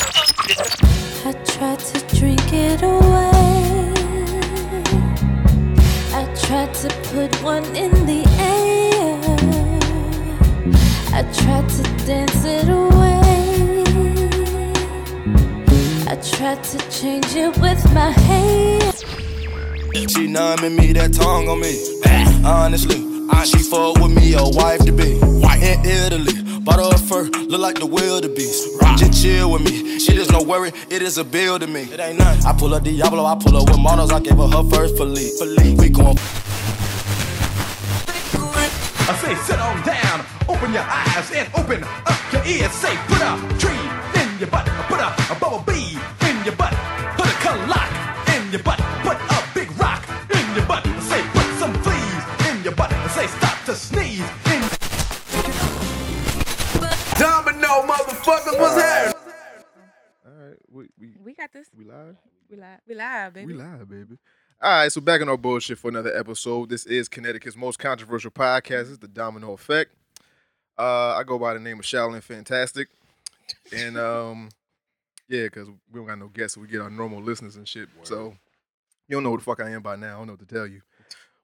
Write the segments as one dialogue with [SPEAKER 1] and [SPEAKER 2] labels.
[SPEAKER 1] I tried to drink it away. I tried to put one in the air. I tried to dance it away. I tried to change it with my hair.
[SPEAKER 2] She numbing me, that tongue on me. Honestly, she fuck with me, a wife to be. In Italy, bought her a fur, look like the wildebeest. Just chill with me, it is no worry, it is a bill to me. It ain't nothing. I pull up Diablo, I pull up with models, I gave her her first police. We gon'
[SPEAKER 3] I say sit on down, open your eyes and open up your ears. Say put a tree in your butt, put a, a bubble bee in your butt, put a clock in your butt, put a big rock in your butt. I say put some fleas in your butt. I say stop to sneeze in. Domino motherfuckers, what's happening?
[SPEAKER 4] All right, we we
[SPEAKER 5] We got this.
[SPEAKER 4] we live.
[SPEAKER 5] We live. We live, baby.
[SPEAKER 4] We live, baby. All right, so back on our bullshit for another episode. This is Connecticut's most controversial podcast. It's the Domino Effect. Uh, I go by the name of Shaolin Fantastic, and um, yeah, because we don't got no guests, so we get our normal listeners and shit. So you don't know who the fuck I am by now. I don't know what to tell you.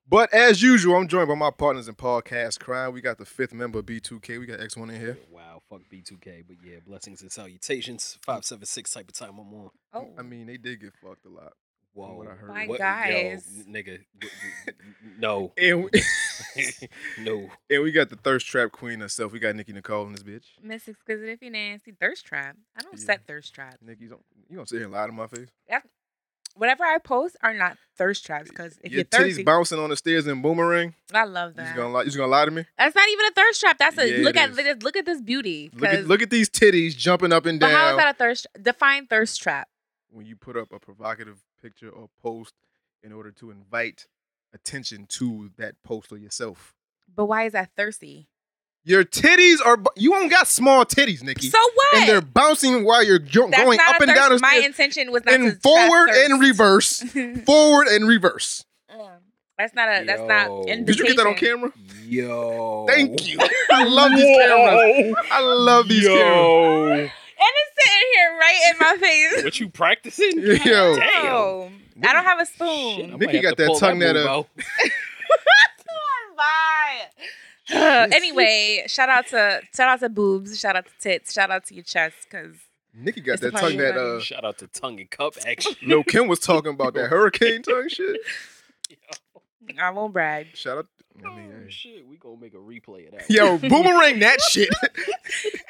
[SPEAKER 4] But as usual, I'm joined by my partners in podcast crime. We got the fifth member B2K. We got X1 in here.
[SPEAKER 6] Wow, fuck B2K, but yeah, blessings and salutations. Five seven six type of time I'm on.
[SPEAKER 5] Oh,
[SPEAKER 4] I mean, they did get fucked a lot.
[SPEAKER 6] Whoa,
[SPEAKER 4] what I heard.
[SPEAKER 5] My
[SPEAKER 6] yo,
[SPEAKER 5] guys.
[SPEAKER 6] n- nigga, w- w- no,
[SPEAKER 4] And we,
[SPEAKER 6] no.
[SPEAKER 4] and we got the thirst trap queen herself. We got Nikki Nicole in this bitch.
[SPEAKER 5] Miss Exquisite, if you nasty, thirst trap. I don't
[SPEAKER 4] Yeah.
[SPEAKER 5] set thirst traps.
[SPEAKER 4] Nick, you don't you gonna sit here and lie to my face?
[SPEAKER 5] Whatever I post are not thirst traps because if
[SPEAKER 4] Your
[SPEAKER 5] you're
[SPEAKER 4] titties
[SPEAKER 5] thirsty,
[SPEAKER 4] bouncing on the stairs in boomerang.
[SPEAKER 5] I love
[SPEAKER 4] You just
[SPEAKER 5] that.
[SPEAKER 4] gonna lie? You just gonna lie to me?
[SPEAKER 5] That's not even a thirst trap. That's a
[SPEAKER 4] Yeah,
[SPEAKER 5] look
[SPEAKER 4] it
[SPEAKER 5] at
[SPEAKER 4] is.
[SPEAKER 5] this. Look at this beauty.
[SPEAKER 4] Look at
[SPEAKER 5] 'cause-
[SPEAKER 4] look at these titties jumping up and
[SPEAKER 5] But how
[SPEAKER 4] down
[SPEAKER 5] is that a thirst? Define thirst trap.
[SPEAKER 4] when you put up a provocative picture or post in order to invite attention to that post or yourself.
[SPEAKER 5] But why is that thirsty?
[SPEAKER 4] Your titties are bu- you don't got small titties, Nikki,
[SPEAKER 5] So what?
[SPEAKER 4] and they're bouncing while you're jo-
[SPEAKER 5] That's
[SPEAKER 4] going
[SPEAKER 5] not
[SPEAKER 4] up
[SPEAKER 5] a
[SPEAKER 4] and down the
[SPEAKER 5] thirst- My
[SPEAKER 4] stairs
[SPEAKER 5] intention was not to
[SPEAKER 4] and forward
[SPEAKER 5] trap
[SPEAKER 4] and reverse,
[SPEAKER 5] thirst.
[SPEAKER 4] forward and reverse.
[SPEAKER 5] Uh, that's not a. That's
[SPEAKER 6] Yo.
[SPEAKER 5] not.
[SPEAKER 6] Did you
[SPEAKER 4] Did you get that on
[SPEAKER 5] invitation.
[SPEAKER 4] camera?
[SPEAKER 6] Yo,
[SPEAKER 5] Oh.
[SPEAKER 4] Thank you. I love these cameras. I love these cameras.
[SPEAKER 6] Yo,
[SPEAKER 5] And it's sitting here right in my face.
[SPEAKER 6] what you practicing?
[SPEAKER 4] Yo.
[SPEAKER 6] Damn.
[SPEAKER 5] Oh, I don't have a spoon.
[SPEAKER 6] Shit, I might
[SPEAKER 4] Nikki
[SPEAKER 6] have
[SPEAKER 4] got
[SPEAKER 6] to
[SPEAKER 4] that
[SPEAKER 6] pull
[SPEAKER 4] tongue that,
[SPEAKER 6] move
[SPEAKER 4] uh,
[SPEAKER 6] out.
[SPEAKER 5] Bye. anyway, shout out to shout out to boobs, shout out to tits, shout out to your chest, cause
[SPEAKER 4] Nikki got
[SPEAKER 5] It's
[SPEAKER 4] that
[SPEAKER 5] the part
[SPEAKER 4] tongue
[SPEAKER 5] you
[SPEAKER 4] that uh,
[SPEAKER 6] Shout out to tongue and cup action.
[SPEAKER 4] No Kim was talking about that hurricane tongue shit.
[SPEAKER 5] I won't brag.
[SPEAKER 4] Shout out. I mean,
[SPEAKER 6] Oh,
[SPEAKER 4] hey.
[SPEAKER 6] shit, we gonna make a replay of that.
[SPEAKER 4] Yo, boomerang that shit.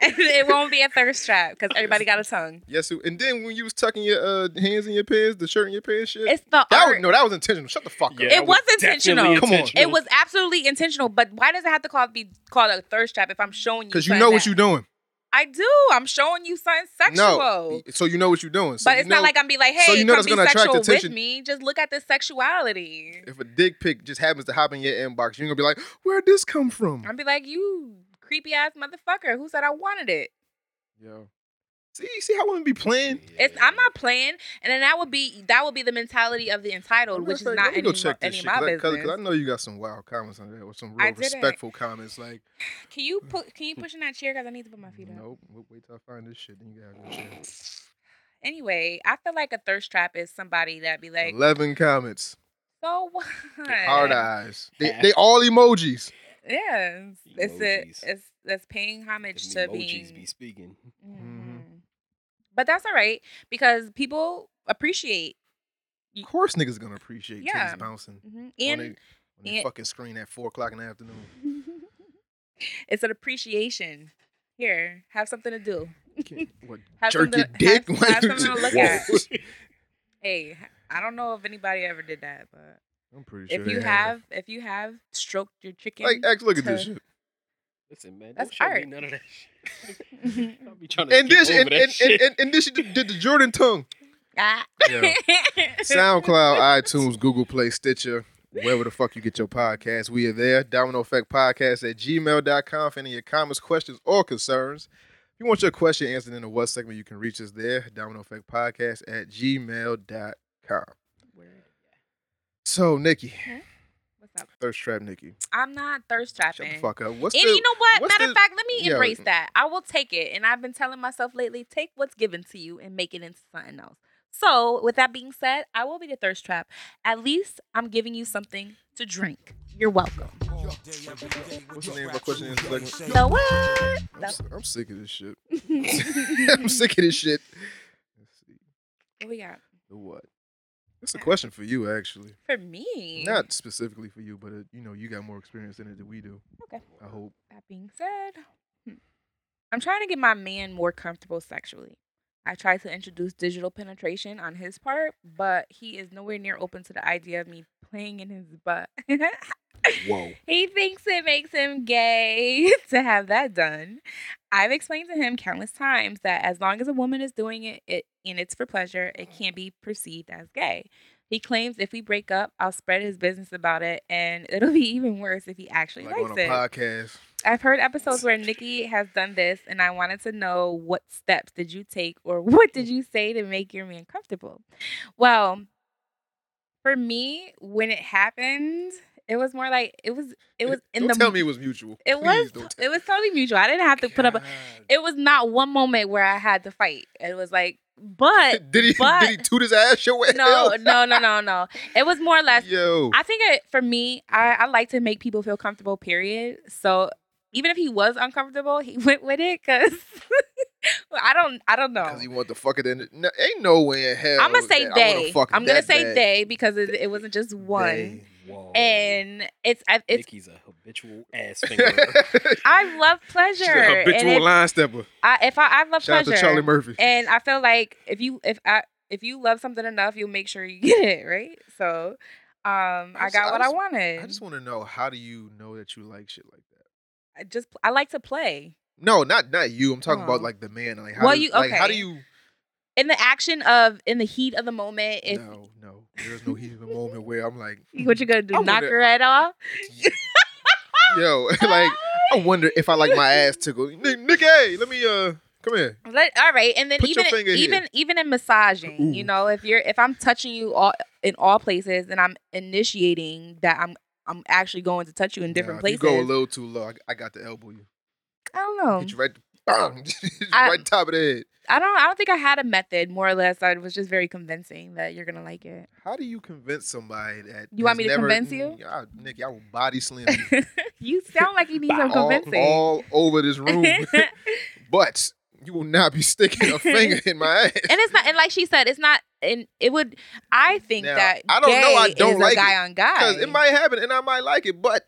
[SPEAKER 5] it won't be a thirst trap, cause everybody got a tongue.
[SPEAKER 4] yes, who- and then when you was tucking your uh, hands in your pants, the shirt in your pants, shit.
[SPEAKER 5] It's the
[SPEAKER 4] that
[SPEAKER 5] art.
[SPEAKER 4] was, no, that was intentional. Shut the fuck up.
[SPEAKER 6] Yeah,
[SPEAKER 5] It
[SPEAKER 6] that
[SPEAKER 5] was intentional.
[SPEAKER 6] definitely
[SPEAKER 4] Come on.
[SPEAKER 5] it was absolutely intentional, but why does it have to call, be called a thirst trap if I'm showing you?
[SPEAKER 4] Because you
[SPEAKER 5] something
[SPEAKER 4] know
[SPEAKER 5] that-
[SPEAKER 4] what you're doing.
[SPEAKER 5] I do. I'm showing you something sexual.
[SPEAKER 4] No, so you know what you're doing. So
[SPEAKER 5] but
[SPEAKER 4] you
[SPEAKER 5] it's not
[SPEAKER 4] know
[SPEAKER 5] like I'm be like, hey,
[SPEAKER 4] so you know
[SPEAKER 5] come
[SPEAKER 4] that's
[SPEAKER 5] be
[SPEAKER 4] gonna attract
[SPEAKER 5] sexual with
[SPEAKER 4] attention.
[SPEAKER 5] me. Just look at this sexuality.
[SPEAKER 4] if a dick pic just happens to hop in your inbox, you're gonna be like, "Where'd this come from?"
[SPEAKER 5] I'd be like, you creepy ass motherfucker. Who said I wanted it?
[SPEAKER 4] Yo, see, see how women be playing.
[SPEAKER 5] It's I'm not playing, and then that would be that would be the mentality of the entitled, which is
[SPEAKER 4] Matter of
[SPEAKER 5] not
[SPEAKER 4] fact, let me
[SPEAKER 5] any,
[SPEAKER 4] go
[SPEAKER 5] of my-
[SPEAKER 4] check
[SPEAKER 5] any
[SPEAKER 4] this
[SPEAKER 5] of
[SPEAKER 4] shit
[SPEAKER 5] my
[SPEAKER 4] because I,
[SPEAKER 5] business.
[SPEAKER 4] know you got some wild comments on there or some
[SPEAKER 5] I
[SPEAKER 4] real
[SPEAKER 5] didn't.
[SPEAKER 4] respectful comments. Like,
[SPEAKER 5] Can you put can you push in that chair because I need to put my feet up?
[SPEAKER 4] nope, wait, wait till I find this shit. Then you gotta go check.
[SPEAKER 5] Anyway, I feel like a thirst trap is somebody that be like,
[SPEAKER 4] Eleven comments,
[SPEAKER 5] so what?
[SPEAKER 4] hard eyes. They, they all emojis.
[SPEAKER 5] Yeah, it's a,
[SPEAKER 6] Emojis.
[SPEAKER 5] it's that's paying homage to
[SPEAKER 6] Emojis
[SPEAKER 5] being.
[SPEAKER 6] be speaking.
[SPEAKER 4] Mm-hmm.
[SPEAKER 5] Mhm. But that's all right because people appreciate
[SPEAKER 4] Of course, niggas gonna appreciate
[SPEAKER 5] Yeah.
[SPEAKER 4] titties bouncing
[SPEAKER 5] mhm,
[SPEAKER 4] on
[SPEAKER 5] and
[SPEAKER 4] they, on they
[SPEAKER 5] and-
[SPEAKER 4] fucking screen at four o'clock in the afternoon.
[SPEAKER 5] it's an appreciation. Here, have something to do.
[SPEAKER 4] Can't- What,
[SPEAKER 5] Have
[SPEAKER 4] jerk your
[SPEAKER 5] something to-
[SPEAKER 4] dick?
[SPEAKER 5] have-
[SPEAKER 4] Why
[SPEAKER 5] have
[SPEAKER 4] you
[SPEAKER 5] something to
[SPEAKER 4] just- Whoa.
[SPEAKER 5] look at. Hey, I don't know if anybody ever did that, but
[SPEAKER 4] I'm pretty sure
[SPEAKER 5] if you
[SPEAKER 4] they have.
[SPEAKER 5] have, if you have stroked your chicken,
[SPEAKER 4] like, eh, X, look at this
[SPEAKER 5] to-
[SPEAKER 4] shit.
[SPEAKER 6] Listen, man,
[SPEAKER 5] That's
[SPEAKER 6] don't show
[SPEAKER 5] art.
[SPEAKER 6] me none of that shit. I'll be trying to
[SPEAKER 4] And this,
[SPEAKER 6] over
[SPEAKER 4] and,
[SPEAKER 6] that
[SPEAKER 4] and,
[SPEAKER 6] shit.
[SPEAKER 4] and, and, and this, she did did the Jordan tongue.
[SPEAKER 5] Ah.
[SPEAKER 4] Yeah. SoundCloud, iTunes, Google Play, Stitcher, wherever the fuck you get your podcast. We are there. Domino Effect Podcast at gmail.com for any of your comments, questions, or concerns. If you want your question answered in the what segment, you can reach us there. Domino Effect Podcast at gmail.com. So, Nikki,
[SPEAKER 5] What's up.
[SPEAKER 4] Thirst trap, Nikki.
[SPEAKER 5] I'm not thirst
[SPEAKER 4] Shut
[SPEAKER 5] trapping.
[SPEAKER 4] the fuck up. What's
[SPEAKER 5] And
[SPEAKER 4] the,
[SPEAKER 5] you know what?
[SPEAKER 4] what's
[SPEAKER 5] Matter of
[SPEAKER 4] the-
[SPEAKER 5] fact, let me
[SPEAKER 4] yeah. mm.
[SPEAKER 5] embrace that. I will take it. And I've been telling myself lately, take what's given to you and make it into something else. So, with that being said, I will be the thirst trap. At least I'm giving you something to drink. You're welcome.
[SPEAKER 4] What's the name of my question? in a second?
[SPEAKER 5] So what?
[SPEAKER 4] I'm,
[SPEAKER 5] That's
[SPEAKER 4] si am sick of this shit. I'm sick of this shit. Let's see.
[SPEAKER 5] what we got
[SPEAKER 4] The what? That's a question for you, actually.
[SPEAKER 5] for me.
[SPEAKER 4] Not specifically for you, but uh, you know, you got more experience in it than we do.
[SPEAKER 5] Okay.
[SPEAKER 4] I hope.
[SPEAKER 5] That being said, hmm. I'm trying to get my man more comfortable sexually. I tried to introduce digital penetration on his part, but he is nowhere near open to the idea of me playing in his butt.
[SPEAKER 6] Whoa.
[SPEAKER 5] he thinks it makes him gay to have that done. I've explained to him countless times that as long as a woman is doing it, it and it's for pleasure, it can't be perceived as gay. He claims if we break up, I'll spread his business about it, and it'll be even worse if he actually
[SPEAKER 4] Like
[SPEAKER 5] likes
[SPEAKER 4] on a
[SPEAKER 5] it.
[SPEAKER 4] podcast.
[SPEAKER 5] I've heard episodes where Nikki has done this, and I wanted to know what steps did you take or what did you say to make your man comfortable? Well, for me, when it happened, it was more like it was it was in
[SPEAKER 4] don't
[SPEAKER 5] the
[SPEAKER 4] tell me it was mutual.
[SPEAKER 5] it
[SPEAKER 4] Please
[SPEAKER 5] was
[SPEAKER 4] Don't tell
[SPEAKER 5] it was totally mutual. I didn't have to put up. A, it was not one moment where I had to fight. It was like, but
[SPEAKER 4] did he
[SPEAKER 5] but-
[SPEAKER 4] did he toot his ass your way?
[SPEAKER 5] no, no, no, no, no. It was more or less
[SPEAKER 4] Yo.
[SPEAKER 5] I think it, for me, I, I like to make people feel comfortable, period. So even if he was uncomfortable, he went with it because I don't I don't know.
[SPEAKER 4] Because he want to fuck it in. No, ain't no way in hell.
[SPEAKER 5] I'm gonna say
[SPEAKER 4] that I wanna
[SPEAKER 5] they.
[SPEAKER 4] fuck
[SPEAKER 5] I'm gonna
[SPEAKER 4] that
[SPEAKER 5] say
[SPEAKER 4] bad.
[SPEAKER 5] they because it, it wasn't just one.
[SPEAKER 4] They.
[SPEAKER 6] Whoa.
[SPEAKER 5] And it's I- it's
[SPEAKER 6] Nikki's a habitual ass finger.
[SPEAKER 5] I love pleasure.
[SPEAKER 4] She's a
[SPEAKER 5] and
[SPEAKER 4] habitual
[SPEAKER 5] if
[SPEAKER 4] line stepper.
[SPEAKER 5] I, if I, I love
[SPEAKER 4] Shout out
[SPEAKER 5] pleasure,
[SPEAKER 4] to Charlie Murphy.
[SPEAKER 5] and I feel like if you if I if you love something enough, you'll make sure you get it right. So um, I,
[SPEAKER 4] just-
[SPEAKER 5] got
[SPEAKER 4] I
[SPEAKER 5] what
[SPEAKER 4] just-
[SPEAKER 5] I wanted.
[SPEAKER 4] I just want to know how do you know that you like shit like that?
[SPEAKER 5] I just I like to play.
[SPEAKER 4] No, not not you. I'm talking about
[SPEAKER 5] Oh.
[SPEAKER 4] like the man. Like how
[SPEAKER 5] Well,
[SPEAKER 4] do,
[SPEAKER 5] you-
[SPEAKER 4] like how do
[SPEAKER 5] okay.
[SPEAKER 4] you?
[SPEAKER 5] in the action of in the heat of the moment if
[SPEAKER 4] no, no. There's no heat of the moment where I'm like,
[SPEAKER 5] what you gonna do
[SPEAKER 4] I
[SPEAKER 5] knock
[SPEAKER 4] wonder-
[SPEAKER 5] her head off
[SPEAKER 4] yo, like I wonder if I like my ass tickled. Nick, Nick, hey, let me uh, come here.
[SPEAKER 5] Let, all right and then
[SPEAKER 4] Put your
[SPEAKER 5] even
[SPEAKER 4] finger here.
[SPEAKER 5] even even in massaging you
[SPEAKER 4] Ooh.
[SPEAKER 5] know if you're if i'm touching you all in all places and i'm initiating that i'm i'm actually going to touch you in different
[SPEAKER 4] Nah, if
[SPEAKER 5] places
[SPEAKER 4] You go a little too low. I, I got to elbow you.
[SPEAKER 5] i don't know
[SPEAKER 4] Hit you right, bam, right
[SPEAKER 5] I-
[SPEAKER 4] top of the head.
[SPEAKER 5] i don't i don't think i had a method more or less i was just very convincing that you're gonna like it
[SPEAKER 4] How do you convince somebody that
[SPEAKER 5] You want
[SPEAKER 4] has
[SPEAKER 5] me to
[SPEAKER 4] never-
[SPEAKER 5] convince you?
[SPEAKER 4] Mm, I, Nick, I will body slam you.
[SPEAKER 5] you sound like you need some
[SPEAKER 4] all,
[SPEAKER 5] convincing
[SPEAKER 4] all over this room, but you will not be sticking a finger in my ass.
[SPEAKER 5] and it's not and like she said it's not and it would i think
[SPEAKER 4] Now,
[SPEAKER 5] that
[SPEAKER 4] I don't know,
[SPEAKER 5] gay
[SPEAKER 4] I don't
[SPEAKER 5] is a
[SPEAKER 4] like it,
[SPEAKER 5] guy on guy
[SPEAKER 4] Because it might happen and I might like it, but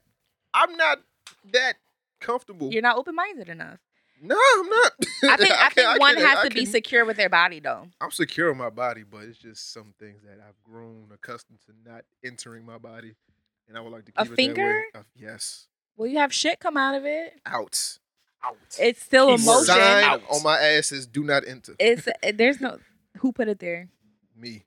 [SPEAKER 4] I'm not that comfortable.
[SPEAKER 5] you're not open minded enough.
[SPEAKER 4] no, I'm not.
[SPEAKER 5] I think I,
[SPEAKER 4] can't-
[SPEAKER 5] think one
[SPEAKER 4] can't-
[SPEAKER 5] has
[SPEAKER 4] I
[SPEAKER 5] to be
[SPEAKER 4] can't-
[SPEAKER 5] secure with their body though.
[SPEAKER 4] I'm secure in my body, but it's just some things that I've grown accustomed to not entering my body, and I would like to keep
[SPEAKER 5] A
[SPEAKER 4] it
[SPEAKER 5] finger?
[SPEAKER 4] that way. Uh, yes,
[SPEAKER 5] Well, you have shit come out of it.
[SPEAKER 4] out.
[SPEAKER 5] It's still
[SPEAKER 6] Keyword.
[SPEAKER 5] emotion.
[SPEAKER 4] Sign
[SPEAKER 6] Out.
[SPEAKER 4] on my ass is "Do not enter."
[SPEAKER 5] It's eh, there's no who put it there.
[SPEAKER 4] Me.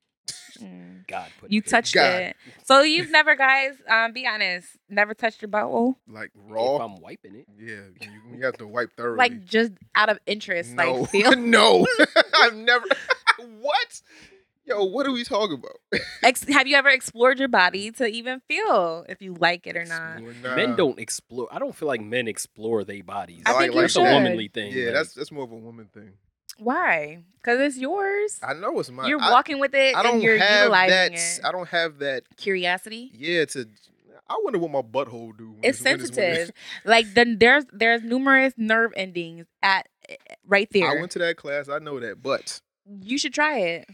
[SPEAKER 5] Mm.
[SPEAKER 6] God put
[SPEAKER 5] You
[SPEAKER 6] it there.
[SPEAKER 5] touched
[SPEAKER 4] God.
[SPEAKER 5] it. So you've never, guys, um, be honest, never touched your butthole,
[SPEAKER 4] like
[SPEAKER 6] If
[SPEAKER 4] raw.
[SPEAKER 6] I'm wiping it.
[SPEAKER 4] Yeah, you, you have to wipe thoroughly.
[SPEAKER 5] like just out of interest,
[SPEAKER 4] no,
[SPEAKER 5] like feel.
[SPEAKER 4] no, I've never. what? Yo, what are we talking about?
[SPEAKER 5] Ex- have you ever explored your body to even feel if you like it or not?
[SPEAKER 4] Explore- nah.
[SPEAKER 6] Men don't explore. I don't feel like men explore their bodies.
[SPEAKER 5] I
[SPEAKER 4] Like-
[SPEAKER 5] think you
[SPEAKER 4] like
[SPEAKER 6] that's
[SPEAKER 4] the
[SPEAKER 5] should.
[SPEAKER 6] a womanly thing.
[SPEAKER 4] Yeah,
[SPEAKER 6] like,
[SPEAKER 4] that's that's more of a woman thing.
[SPEAKER 5] Why? Because it's yours.
[SPEAKER 4] I know it's my.
[SPEAKER 5] you're
[SPEAKER 4] I-
[SPEAKER 5] walking with it,
[SPEAKER 4] I, don't
[SPEAKER 5] and you're
[SPEAKER 4] have
[SPEAKER 5] utilizing
[SPEAKER 4] that.
[SPEAKER 5] it.
[SPEAKER 4] I don't have that.
[SPEAKER 5] Curiosity.
[SPEAKER 4] Yeah, to. I wonder what my butthole do. When
[SPEAKER 5] it's
[SPEAKER 4] when when
[SPEAKER 5] sensitive. like then there's there's numerous nerve endings at eh, right
[SPEAKER 4] I
[SPEAKER 5] there.
[SPEAKER 4] went to that class. I know that, but
[SPEAKER 5] you should try it.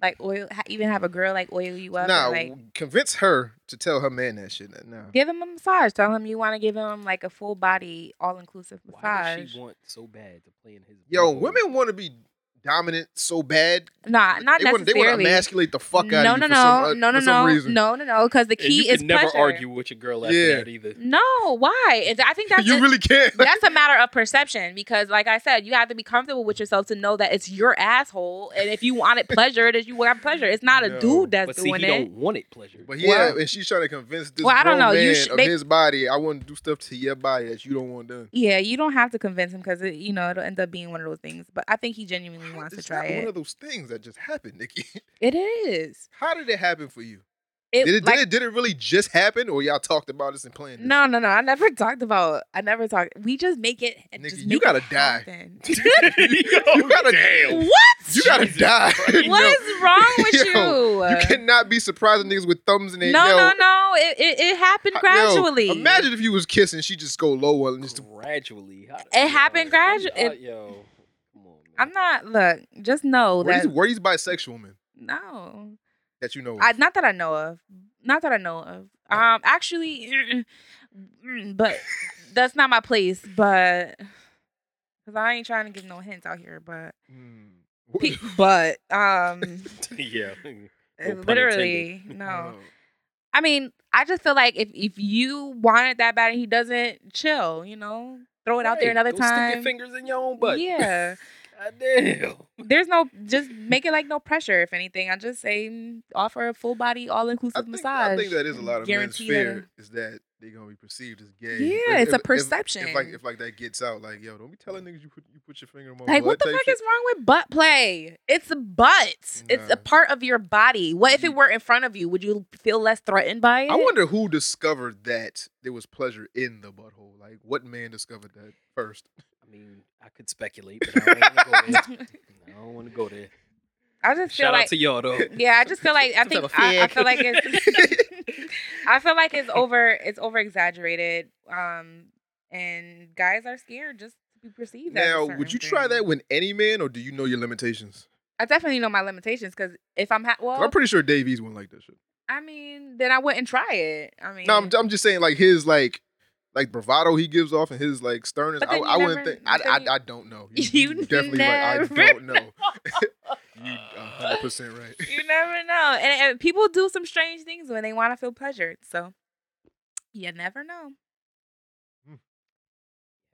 [SPEAKER 5] Like oil, ha- even have a girl like oil you up.
[SPEAKER 4] nah,
[SPEAKER 5] and, like
[SPEAKER 4] convince her to tell her man that shit. Nah,
[SPEAKER 5] give him a massage. Tell him you want to give him like a full body, all inclusive
[SPEAKER 6] why does
[SPEAKER 5] massage.
[SPEAKER 6] she want so bad to play in his?
[SPEAKER 4] yo,
[SPEAKER 6] butthole?
[SPEAKER 4] women want to be dominant so bad.
[SPEAKER 5] nah, not
[SPEAKER 4] they wanna-
[SPEAKER 5] necessarily.
[SPEAKER 4] They want to emasculate the fuck out
[SPEAKER 5] no,
[SPEAKER 4] of you for
[SPEAKER 5] no, no,
[SPEAKER 4] some, uh,
[SPEAKER 5] no, no,
[SPEAKER 4] for some
[SPEAKER 5] no,
[SPEAKER 4] reason.
[SPEAKER 5] no, no, no, Because the
[SPEAKER 6] And
[SPEAKER 5] key
[SPEAKER 6] you
[SPEAKER 5] is
[SPEAKER 6] can never
[SPEAKER 5] pleasure.
[SPEAKER 6] argue with your girl after
[SPEAKER 4] Yeah.
[SPEAKER 6] that either.
[SPEAKER 5] No, why? It's- I think that's
[SPEAKER 4] you
[SPEAKER 5] it-
[SPEAKER 4] really can't.
[SPEAKER 5] that's a matter of perception because like i said you have to be comfortable with yourself to know that it's your asshole and if you wanted pleasure it is you want pleasure it's not a
[SPEAKER 4] No.
[SPEAKER 5] dude that's
[SPEAKER 6] But see,
[SPEAKER 5] doing
[SPEAKER 6] he
[SPEAKER 5] it
[SPEAKER 6] don't want it pleasure.
[SPEAKER 4] But yeah,
[SPEAKER 5] Well-
[SPEAKER 4] and she's trying to convince this
[SPEAKER 5] Well, I don't
[SPEAKER 4] grown
[SPEAKER 5] know. You
[SPEAKER 4] man
[SPEAKER 5] should-
[SPEAKER 4] of
[SPEAKER 5] they-
[SPEAKER 4] his body. I want to do stuff to your body that you don't want done.
[SPEAKER 5] yeah you don't have to convince him because you know it'll end up being one of those things but i think he genuinely wants to
[SPEAKER 4] It's
[SPEAKER 5] try
[SPEAKER 4] not one
[SPEAKER 5] it
[SPEAKER 4] of those things that just happened, Nikki.
[SPEAKER 5] it is
[SPEAKER 4] How did it happen for you?
[SPEAKER 5] It,
[SPEAKER 4] Did it,
[SPEAKER 5] like,
[SPEAKER 4] did it did it really just happen, or y'all talked about this and planned? this?
[SPEAKER 5] No, no, no. I never talked about. I never talked. We just make it. and
[SPEAKER 4] Nigga,
[SPEAKER 5] just
[SPEAKER 4] you
[SPEAKER 5] make
[SPEAKER 4] gotta
[SPEAKER 5] it
[SPEAKER 4] die.
[SPEAKER 5] happen.
[SPEAKER 6] Oh,
[SPEAKER 4] you gotta damn.
[SPEAKER 5] what?
[SPEAKER 4] You gotta die.
[SPEAKER 5] What is wrong with
[SPEAKER 4] Yo,
[SPEAKER 5] you?
[SPEAKER 4] You cannot be surprising niggas with thumbs in their
[SPEAKER 5] no,
[SPEAKER 4] yo,
[SPEAKER 5] no, no. It, it, it happened
[SPEAKER 4] yo,
[SPEAKER 5] gradually.
[SPEAKER 4] imagine if you was kissing, she just go low and just
[SPEAKER 6] gradually. How-
[SPEAKER 5] It happened
[SPEAKER 6] yo,
[SPEAKER 5] gradu-
[SPEAKER 6] I'm not-
[SPEAKER 5] it-
[SPEAKER 6] Yo, come on, man.
[SPEAKER 5] I'm not. Look, just know
[SPEAKER 4] where
[SPEAKER 5] Oh, that.
[SPEAKER 4] these, where these bisexual men
[SPEAKER 5] No,
[SPEAKER 4] that you know?
[SPEAKER 5] I,
[SPEAKER 4] of?
[SPEAKER 5] not that I know of. Not that I know of.
[SPEAKER 6] Oh.
[SPEAKER 5] Um, actually, mm, mm, but that's not my place. But because I ain't trying to give no hints out here. But
[SPEAKER 4] Mm.
[SPEAKER 5] pe- but um,
[SPEAKER 6] yeah. No pun
[SPEAKER 5] literally
[SPEAKER 6] intended.
[SPEAKER 5] no. I mean, I just feel like if if you want it that bad and he doesn't, chill. You know, throw it out there
[SPEAKER 6] Right,
[SPEAKER 5] another
[SPEAKER 6] go Stick
[SPEAKER 5] time.
[SPEAKER 6] your fingers in your own butt.
[SPEAKER 5] Yeah.
[SPEAKER 6] God damn.
[SPEAKER 5] There's no just make it like no pressure. If anything, I just say mm, offer a full body, all
[SPEAKER 4] I
[SPEAKER 5] inclusive
[SPEAKER 4] think,
[SPEAKER 5] massage.
[SPEAKER 4] I think that is a lot of men's
[SPEAKER 5] Guarantee that-
[SPEAKER 4] fear is that they gonna be perceived as gay.
[SPEAKER 5] Yeah, it's a perception.
[SPEAKER 4] If, like if like that gets out, like yo, don't be telling niggas you put you put your finger on my
[SPEAKER 5] Like,
[SPEAKER 4] butt
[SPEAKER 5] what the
[SPEAKER 4] type
[SPEAKER 5] fuck
[SPEAKER 4] shit.
[SPEAKER 5] is wrong with butt play? It's a butt. It's
[SPEAKER 4] Nah.
[SPEAKER 5] a part of your body. What if
[SPEAKER 4] You-
[SPEAKER 5] it were in front of you? Would you feel less threatened by it?
[SPEAKER 4] I wonder who discovered that there was pleasure in the butthole. Like, what man discovered that first?
[SPEAKER 6] I mean, I could speculate, but I don't want to go there. I don't want to go there.
[SPEAKER 5] I just feel
[SPEAKER 6] Shout
[SPEAKER 5] like
[SPEAKER 6] out to y'all though.
[SPEAKER 5] Yeah, I just feel like I think I, I feel like it's I feel like it's over it's over exaggerated. Um and guys are scared just to be perceived as a
[SPEAKER 4] Now,
[SPEAKER 5] certain
[SPEAKER 4] would you try
[SPEAKER 5] thing.
[SPEAKER 4] that with any man, or do you know your limitations?
[SPEAKER 5] I definitely know my limitations because if I'm ha-
[SPEAKER 4] 'Cause
[SPEAKER 5] well
[SPEAKER 4] I'm pretty sure Dave East wouldn't like that shit.
[SPEAKER 5] I mean then I wouldn't try it. I mean
[SPEAKER 4] No, I'm, I'm just saying, like his like like bravado he gives off and his like sternness.
[SPEAKER 5] But
[SPEAKER 4] I,
[SPEAKER 5] then you
[SPEAKER 4] I wouldn't
[SPEAKER 5] never-
[SPEAKER 4] think. I,
[SPEAKER 5] but then
[SPEAKER 4] I,
[SPEAKER 5] you-
[SPEAKER 4] I don't know.
[SPEAKER 5] You
[SPEAKER 4] right. I
[SPEAKER 5] never
[SPEAKER 4] don't know. you 100 percent right.
[SPEAKER 5] you never know. And, and people do some strange things when they want to feel pleasured. So you never know.
[SPEAKER 4] Hmm.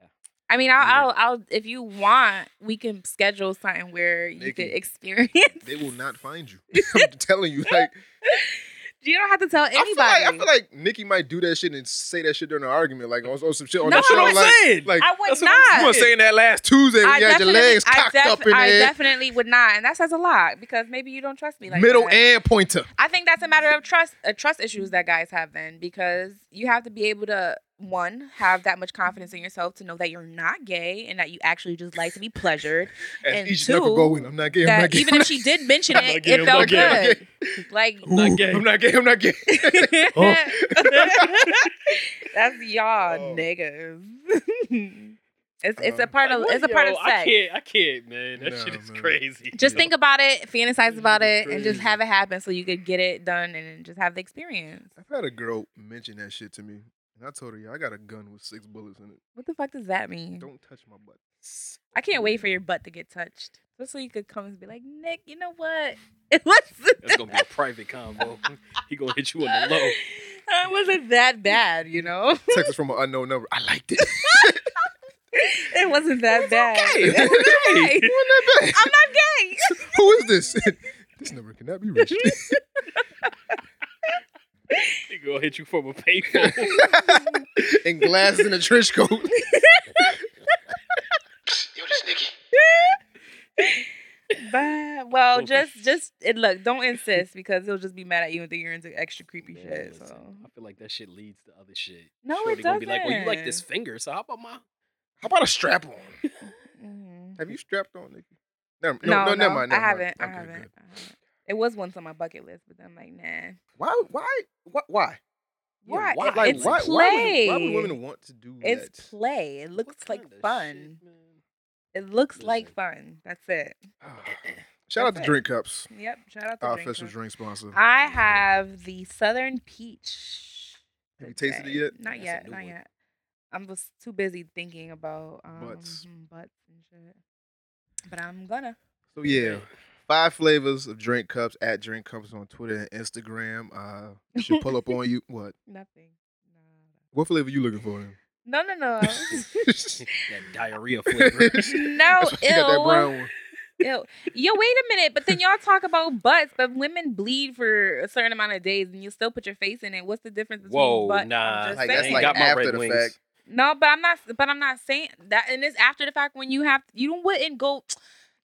[SPEAKER 6] Yeah.
[SPEAKER 5] I mean, I'll,
[SPEAKER 6] Yeah.
[SPEAKER 5] I'll, I'll, if you want, we can schedule something where you
[SPEAKER 4] They
[SPEAKER 5] could
[SPEAKER 4] can-
[SPEAKER 5] experience.
[SPEAKER 4] They will not find you. I'm telling you, like
[SPEAKER 5] you don't have to tell anybody.
[SPEAKER 4] I feel like I feel like Nikki might do that shit and say that shit during an argument, like on, on some shit on
[SPEAKER 5] No,
[SPEAKER 4] that shit
[SPEAKER 5] I
[SPEAKER 4] on
[SPEAKER 5] would-
[SPEAKER 4] like,
[SPEAKER 6] saying.
[SPEAKER 4] like
[SPEAKER 5] I would
[SPEAKER 6] That's what
[SPEAKER 5] not.
[SPEAKER 6] I'm- you were saying that last Tuesday.
[SPEAKER 4] when
[SPEAKER 5] I
[SPEAKER 4] you had your
[SPEAKER 5] definitely-
[SPEAKER 4] legs
[SPEAKER 5] I
[SPEAKER 4] cocked
[SPEAKER 5] def-
[SPEAKER 4] up in
[SPEAKER 5] I
[SPEAKER 4] there.
[SPEAKER 5] definitely would not, and that says a lot because maybe you don't trust me like
[SPEAKER 4] middle
[SPEAKER 5] that.
[SPEAKER 4] and pointer.
[SPEAKER 5] I think that's a matter of trust, uh, trust issues that guys have then, because you have to be able to one have that much confidence in yourself to know that you're not gay and that you actually just like to be pleasured. And
[SPEAKER 4] And each
[SPEAKER 5] two,
[SPEAKER 4] never go in. I'm not gay. I'm not
[SPEAKER 5] that
[SPEAKER 4] gay.
[SPEAKER 5] even
[SPEAKER 4] I'm
[SPEAKER 5] if she did mention
[SPEAKER 4] I'm
[SPEAKER 5] it,
[SPEAKER 4] not gay,
[SPEAKER 5] it
[SPEAKER 4] I'm
[SPEAKER 5] felt
[SPEAKER 4] not gay, I'm
[SPEAKER 5] good. Like.
[SPEAKER 6] not
[SPEAKER 4] not
[SPEAKER 6] gay.
[SPEAKER 4] gay. I'm not gay. I'm not gay.
[SPEAKER 5] That's y'all
[SPEAKER 4] Oh.
[SPEAKER 5] niggas. it's it's a
[SPEAKER 4] Um,
[SPEAKER 5] part of it's a part of
[SPEAKER 6] I
[SPEAKER 5] sex.
[SPEAKER 6] can't. I can't, man. That
[SPEAKER 4] Nah,
[SPEAKER 6] shit is
[SPEAKER 4] man.
[SPEAKER 6] crazy.
[SPEAKER 5] Just think about it, fantasize about
[SPEAKER 4] This is
[SPEAKER 5] it, and just
[SPEAKER 4] crazy.
[SPEAKER 5] have it happen so you could get it done and just have the experience.
[SPEAKER 4] I've had a girl mention that shit to me, and I told her, "Yo, I got a gun with six bullets in it.
[SPEAKER 5] What the fuck does that mean?
[SPEAKER 4] Don't touch my butt."
[SPEAKER 5] I can't wait for your butt to get touched. Just so Mm-hmm. you could come and be like, Nick, you know what? It wasn't
[SPEAKER 6] That's gonna be a private combo. he gonna hit you on the low.
[SPEAKER 5] it wasn't that bad, you know?
[SPEAKER 4] Text us from an unknown number. I liked it.
[SPEAKER 5] It wasn't that bad.
[SPEAKER 6] It was
[SPEAKER 5] It was okay.
[SPEAKER 4] Wasn't that bad?
[SPEAKER 5] I'm not gay.
[SPEAKER 4] Who is this? this number cannot be reached.
[SPEAKER 6] He gonna hit you from a payphone.
[SPEAKER 4] and glasses and a trench coat.
[SPEAKER 5] But well,
[SPEAKER 6] Okay.
[SPEAKER 5] just just it look, don't insist because he'll just be mad at you and think you're into extra creepy shit.
[SPEAKER 6] listen,
[SPEAKER 5] So
[SPEAKER 6] I feel like that shit leads to other shit.
[SPEAKER 5] No, it
[SPEAKER 6] Shorty gonna be like, well, you like this
[SPEAKER 5] doesn't.
[SPEAKER 6] finger, so how about my?
[SPEAKER 4] How about a strap on?
[SPEAKER 5] Mhm.
[SPEAKER 4] Have you strapped on, Nikki? Never,
[SPEAKER 5] no, no,
[SPEAKER 4] never mind.
[SPEAKER 5] I
[SPEAKER 4] never mind.
[SPEAKER 5] haven't. I
[SPEAKER 4] Okay,
[SPEAKER 5] haven't.
[SPEAKER 4] good.
[SPEAKER 5] I haven't. It was once on my bucket list, but then I'm like, nah.
[SPEAKER 4] Why? Why? Why? Why?
[SPEAKER 5] Why?
[SPEAKER 6] why?
[SPEAKER 5] It-
[SPEAKER 6] Like,
[SPEAKER 5] it's
[SPEAKER 4] why,
[SPEAKER 5] play.
[SPEAKER 4] Why would, why would women want to do that?
[SPEAKER 5] It's play. It
[SPEAKER 6] What
[SPEAKER 5] looks
[SPEAKER 6] kind
[SPEAKER 5] like
[SPEAKER 6] of
[SPEAKER 5] fun.
[SPEAKER 6] shit, man?
[SPEAKER 5] It looks like
[SPEAKER 6] Listen.
[SPEAKER 5] fun. That's it.
[SPEAKER 4] Shout out to
[SPEAKER 5] That's it.
[SPEAKER 4] Drink Cups,
[SPEAKER 5] Yep. Shout out to
[SPEAKER 4] our
[SPEAKER 5] Drink
[SPEAKER 4] official
[SPEAKER 5] Cup.
[SPEAKER 4] drink sponsor.
[SPEAKER 5] I have the Southern Peach.
[SPEAKER 4] Have you tasted it
[SPEAKER 5] today.
[SPEAKER 4] yet?
[SPEAKER 5] Not
[SPEAKER 6] That's a
[SPEAKER 5] yet.
[SPEAKER 6] new
[SPEAKER 5] Not
[SPEAKER 6] one.
[SPEAKER 5] yet. I'm just too busy thinking about um,
[SPEAKER 4] Butts.
[SPEAKER 5] mm, butts and shit. But I'm gonna.
[SPEAKER 4] So Oh, yeah, five flavors of Drink Cups at Drink Cups on Twitter and Instagram. Uh, should pull up on you. What?
[SPEAKER 5] Nothing. Nah.
[SPEAKER 4] What flavor you looking for? then?
[SPEAKER 5] No, no, no.
[SPEAKER 6] That diarrhea
[SPEAKER 5] no,
[SPEAKER 6] flavor.
[SPEAKER 4] That's why
[SPEAKER 5] ew.
[SPEAKER 4] you got that brown one.
[SPEAKER 5] Ew. Yo, wait a minute. But then y'all talk about butts, but women bleed for a certain amount of days, and you still put your face in it. What's the difference between
[SPEAKER 6] Whoa,
[SPEAKER 5] butt? I'm
[SPEAKER 6] nah.
[SPEAKER 5] just
[SPEAKER 4] Like,
[SPEAKER 6] I
[SPEAKER 4] that's
[SPEAKER 5] saying.
[SPEAKER 6] ain't
[SPEAKER 4] like
[SPEAKER 6] got my
[SPEAKER 4] after
[SPEAKER 6] red
[SPEAKER 4] the
[SPEAKER 6] wings.
[SPEAKER 4] fact.
[SPEAKER 5] no, but I'm not. But I'm not saying that. And it's after the fact when you have you wouldn't go.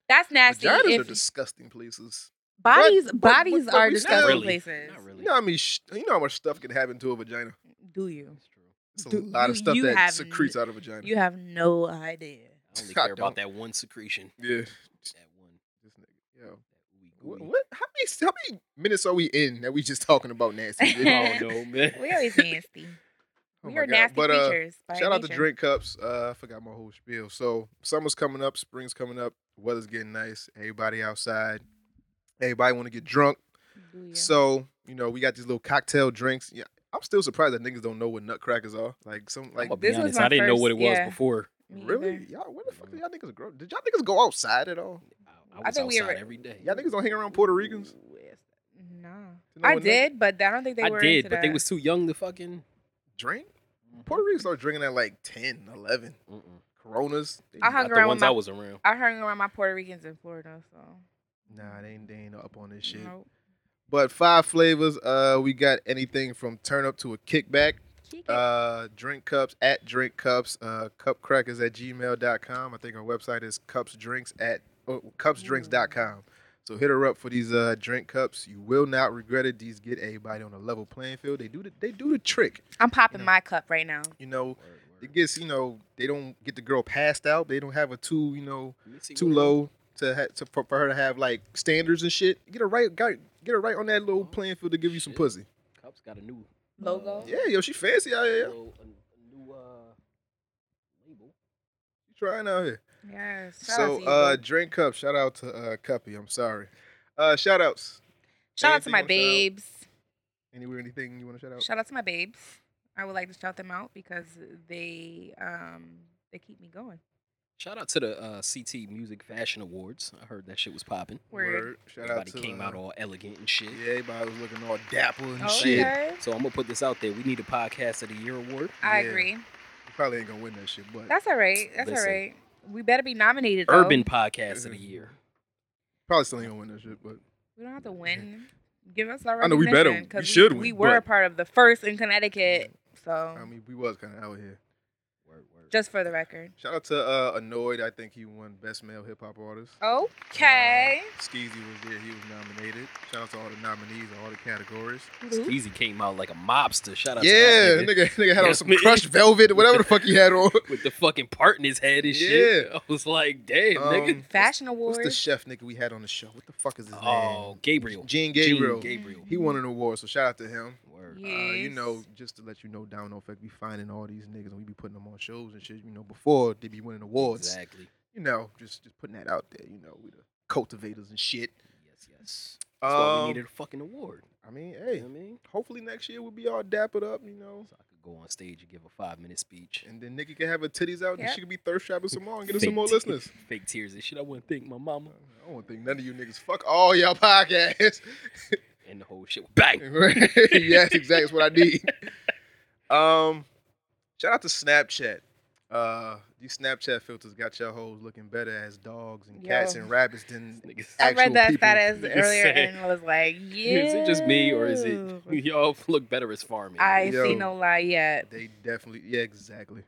[SPEAKER 5] That's nasty.
[SPEAKER 4] Vaginas are
[SPEAKER 5] if-
[SPEAKER 4] disgusting places.
[SPEAKER 5] Bodies,
[SPEAKER 4] but-
[SPEAKER 5] bodies
[SPEAKER 4] but
[SPEAKER 5] are
[SPEAKER 4] we
[SPEAKER 5] disgusting
[SPEAKER 4] still-
[SPEAKER 5] places.
[SPEAKER 6] Not really.
[SPEAKER 4] You know how many sh- you know how much stuff can happen to a vagina.
[SPEAKER 5] Do you?
[SPEAKER 6] That's true.
[SPEAKER 4] It's a
[SPEAKER 5] Do-
[SPEAKER 4] lot of
[SPEAKER 5] you-
[SPEAKER 4] stuff
[SPEAKER 5] you
[SPEAKER 4] that
[SPEAKER 5] have
[SPEAKER 4] secretes out of a vagina.
[SPEAKER 5] You have no idea.
[SPEAKER 6] I only
[SPEAKER 4] I
[SPEAKER 6] care
[SPEAKER 4] don't.
[SPEAKER 6] about that one secretion.
[SPEAKER 4] yeah.
[SPEAKER 6] That one.
[SPEAKER 4] This nigga. Yo.
[SPEAKER 6] That
[SPEAKER 4] What,
[SPEAKER 6] ooey gooey.
[SPEAKER 4] what? How many how many minutes are we in that we just talking about nasty? shit?
[SPEAKER 6] I don't know, man.
[SPEAKER 5] We always nasty.
[SPEAKER 4] Oh
[SPEAKER 5] we
[SPEAKER 4] my
[SPEAKER 5] are
[SPEAKER 4] God.
[SPEAKER 5] nasty
[SPEAKER 4] But, uh,
[SPEAKER 5] creatures. by
[SPEAKER 4] Shout out to
[SPEAKER 5] nature.
[SPEAKER 4] Drink Cups. Uh, I forgot my whole spiel. So summer's coming up, spring's coming up, weather's getting nice. Everybody outside. Everybody want to get drunk.
[SPEAKER 5] Do ya?
[SPEAKER 4] So you know we got these little cocktail drinks. Yeah, I'm still surprised that niggas don't know what nutcrackers are. Like some like
[SPEAKER 6] I'ma be
[SPEAKER 5] This was
[SPEAKER 6] honest,
[SPEAKER 5] my
[SPEAKER 6] I didn't know
[SPEAKER 5] first-
[SPEAKER 6] what it was
[SPEAKER 5] yeah.
[SPEAKER 6] before.
[SPEAKER 5] Me
[SPEAKER 4] really
[SPEAKER 5] either.
[SPEAKER 4] y'all. Where the fuck did y'all niggas grow? Did y'all niggas go outside at all?
[SPEAKER 6] I, I
[SPEAKER 5] I
[SPEAKER 6] was
[SPEAKER 5] think we
[SPEAKER 6] outside
[SPEAKER 5] were-
[SPEAKER 6] every day.
[SPEAKER 4] Y'all niggas don't hang around Puerto Ricans.
[SPEAKER 5] Ooh, it's- No,
[SPEAKER 4] You know
[SPEAKER 5] I
[SPEAKER 4] what, nigga?
[SPEAKER 5] did, but I don't think they
[SPEAKER 6] I
[SPEAKER 5] were.
[SPEAKER 6] did,
[SPEAKER 5] into
[SPEAKER 6] but they
[SPEAKER 5] that.
[SPEAKER 6] was too young to fucking.
[SPEAKER 4] Drink. Puerto Ricans start drinking at like 10, 11.
[SPEAKER 6] Mm-mm.
[SPEAKER 4] Coronas. They-
[SPEAKER 5] I hung
[SPEAKER 6] Not
[SPEAKER 5] around
[SPEAKER 6] the
[SPEAKER 5] with
[SPEAKER 6] ones
[SPEAKER 5] my-
[SPEAKER 6] I was around.
[SPEAKER 5] I hung around my Puerto Ricans in Florida, so
[SPEAKER 4] nah, they ain't, they ain't up on this shit.
[SPEAKER 5] nope.
[SPEAKER 4] But five flavors. Uh, we got anything from turn up to a kickback. Uh, drink cups at drink cups. Uh, cupcrackers at gmail.com. I think our website is cupsdrinks at oh, cupsdrinks.com. So hit her up for these uh drink cups. You will not regret it. These get everybody on a level playing field. They do the they do the trick.
[SPEAKER 5] I'm popping my cup right now.
[SPEAKER 4] You know, it gets you know they don't get the girl passed out. They don't have a too you know
[SPEAKER 6] Let me see
[SPEAKER 4] too
[SPEAKER 6] what it is.
[SPEAKER 4] low to, ha- to for, for her to have like standards and shit. Get her right, got, get her right on that little playing field to give you some
[SPEAKER 6] Shit.
[SPEAKER 4] pussy.
[SPEAKER 6] Cups got a new
[SPEAKER 5] Logo.
[SPEAKER 4] Yeah, yo, she fancy out here. Yo.
[SPEAKER 6] little- a, a new uh, label.
[SPEAKER 4] She trying out here.
[SPEAKER 5] Yes. shout out
[SPEAKER 4] So,
[SPEAKER 5] to you,
[SPEAKER 4] uh,
[SPEAKER 5] boo.
[SPEAKER 4] drink cup. Shout out to uh, Cuppy. I'm sorry. Uh, shout outs.
[SPEAKER 5] shout out
[SPEAKER 4] anything
[SPEAKER 5] to my
[SPEAKER 4] you wanna shout out?
[SPEAKER 5] babes.
[SPEAKER 4] Anywhere, anything you want to shout out?
[SPEAKER 5] Shout out to my babes. I would like to shout them out because they um they keep me going.
[SPEAKER 6] Shout out to the uh, CT Music Fashion Awards. I heard that shit was popping.
[SPEAKER 5] Word.
[SPEAKER 4] Shout
[SPEAKER 6] Everybody
[SPEAKER 4] out to.
[SPEAKER 6] came
[SPEAKER 4] uh,
[SPEAKER 6] out all elegant and shit.
[SPEAKER 4] yeah, everybody was looking all dapper and
[SPEAKER 5] Oh,
[SPEAKER 4] shit.
[SPEAKER 5] Okay.
[SPEAKER 6] So I'm gonna put this out there. We need a podcast of the year award.
[SPEAKER 5] I
[SPEAKER 4] Yeah.
[SPEAKER 5] agree.
[SPEAKER 4] You Probably ain't gonna win that shit, but
[SPEAKER 5] That's all right. That's all
[SPEAKER 6] Listen.
[SPEAKER 5] right. We better be nominated. though.
[SPEAKER 6] Urban podcast of
[SPEAKER 4] Mm-hmm.
[SPEAKER 6] the year.
[SPEAKER 4] probably still ain't gonna win that shit. But
[SPEAKER 5] We don't have to win. Give us our
[SPEAKER 4] I know we better-
[SPEAKER 5] recognition, 'cause
[SPEAKER 4] we should
[SPEAKER 5] We
[SPEAKER 4] win,
[SPEAKER 5] were a
[SPEAKER 4] but-
[SPEAKER 5] part of the first in Connecticut, so
[SPEAKER 4] I mean, we was kind of out here.
[SPEAKER 6] Word, word.
[SPEAKER 5] just for the record.
[SPEAKER 4] Shout out to uh, Annoyed. I think he won Best Male Hip Hop Artist.
[SPEAKER 5] Okay.
[SPEAKER 4] Uh, Skeezy was there. He was nominated. Shout out to all the nominees in all the categories.
[SPEAKER 6] Skeezy came out like a mobster. Shout out
[SPEAKER 4] yeah,
[SPEAKER 6] to that nigga
[SPEAKER 4] nigga, nigga had on
[SPEAKER 6] Yes,
[SPEAKER 4] some
[SPEAKER 6] man.
[SPEAKER 4] crushed velvet, whatever the fuck he had on.
[SPEAKER 6] with the fucking part in his head and shit.
[SPEAKER 4] Yeah.
[SPEAKER 6] I was like, damn,
[SPEAKER 4] Um,
[SPEAKER 6] nigga.
[SPEAKER 5] Fashion
[SPEAKER 4] What's the
[SPEAKER 5] awards.
[SPEAKER 4] chef nigga we had on the show? What the fuck is his
[SPEAKER 6] Oh,
[SPEAKER 4] name?
[SPEAKER 6] Gabriel.
[SPEAKER 4] Gene Gabriel.
[SPEAKER 6] Gene Gabriel.
[SPEAKER 4] He won an award, so shout out to him.
[SPEAKER 6] Word.
[SPEAKER 5] Yeah.
[SPEAKER 4] Uh, you
[SPEAKER 5] Yes.
[SPEAKER 4] know, just to let you know, Down No Effect be finding all these niggas and we be putting them on shows and shit. You know, before they be winning awards.
[SPEAKER 6] Exactly.
[SPEAKER 4] You know, just just putting that out there. You know, we the cultivators and shit.
[SPEAKER 6] Yes, yes. That's why we
[SPEAKER 4] Um,
[SPEAKER 6] needed a fucking award.
[SPEAKER 4] I mean,
[SPEAKER 6] You
[SPEAKER 4] hey,
[SPEAKER 6] know what I mean?
[SPEAKER 4] hopefully next year we'll be all dappered up. You know,
[SPEAKER 6] So I could go on stage and give a five minute speech.
[SPEAKER 4] and then Nikki can have her titties out and
[SPEAKER 5] Yep.
[SPEAKER 4] she could be thirst trapping some more and get us some
[SPEAKER 6] Fake
[SPEAKER 4] more
[SPEAKER 6] te-
[SPEAKER 4] listeners.
[SPEAKER 6] Fake tears and shit. I want to thank my mama
[SPEAKER 4] I don't think none of you niggas fuck all y'all podcasts.
[SPEAKER 6] and the whole shit. Bang.
[SPEAKER 4] yes, exactly. That's what I need. Um, shout out to Snapchat. Uh, these Snapchat filters got your hoes looking better as dogs and cats
[SPEAKER 5] Yo.
[SPEAKER 4] and rabbits than
[SPEAKER 6] Niggas.
[SPEAKER 5] I
[SPEAKER 4] actual
[SPEAKER 5] read that
[SPEAKER 4] people.
[SPEAKER 5] status
[SPEAKER 6] Niggas
[SPEAKER 5] earlier
[SPEAKER 6] say-
[SPEAKER 5] and was like, yeah.
[SPEAKER 6] Is it just me or is it y'all look better as farming?
[SPEAKER 5] I
[SPEAKER 4] Yo.
[SPEAKER 5] see no lie yet.
[SPEAKER 4] They definitely, yeah, exactly.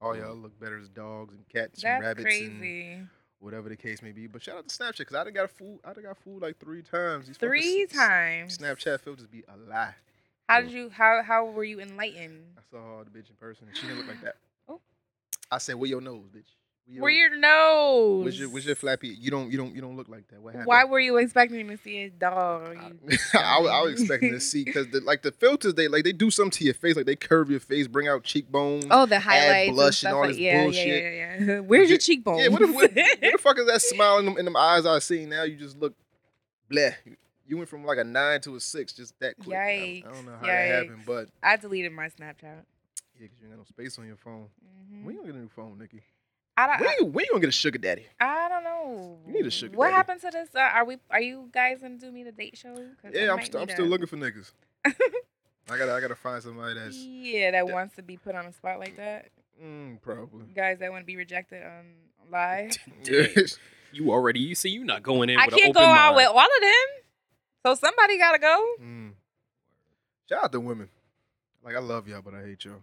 [SPEAKER 4] All y'all look better as dogs and cats and
[SPEAKER 5] That's
[SPEAKER 4] rabbits and
[SPEAKER 5] crazy.
[SPEAKER 4] whatever the case may be. But shout out to Snapchat because I done got fooled. I done got fooled like three times. These fucking
[SPEAKER 5] Three
[SPEAKER 4] s-
[SPEAKER 5] times.
[SPEAKER 4] Snapchat filters be a lie.
[SPEAKER 5] How did you? How how were you enlightened?
[SPEAKER 4] I saw the bitch in person. and She didn't look like that.
[SPEAKER 5] Oh.
[SPEAKER 4] I said, "Where your nose, bitch? Where
[SPEAKER 5] Were your nose?
[SPEAKER 4] Where's your Where's your flappy? You don't You don't You don't look like that. What happened?
[SPEAKER 5] Why were you expecting to see a dog?
[SPEAKER 4] I,
[SPEAKER 5] You
[SPEAKER 4] I, was- I was expecting to see because the, like the filters they like they do something to your face like they curve your face bring out cheekbones
[SPEAKER 5] Oh, the highlights,
[SPEAKER 4] blush and
[SPEAKER 5] and, stuff
[SPEAKER 4] all
[SPEAKER 5] like,
[SPEAKER 4] this
[SPEAKER 5] yeah, Yeah,
[SPEAKER 4] bullshit.
[SPEAKER 5] yeah, yeah. Where's your cheekbones?
[SPEAKER 4] yeah what the, what, what the fuck is that smile in them, in them eyes I see now you just look bleh You- you went from like a nine to a six just that quick I- I,
[SPEAKER 5] Yikes,
[SPEAKER 4] don't know how that happened
[SPEAKER 5] yikes.
[SPEAKER 4] but
[SPEAKER 5] I deleted my Snapchat.
[SPEAKER 4] yeah 'cause you ain't got no space on your phone
[SPEAKER 5] Mhm.
[SPEAKER 4] when you gonna get a new phone Nikki
[SPEAKER 5] I don't.
[SPEAKER 4] when
[SPEAKER 5] I,
[SPEAKER 4] you when you gonna get a sugar daddy
[SPEAKER 5] I don't know.
[SPEAKER 4] You need a sugar
[SPEAKER 5] What
[SPEAKER 4] daddy.
[SPEAKER 5] happened to this? Uh, are we? Are you guys gonna do me the date show? 'Cause I
[SPEAKER 4] yeah I'm
[SPEAKER 5] might
[SPEAKER 4] st- I'm
[SPEAKER 5] need
[SPEAKER 4] still
[SPEAKER 5] a-
[SPEAKER 4] looking for niggas I gotta I gotta find somebody that's
[SPEAKER 5] Yeah, that wants to be put on a spot like that.
[SPEAKER 4] mm, probably
[SPEAKER 5] Guys that want to be rejected on live.
[SPEAKER 6] Damn. you already, you see, you not going in
[SPEAKER 5] I
[SPEAKER 6] with an
[SPEAKER 5] can't
[SPEAKER 6] open
[SPEAKER 5] go out
[SPEAKER 6] mind.
[SPEAKER 5] with all of them. So somebody gotta go.
[SPEAKER 4] Mm. Shout out to women. Like I love y'all, but I hate y'all.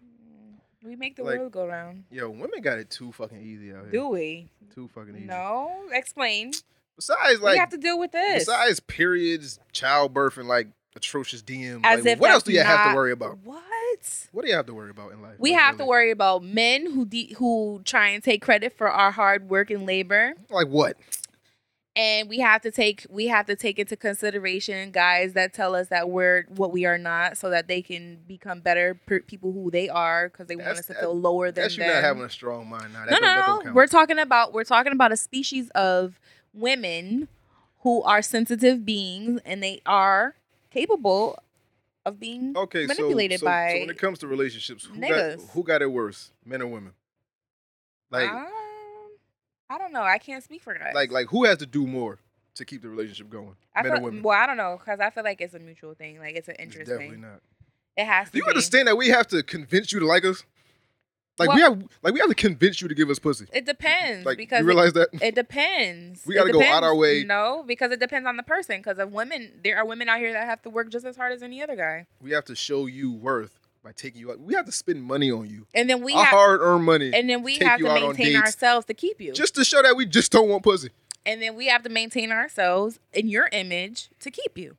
[SPEAKER 5] We make the
[SPEAKER 4] Like-
[SPEAKER 5] world go round.
[SPEAKER 4] Yo, women got it too fucking easy out here.
[SPEAKER 5] Do we?
[SPEAKER 4] Too fucking easy.
[SPEAKER 5] No. Explain.
[SPEAKER 4] But Besides, like
[SPEAKER 5] we have to deal with this.
[SPEAKER 4] besides periods, childbirth, and like atrocious DM,
[SPEAKER 5] As
[SPEAKER 4] like,
[SPEAKER 5] if
[SPEAKER 4] what else
[SPEAKER 5] that's
[SPEAKER 4] do you have to
[SPEAKER 5] not-
[SPEAKER 4] worry about?
[SPEAKER 5] what?
[SPEAKER 4] What do you have to worry about in life?
[SPEAKER 5] We
[SPEAKER 4] Like,
[SPEAKER 5] have to
[SPEAKER 4] really?
[SPEAKER 5] worry about men who de- who try and take credit for our hard work and labor,
[SPEAKER 4] Like what?
[SPEAKER 5] and we have to take we have to take into consideration guys that tell us that we're what we are not, so that they can become better per- people who they are because they want
[SPEAKER 4] That's-
[SPEAKER 5] us to
[SPEAKER 4] that-
[SPEAKER 5] feel lower than
[SPEAKER 4] That's you
[SPEAKER 5] them.
[SPEAKER 4] not having a strong mind. Now. That
[SPEAKER 5] no,
[SPEAKER 4] don't, that
[SPEAKER 5] no,
[SPEAKER 4] don't
[SPEAKER 5] no.
[SPEAKER 4] count.
[SPEAKER 5] We're talking about we're talking about a species of women who are sensitive beings, and they are capable of being
[SPEAKER 4] okay, so-
[SPEAKER 5] manipulated
[SPEAKER 4] so, so,
[SPEAKER 5] by
[SPEAKER 4] when it comes to relationships, who got,
[SPEAKER 5] niggas.
[SPEAKER 4] who got it worse, men or women? Like,
[SPEAKER 5] Um, I don't know. I can't speak for guys.
[SPEAKER 4] like, like, who has to do more to keep the relationship going?
[SPEAKER 5] I
[SPEAKER 4] men
[SPEAKER 5] feel,
[SPEAKER 4] or women?
[SPEAKER 5] Well, I don't know because I feel like it's a mutual thing. Like it's an
[SPEAKER 4] It's
[SPEAKER 5] interest
[SPEAKER 4] definitely
[SPEAKER 5] thing.
[SPEAKER 4] not.
[SPEAKER 5] It has to.
[SPEAKER 4] Do you
[SPEAKER 5] be.
[SPEAKER 4] understand that we have to convince you to like us? Like we
[SPEAKER 5] Well-
[SPEAKER 4] have, like we have to convince you to give us pussy.
[SPEAKER 5] It depends
[SPEAKER 4] Like
[SPEAKER 5] because
[SPEAKER 4] you
[SPEAKER 5] it-
[SPEAKER 4] realize that?
[SPEAKER 5] it, depends.
[SPEAKER 4] We
[SPEAKER 5] It
[SPEAKER 4] gotta go out our
[SPEAKER 5] depends.
[SPEAKER 4] way-
[SPEAKER 5] No, because it depends on the person. Because of women, there are women out here that have to work just as hard as any other guy.
[SPEAKER 4] We have to show you worth by taking you out. We have to spend money on you,
[SPEAKER 5] And then we
[SPEAKER 4] our
[SPEAKER 5] have.
[SPEAKER 4] hard-earned money,
[SPEAKER 5] And then we
[SPEAKER 4] take
[SPEAKER 5] have
[SPEAKER 4] you
[SPEAKER 5] to
[SPEAKER 4] out on
[SPEAKER 5] maintain
[SPEAKER 4] dates.
[SPEAKER 5] ourselves to keep you.
[SPEAKER 4] just to show that we just don't want pussy.
[SPEAKER 5] and then we have to maintain ourselves in your image to keep you.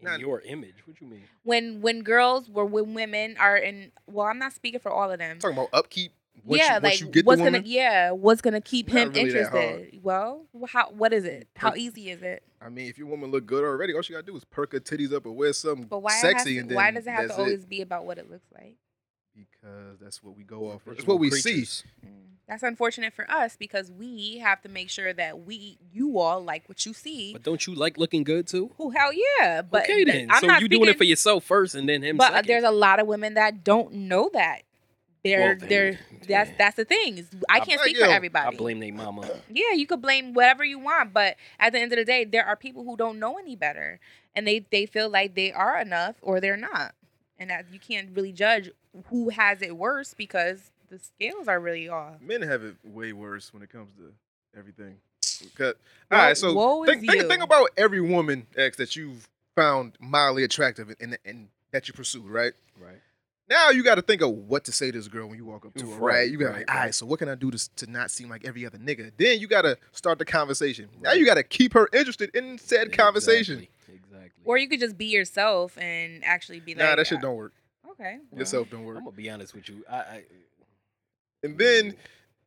[SPEAKER 6] In
[SPEAKER 4] Nah.
[SPEAKER 6] your image, what you mean?
[SPEAKER 5] When when girls or when women are in well, I'm not speaking for all of them.
[SPEAKER 4] I'm talking about upkeep. What you,
[SPEAKER 5] yeah,
[SPEAKER 4] what
[SPEAKER 5] like
[SPEAKER 4] you get the
[SPEAKER 5] what's
[SPEAKER 4] woman.
[SPEAKER 5] gonna e yeah, what's gonna keep
[SPEAKER 4] It's not
[SPEAKER 5] him
[SPEAKER 4] really that hard.
[SPEAKER 5] interested? Well, wh- how what is it? How easy is it?
[SPEAKER 4] I mean, if your woman look good already, all she gotta do is perk her titties up and wear something
[SPEAKER 5] But why it has
[SPEAKER 4] sexy,
[SPEAKER 5] to-
[SPEAKER 4] and then
[SPEAKER 5] why does it have to
[SPEAKER 4] that's
[SPEAKER 5] always be about what it looks like?
[SPEAKER 4] Because that's what we go off. That's
[SPEAKER 6] Original
[SPEAKER 4] what we see.
[SPEAKER 6] creatures.
[SPEAKER 5] Mm. That's unfortunate for us because we have to make sure that we you all like what you see.
[SPEAKER 6] But don't you like looking good too?
[SPEAKER 5] Who hell yeah, but
[SPEAKER 6] okay
[SPEAKER 5] th-
[SPEAKER 6] then.
[SPEAKER 5] I'm
[SPEAKER 6] so
[SPEAKER 5] not
[SPEAKER 6] you
[SPEAKER 5] speaking,
[SPEAKER 6] doing it for yourself first, and then him.
[SPEAKER 5] But uh,
[SPEAKER 6] second.
[SPEAKER 5] there's a lot of women that don't know that. They're
[SPEAKER 6] Well, then,
[SPEAKER 5] they're that's
[SPEAKER 6] yeah.
[SPEAKER 5] that's the thing. is I
[SPEAKER 6] I-
[SPEAKER 5] can't
[SPEAKER 4] I
[SPEAKER 5] speak
[SPEAKER 4] yo,
[SPEAKER 5] for
[SPEAKER 4] I
[SPEAKER 6] I
[SPEAKER 5] everybody.
[SPEAKER 6] blame they mama.
[SPEAKER 5] Yeah, you could blame whatever you want, but at the end of the day, there are people who don't know any better, and they they feel like they are enough or they're not, and that you can't really judge who has it worse because the scales are really off.
[SPEAKER 4] Men have it way worse when it comes to everything. Because, all
[SPEAKER 5] Woe-
[SPEAKER 4] right, so
[SPEAKER 5] woe is
[SPEAKER 4] think, think,
[SPEAKER 5] you.
[SPEAKER 4] think about every woman ex that you've found mildly attractive and, and that you pursued, right?
[SPEAKER 6] right.
[SPEAKER 4] Now you got to think of what to say to this girl when you walk up to her, right?
[SPEAKER 6] Right,
[SPEAKER 4] You got to
[SPEAKER 6] right,
[SPEAKER 4] like, all right,
[SPEAKER 6] right.
[SPEAKER 4] so what can I do to, s- to not seem like every other nigga? Then you got to start the conversation. Now you got to keep her interested in said conversation.
[SPEAKER 6] Exactly. exactly.
[SPEAKER 5] Or you could just be yourself and actually be like, "Ah,
[SPEAKER 4] Nah, that shit don't work.
[SPEAKER 5] Okay,
[SPEAKER 4] Yourself don't
[SPEAKER 6] I'm
[SPEAKER 4] work.
[SPEAKER 6] gonna be honest with you. I, I
[SPEAKER 4] And then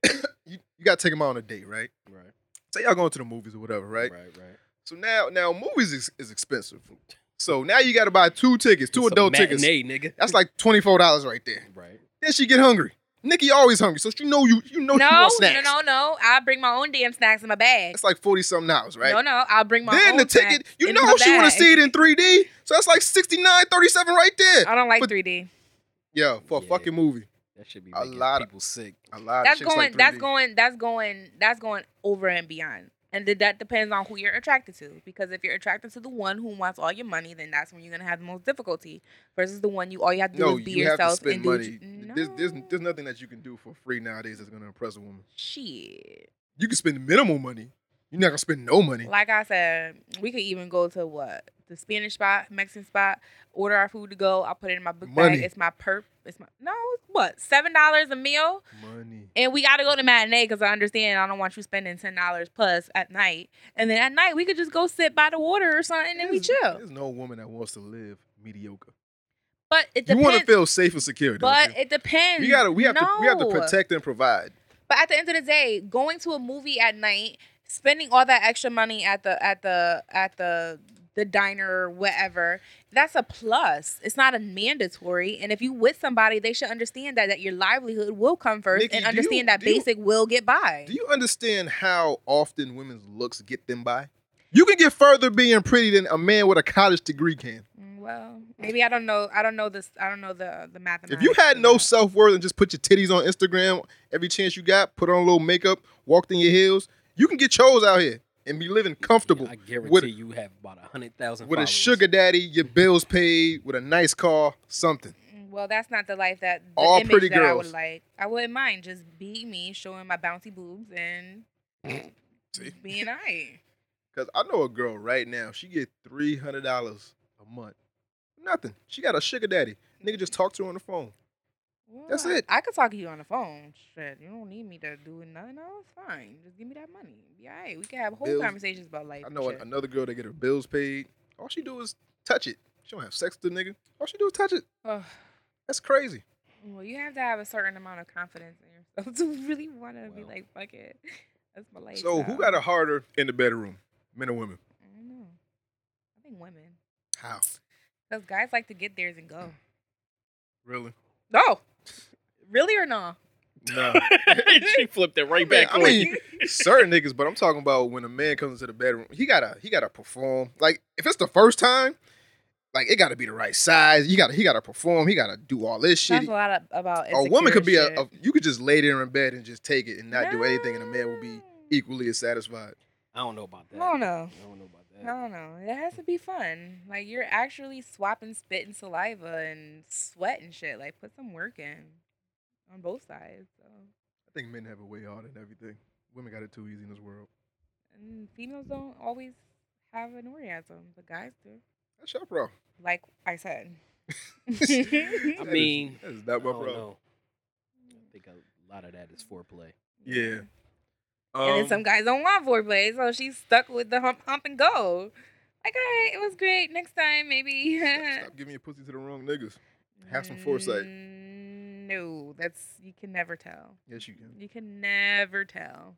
[SPEAKER 4] you, you got to take them out on a date, right?
[SPEAKER 6] right,
[SPEAKER 4] Say y'all going to the movies or whatever, right?
[SPEAKER 6] right, right.
[SPEAKER 4] So now, now movies is, is expensive. So now you got to buy two tickets, two
[SPEAKER 6] It's a
[SPEAKER 4] adult tickets.
[SPEAKER 6] matinee, nigga.
[SPEAKER 4] That's like twenty four dollars right there.
[SPEAKER 6] right.
[SPEAKER 4] Then she get hungry. Nikki always hungry, so she know you. You know she
[SPEAKER 5] no,
[SPEAKER 4] want
[SPEAKER 5] no,
[SPEAKER 4] snacks.
[SPEAKER 5] no, no. I bring my own damn snacks in my bag.
[SPEAKER 4] That's like forty something dollars, right?
[SPEAKER 5] No, no, I'll bring my
[SPEAKER 4] then
[SPEAKER 5] own.
[SPEAKER 4] the ticket,
[SPEAKER 5] snacks
[SPEAKER 4] you
[SPEAKER 5] in
[SPEAKER 4] know
[SPEAKER 5] my
[SPEAKER 4] she want
[SPEAKER 5] bag.
[SPEAKER 4] to see it in three D. So that's like 69 37 right there.
[SPEAKER 5] I don't like
[SPEAKER 4] But-
[SPEAKER 5] 3D.
[SPEAKER 4] Yeah, for a
[SPEAKER 6] Yeah.
[SPEAKER 4] fucking movie.
[SPEAKER 6] That should be
[SPEAKER 4] A
[SPEAKER 6] making
[SPEAKER 4] lot of-
[SPEAKER 6] people sick.
[SPEAKER 4] A lot.
[SPEAKER 5] that's
[SPEAKER 4] of shit's
[SPEAKER 5] going
[SPEAKER 4] like
[SPEAKER 5] that's
[SPEAKER 4] 3D.
[SPEAKER 5] going that's going that's going over and beyond and th- that depends on who you're attracted to because if you're attracted to the one who wants all your money then that's when you're going to have the most difficulty versus the one you all you have to do
[SPEAKER 4] No,
[SPEAKER 5] is be
[SPEAKER 4] you have
[SPEAKER 5] yourself
[SPEAKER 4] to spend
[SPEAKER 5] and do what
[SPEAKER 4] money.
[SPEAKER 5] you-
[SPEAKER 4] There's, there's
[SPEAKER 5] No.
[SPEAKER 4] there's nothing that you can do for free nowadays that's gonna impress a woman.
[SPEAKER 5] shit
[SPEAKER 4] You can spend minimal money. You're not gonna spend no money.
[SPEAKER 5] like i said we could even go to what the spanish spot mexican spot order our food to go i'll put it in my book
[SPEAKER 4] Money.
[SPEAKER 5] bag it's my perp it's my no it's what seven dollars a meal
[SPEAKER 4] Money.
[SPEAKER 5] and we got to go to matinee because I understand I don't want you spending ten dollars plus at night. And then at night we could just go sit by the water or something and we
[SPEAKER 4] There's-
[SPEAKER 5] chill.
[SPEAKER 4] There's no woman that wants to live mediocre.
[SPEAKER 5] But it
[SPEAKER 4] You
[SPEAKER 5] depends.
[SPEAKER 4] want to feel safe and secure, don't
[SPEAKER 5] but
[SPEAKER 4] you?
[SPEAKER 5] it depends.
[SPEAKER 4] We gotta, we have to, we have to
[SPEAKER 5] No.
[SPEAKER 4] protect and provide.
[SPEAKER 5] But at the end of the day, going to a movie at night, spending all that extra money at the at the at the the diner or whatever, that's a plus. It's not a mandatory. And if you with somebody, they should understand that that your livelihood will come first
[SPEAKER 4] Nikki,
[SPEAKER 5] and
[SPEAKER 4] do you-
[SPEAKER 5] understand that
[SPEAKER 4] do you-
[SPEAKER 5] basic will get by.
[SPEAKER 4] Do you understand how often women's looks get them by? You can get further being pretty than a man with a college degree can.
[SPEAKER 5] Mm, Well, maybe I don't know. I don't know this. I don't know the the math.
[SPEAKER 4] If you had no self worth and just put your titties on Instagram every chance you got, put on a little makeup, walked in your heels, you can get chose out here and be living comfortable
[SPEAKER 6] I guarantee
[SPEAKER 4] with-
[SPEAKER 6] you have about a hundred thousand.
[SPEAKER 4] with a
[SPEAKER 6] followers.
[SPEAKER 4] sugar daddy, your bills paid, with a nice car, something.
[SPEAKER 5] Mm, well, that's not the life that the
[SPEAKER 4] All
[SPEAKER 5] image
[SPEAKER 4] pretty
[SPEAKER 5] that I would
[SPEAKER 4] girls.
[SPEAKER 5] like. I wouldn't mind just being me, showing my bouncy boobs, and
[SPEAKER 4] See?
[SPEAKER 5] being I.
[SPEAKER 4] Cause I know a girl right now. She get three hundred dollars a month. Nothing. She got a sugar daddy. Nigga just talked to her on the phone. That's it.
[SPEAKER 5] I could talk to you on the phone. Shit, you don't need me to do nothing else. Fine, just give me that money. Be all right. We can have whole
[SPEAKER 4] Bills-
[SPEAKER 5] conversations about life.
[SPEAKER 4] I
[SPEAKER 5] and
[SPEAKER 4] know an-
[SPEAKER 5] shit.
[SPEAKER 4] another girl that get her bills paid. All she do is touch it. She don't have sex with the nigga. All she do is touch it.
[SPEAKER 5] Ugh.
[SPEAKER 4] That's crazy.
[SPEAKER 5] Well, you have to have a certain amount of confidence in yourself to really want to be
[SPEAKER 6] Well.
[SPEAKER 5] like, fuck it. That's my life.
[SPEAKER 4] So who got it harder in the bedroom, men or women?
[SPEAKER 5] I don't know. I think women.
[SPEAKER 4] How?
[SPEAKER 5] Because guys like to get theirs and go.
[SPEAKER 4] Really?
[SPEAKER 5] No. Really or no?
[SPEAKER 4] No.
[SPEAKER 6] she flipped it right back
[SPEAKER 4] I
[SPEAKER 6] on
[SPEAKER 4] mean,
[SPEAKER 6] you.
[SPEAKER 4] certain niggas, but I'm talking about when a man comes into the bedroom, he gotta he gotta perform. Like if it's the first time, like it gotta be the right size. You gotta he gotta perform. He gotta do all this shit.
[SPEAKER 5] That's a lot of, about
[SPEAKER 4] A woman could be
[SPEAKER 5] insecure
[SPEAKER 4] a, a
[SPEAKER 5] shit.
[SPEAKER 4] you could just lay there in bed and just take it and not do anything, and a man will be
[SPEAKER 5] No.
[SPEAKER 4] equally as satisfied.
[SPEAKER 6] I don't know about that.
[SPEAKER 5] I don't know.
[SPEAKER 6] I don't know about that.
[SPEAKER 5] I don't know. It has to be fun. Like you're actually swapping spit and saliva and sweat and shit. Like put some work in on both sides. So.
[SPEAKER 4] I think men have it way harder than everything. Women got it too easy in this world.
[SPEAKER 5] And females don't always have an orgasm, but guys do.
[SPEAKER 4] That's your problem.
[SPEAKER 5] Like I said.
[SPEAKER 6] I
[SPEAKER 4] That is-
[SPEAKER 6] mean,
[SPEAKER 4] that is not my
[SPEAKER 6] I don't
[SPEAKER 4] problem.
[SPEAKER 6] know. I think a lot of that is foreplay.
[SPEAKER 4] Yeah.
[SPEAKER 5] and then
[SPEAKER 4] Um,
[SPEAKER 5] some guys don't want foreplay, so she's stuck with the hump, hump and go. Like, all right, it was great. Next time, maybe.
[SPEAKER 4] stop giving your pussy to the wrong niggas. Have some foresight.
[SPEAKER 5] Mm, No, that's you can never tell.
[SPEAKER 4] Yes, you can.
[SPEAKER 5] You can never tell.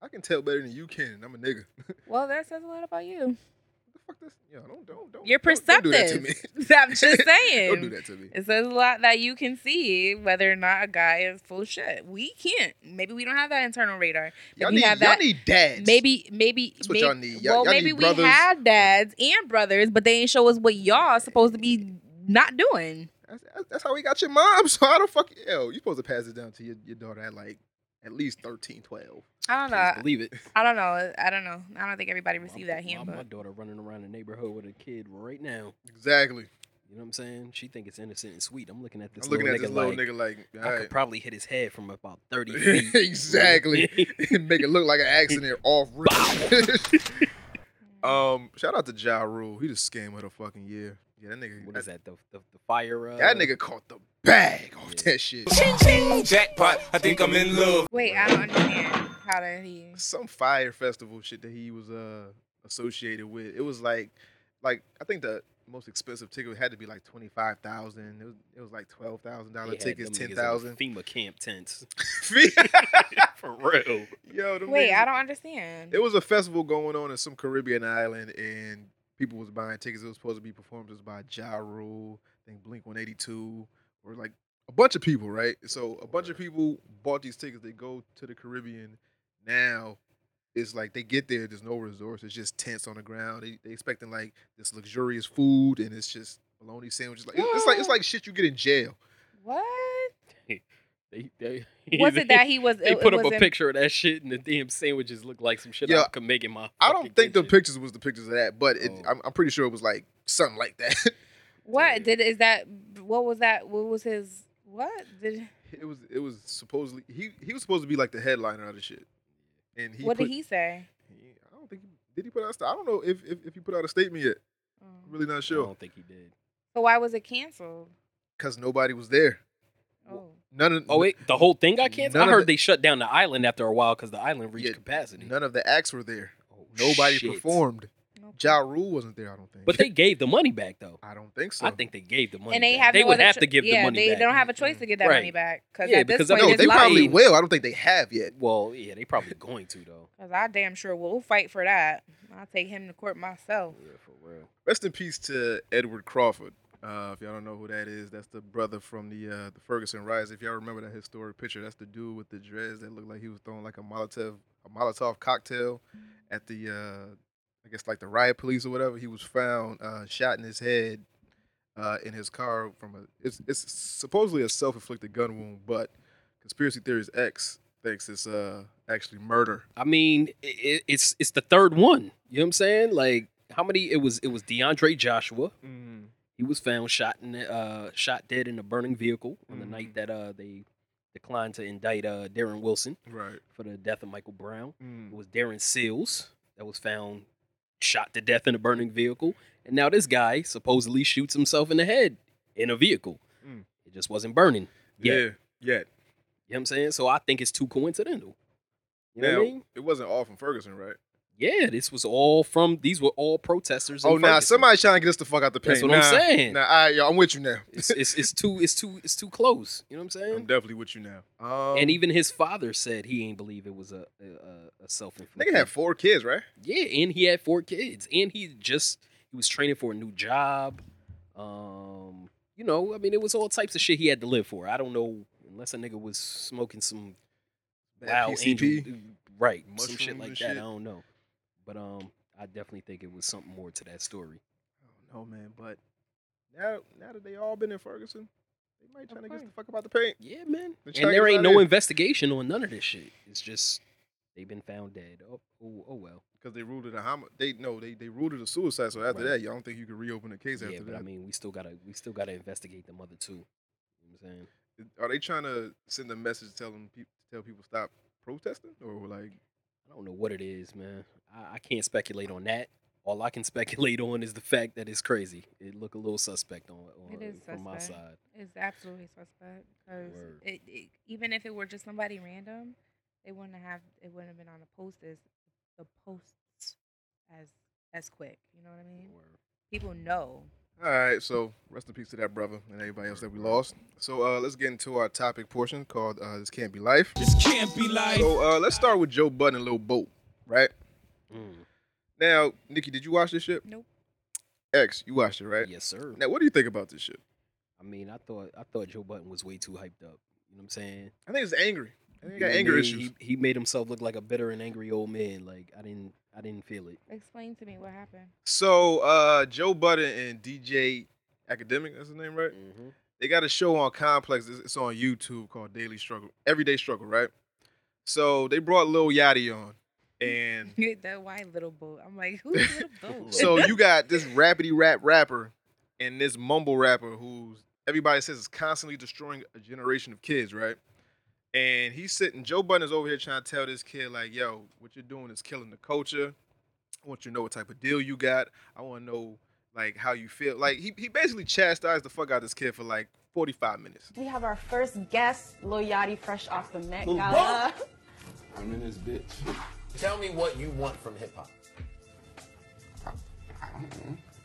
[SPEAKER 4] I can tell better than you can. and I'm a nigga. what
[SPEAKER 5] Well, that says a lot about you.
[SPEAKER 4] the fuck? That's yo. Don't don't don't.
[SPEAKER 5] You're
[SPEAKER 4] don't-
[SPEAKER 5] perceptive.
[SPEAKER 4] Don't, do that to me.
[SPEAKER 5] I'm just saying.
[SPEAKER 4] don't do that to me.
[SPEAKER 5] It says a lot that you can see whether or not a guy is full of shit. We can't. Maybe we don't have that internal radar.
[SPEAKER 4] Y'all
[SPEAKER 5] Maybe
[SPEAKER 4] need,
[SPEAKER 5] have
[SPEAKER 4] y'all
[SPEAKER 5] that-
[SPEAKER 4] need dads.
[SPEAKER 5] Maybe, maybe,
[SPEAKER 4] That's what
[SPEAKER 5] may-
[SPEAKER 4] y'all need. Y'all-
[SPEAKER 5] well,
[SPEAKER 4] y'all
[SPEAKER 5] maybe
[SPEAKER 4] need
[SPEAKER 5] we
[SPEAKER 4] brothers.
[SPEAKER 5] had dads and brothers, but they ain't show us what y'all supposed to be not doing.
[SPEAKER 4] That's, that's- that's how we got your mom. So I don't fuck. Yo, you supposed to pass it down to your, your daughter at like at least 13, 12.
[SPEAKER 5] I don't
[SPEAKER 6] Please
[SPEAKER 5] know.
[SPEAKER 6] believe it.
[SPEAKER 5] I don't know. I don't know. I don't think everybody
[SPEAKER 6] My-
[SPEAKER 5] received that
[SPEAKER 6] my- My,
[SPEAKER 5] handbook.
[SPEAKER 6] daughter running around the neighborhood with a kid right now.
[SPEAKER 4] Exactly.
[SPEAKER 6] You know what I'm saying? She think it's innocent and sweet. I'm looking at this.
[SPEAKER 4] I'm looking
[SPEAKER 6] little
[SPEAKER 4] at this
[SPEAKER 6] nigga
[SPEAKER 4] little
[SPEAKER 6] like,
[SPEAKER 4] nigga like,
[SPEAKER 6] I
[SPEAKER 4] all
[SPEAKER 6] could
[SPEAKER 4] right.
[SPEAKER 6] probably hit his head from about 30 feet.
[SPEAKER 4] exactly. Make it look like an accident off rip. um, shout out to Ja Rule. He just scam of the fucking year. Yeah, that nigga.
[SPEAKER 6] what is that? The, the, the fire. Uh,
[SPEAKER 4] That nigga caught the bag off that shit.
[SPEAKER 2] Jackpot, I think I'm in love.
[SPEAKER 5] Wait, I don't understand. How did he?
[SPEAKER 4] Some fire festival shit that he was uh associated with. It was like, like I think the most expensive ticket had to be like twenty five thousand. It was it was like twelve thousand
[SPEAKER 6] they
[SPEAKER 4] dollar
[SPEAKER 6] had
[SPEAKER 4] tickets,
[SPEAKER 6] them niggas
[SPEAKER 4] ten
[SPEAKER 6] in
[SPEAKER 4] thousand.
[SPEAKER 6] FEMA camp tents.
[SPEAKER 4] Yo,
[SPEAKER 6] For real.
[SPEAKER 4] them
[SPEAKER 5] Wait,
[SPEAKER 4] niggas-
[SPEAKER 5] I don't understand.
[SPEAKER 4] It was a festival going on in some Caribbean island, and people was buying tickets. It was supposed to be performances by Ja Rule, I think Blink One Eighty Two, or like a bunch of people, right? So a bunch of people bought these tickets. They go to the Caribbean. Now it's like they get there. There's no resorts. It's just tents on the ground. They they expecting like this luxurious food, and it's just bologna sandwiches. Like it's like it's like shit you get in jail.
[SPEAKER 5] What?
[SPEAKER 6] They, they,
[SPEAKER 5] Was it that he was?
[SPEAKER 6] They
[SPEAKER 5] it- it
[SPEAKER 6] put up
[SPEAKER 5] was
[SPEAKER 6] a
[SPEAKER 5] in-
[SPEAKER 6] picture of that shit, and the damn sandwiches look like some shit
[SPEAKER 4] Yeah,
[SPEAKER 6] I could make in my.
[SPEAKER 4] I
[SPEAKER 6] fucking
[SPEAKER 4] don't think the
[SPEAKER 6] kitchen.
[SPEAKER 4] pictures was the pictures of that, but it,
[SPEAKER 6] Oh.
[SPEAKER 4] I'm, I'm pretty sure it was like something like that.
[SPEAKER 5] What did is that? What was that? What was his? What did?
[SPEAKER 4] It was it was supposedly he he was supposed to be like the headliner of the shit, and he
[SPEAKER 5] what
[SPEAKER 4] put,
[SPEAKER 5] did he say?
[SPEAKER 4] he- I don't think he, did he put out. a sta- I don't know if, if if he put out a statement yet.
[SPEAKER 5] Oh.
[SPEAKER 4] I'm really not
[SPEAKER 6] I
[SPEAKER 4] sure
[SPEAKER 6] don't think he did.
[SPEAKER 5] So why was it canceled?
[SPEAKER 4] because nobody was there.
[SPEAKER 5] Oh,
[SPEAKER 4] None of
[SPEAKER 6] Oh wait, the whole thing got canceled.
[SPEAKER 4] None
[SPEAKER 6] I
[SPEAKER 4] of
[SPEAKER 6] heard
[SPEAKER 4] it-
[SPEAKER 6] they shut down the island after a while because the island reached
[SPEAKER 4] Yeah,
[SPEAKER 6] capacity.
[SPEAKER 4] none of the acts were there.
[SPEAKER 6] Oh,
[SPEAKER 4] Nobody
[SPEAKER 6] shit.
[SPEAKER 4] performed.
[SPEAKER 5] okay.
[SPEAKER 4] Ja Rule wasn't there. I don't think.
[SPEAKER 6] But they gave the money back though.
[SPEAKER 4] I don't think so.
[SPEAKER 6] I think they gave the money.
[SPEAKER 5] and they
[SPEAKER 6] back.
[SPEAKER 5] have
[SPEAKER 6] They
[SPEAKER 5] no
[SPEAKER 6] would
[SPEAKER 5] other
[SPEAKER 6] have
[SPEAKER 5] cho-
[SPEAKER 6] to give
[SPEAKER 5] yeah,
[SPEAKER 6] the money
[SPEAKER 5] they
[SPEAKER 6] back.
[SPEAKER 5] don't have a choice to get that
[SPEAKER 6] Right.
[SPEAKER 5] money back because
[SPEAKER 6] Yeah,
[SPEAKER 5] at this
[SPEAKER 6] because I
[SPEAKER 5] point,
[SPEAKER 6] mean,
[SPEAKER 4] no,
[SPEAKER 5] it's
[SPEAKER 4] they
[SPEAKER 5] like-
[SPEAKER 4] probably will. I don't think they have yet.
[SPEAKER 6] Well, yeah, they probably going to though.
[SPEAKER 5] Cause I damn sure will fight for that. I'll take him to court myself.
[SPEAKER 6] Yeah, for real.
[SPEAKER 4] Rest in peace to Edward Crawford. Uh, if y'all don't know who that is, that's the brother from the uh, the Ferguson riots. If y'all remember that historic picture, that's the dude with the dreads that looked like he was throwing like a Molotov a Molotov cocktail at the uh, I guess like the riot police or whatever. He was found uh, shot in his head uh, in his car from a it's it's supposedly a self inflicted gun wound, but conspiracy theories X thinks it's uh, actually murder.
[SPEAKER 6] I mean, it, it's it's the third one. You know what I'm saying? Like how many? It was it was DeAndre Joshua. He was found shot in the, uh shot dead in a burning vehicle on the
[SPEAKER 4] Mhm.
[SPEAKER 6] night that uh they declined to indict uh Darren Wilson
[SPEAKER 4] Right.
[SPEAKER 6] for the death of Michael Brown. It was Darren Seals that was found shot to death in a burning vehicle, and now this guy supposedly shoots himself in the head in a vehicle.
[SPEAKER 4] Mm.
[SPEAKER 6] It just wasn't burning. yet.
[SPEAKER 4] Yeah. Yet.
[SPEAKER 6] You know what I'm saying? So I think it's too coincidental. You know
[SPEAKER 4] Now,
[SPEAKER 6] what I mean?
[SPEAKER 4] it wasn't all from Ferguson, right?
[SPEAKER 6] Yeah, this was all from these were all protesters. in
[SPEAKER 4] Oh, now
[SPEAKER 6] Ferguson.
[SPEAKER 4] somebody's trying to get us the fuck out the paint.
[SPEAKER 6] That's what I'm
[SPEAKER 4] Nah,
[SPEAKER 6] saying.
[SPEAKER 4] Nah, all right, y'all, I'm with you now.
[SPEAKER 6] It's, it's it's too it's too it's too close. You know what I'm
[SPEAKER 4] I'm
[SPEAKER 6] saying?
[SPEAKER 4] definitely with you now. Um,
[SPEAKER 6] and even his father said he ain't believe it was a a, a self
[SPEAKER 4] nigga
[SPEAKER 6] inflicted.
[SPEAKER 4] had four kids, right?
[SPEAKER 6] yeah, and he had four kids, and he just he was training for a new job. Um, you know, I mean, it was all types of shit he had to live for. I don't know unless a nigga was smoking some
[SPEAKER 4] Bad
[SPEAKER 6] wow
[SPEAKER 4] PCP.
[SPEAKER 6] angel, uh, right? Some shit
[SPEAKER 4] mushrooms
[SPEAKER 6] like
[SPEAKER 4] and
[SPEAKER 6] that.
[SPEAKER 4] shit.
[SPEAKER 6] I don't know, but um, I definitely think it was something more to that story.
[SPEAKER 4] I don't know, Oh, man. But now, now that they all been in Ferguson, they might trying to get us
[SPEAKER 5] course.
[SPEAKER 4] the fuck about the paint.
[SPEAKER 6] Yeah, man.
[SPEAKER 4] Let's
[SPEAKER 6] And
[SPEAKER 4] check
[SPEAKER 6] there
[SPEAKER 4] it
[SPEAKER 6] ain't
[SPEAKER 4] out
[SPEAKER 6] no
[SPEAKER 4] here.
[SPEAKER 6] investigation on none of this shit. It's just they've been found dead. Oh, oh, oh well.
[SPEAKER 4] Because they ruled it a homo- they no, they they ruled it a suicide. So after
[SPEAKER 6] Right.
[SPEAKER 4] that, you don't think you can reopen the case
[SPEAKER 6] yeah,
[SPEAKER 4] after
[SPEAKER 6] but
[SPEAKER 4] that.
[SPEAKER 6] I mean, we still gotta we still gotta investigate the mother too. You know what I'm saying?
[SPEAKER 4] Are they trying to send a message telling people tell people stop protesting or like
[SPEAKER 6] I don't know what it is, man. I, I can't speculate on that. All I can speculate on is the fact that it's crazy. It look a little suspect on, on
[SPEAKER 5] It is
[SPEAKER 6] from my
[SPEAKER 5] suspect.
[SPEAKER 6] side.
[SPEAKER 5] It's absolutely suspect because
[SPEAKER 6] Word.
[SPEAKER 5] it, it, even if it were just somebody random, they wouldn't have it wouldn't have been on the posters, the posts as as quick. You know what I mean?
[SPEAKER 6] Word.
[SPEAKER 5] People know.
[SPEAKER 4] All right, so rest in peace to that brother and everybody else that we lost. So uh, let's get into our topic portion called uh, "This Can't Be Life."
[SPEAKER 2] This can't be life.
[SPEAKER 4] So uh, let's start with Joe Budden and Lil Boat, right?
[SPEAKER 6] Mm.
[SPEAKER 4] Now, Nikki, did you watch this shit?
[SPEAKER 5] Nope.
[SPEAKER 4] X, you watched it, right?
[SPEAKER 6] Yes, sir.
[SPEAKER 4] Now, what do you think about this shit?
[SPEAKER 6] I mean, I thought I thought Joe Button was way too hyped up. You know what I'm saying?
[SPEAKER 4] I think it's angry. I think he
[SPEAKER 6] You know
[SPEAKER 4] got
[SPEAKER 6] what I
[SPEAKER 4] anger
[SPEAKER 6] mean?
[SPEAKER 4] issues.
[SPEAKER 6] He, he made himself look like a bitter and angry old man. Like I didn't I didn't feel it.
[SPEAKER 5] Explain to me what happened.
[SPEAKER 4] So uh, Joe Budden and DJ Academic, that's his name, right?
[SPEAKER 6] Mm-hmm.
[SPEAKER 4] they got a show on Complex. It's it's on YouTube called Daily Struggle, Everyday Struggle, right? So they brought Lil Yachty on, and
[SPEAKER 5] that why little boat? I'm like, who's little boat?
[SPEAKER 4] so you got this rapidy rap rapper and this mumble rapper who's everybody says is constantly destroying a generation of kids, right? And he's sitting. Joe Budden is over here trying to tell this kid like, "Yo, what you're doing is killing the culture. I want you to know what type of deal you got. I want to know like how you feel." Like he he basically chastised the fuck out of this kid for like 45 minutes.
[SPEAKER 7] We have our first guest, Lil Yachty, fresh off the Met
[SPEAKER 8] Lil
[SPEAKER 7] Gala.
[SPEAKER 8] I'm in this bitch.
[SPEAKER 9] Tell me what you want from hip hop.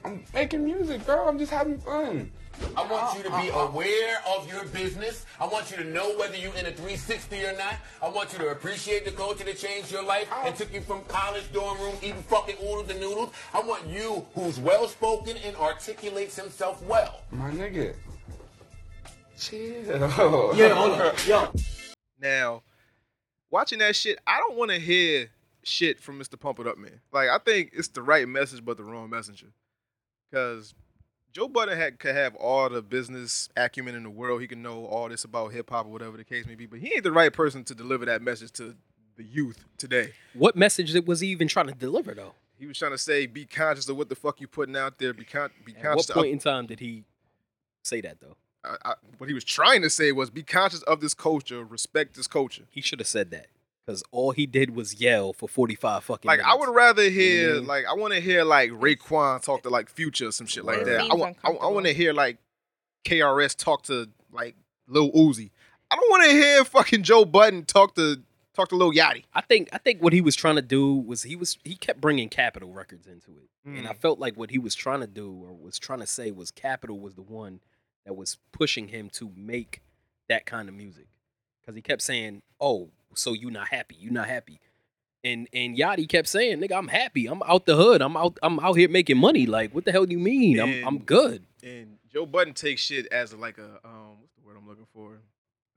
[SPEAKER 8] I'm making music, girl. I'm just having fun.
[SPEAKER 9] I want you to be aware of your business. I want you to know whether you're in a 360 or not. I want you to appreciate the culture that changed your life and took you from college dorm room eating fucking oodles and noodles. I want you who's well spoken and articulates himself well.
[SPEAKER 8] My nigga. Chill. Yeah, hold on.
[SPEAKER 4] Now, watching that shit, I don't want to hear shit from Mr. Pump It Up Man. Like, I think it's the right message, but the wrong messenger. Because Joe Budden had, could have all the business acumen in the world. He can know all this about hip hop or whatever the case may be, but he ain't the right person to deliver that message to the youth today.
[SPEAKER 6] What message that was he even trying to deliver though?
[SPEAKER 4] He was trying to say, be conscious of what the fuck you putting out there. Be, con- be
[SPEAKER 6] At what
[SPEAKER 4] conscious.
[SPEAKER 6] point in time did he say that though?
[SPEAKER 4] Of, I, I, what he was trying to say was, be conscious of this culture, respect this culture.
[SPEAKER 6] He should have said that because all he did was yell for forty five fucking.
[SPEAKER 4] Like I
[SPEAKER 6] minutes.
[SPEAKER 4] would rather
[SPEAKER 6] You know
[SPEAKER 4] hear
[SPEAKER 6] what I mean?
[SPEAKER 4] like I want to hear like Raekwon talk to like Future or some shit like
[SPEAKER 5] It
[SPEAKER 4] that. I
[SPEAKER 5] seems
[SPEAKER 4] want I,
[SPEAKER 5] uncomfortable.
[SPEAKER 4] want to hear like KRS talk to like Lil Uzi. I don't want to hear fucking Joe Budden talk to talk to Lil Yachty.
[SPEAKER 6] I think I think what he was trying to do was he was he kept bringing Capitol Records into it, and
[SPEAKER 4] Mm.
[SPEAKER 6] I felt like what he was trying to do or was trying to say was Capitol was the one that was pushing him to make that kind of music because he kept saying, "Oh, so you not happy? You not happy?" And and Yachty kept saying, "Nigga, I'm happy. I'm out the hood. I'm out. I'm out here making money. Like, what the hell do you mean? I'm I'm
[SPEAKER 4] And-
[SPEAKER 6] good."
[SPEAKER 4] And Joe Budden takes shit as like a um what's the word I'm looking for?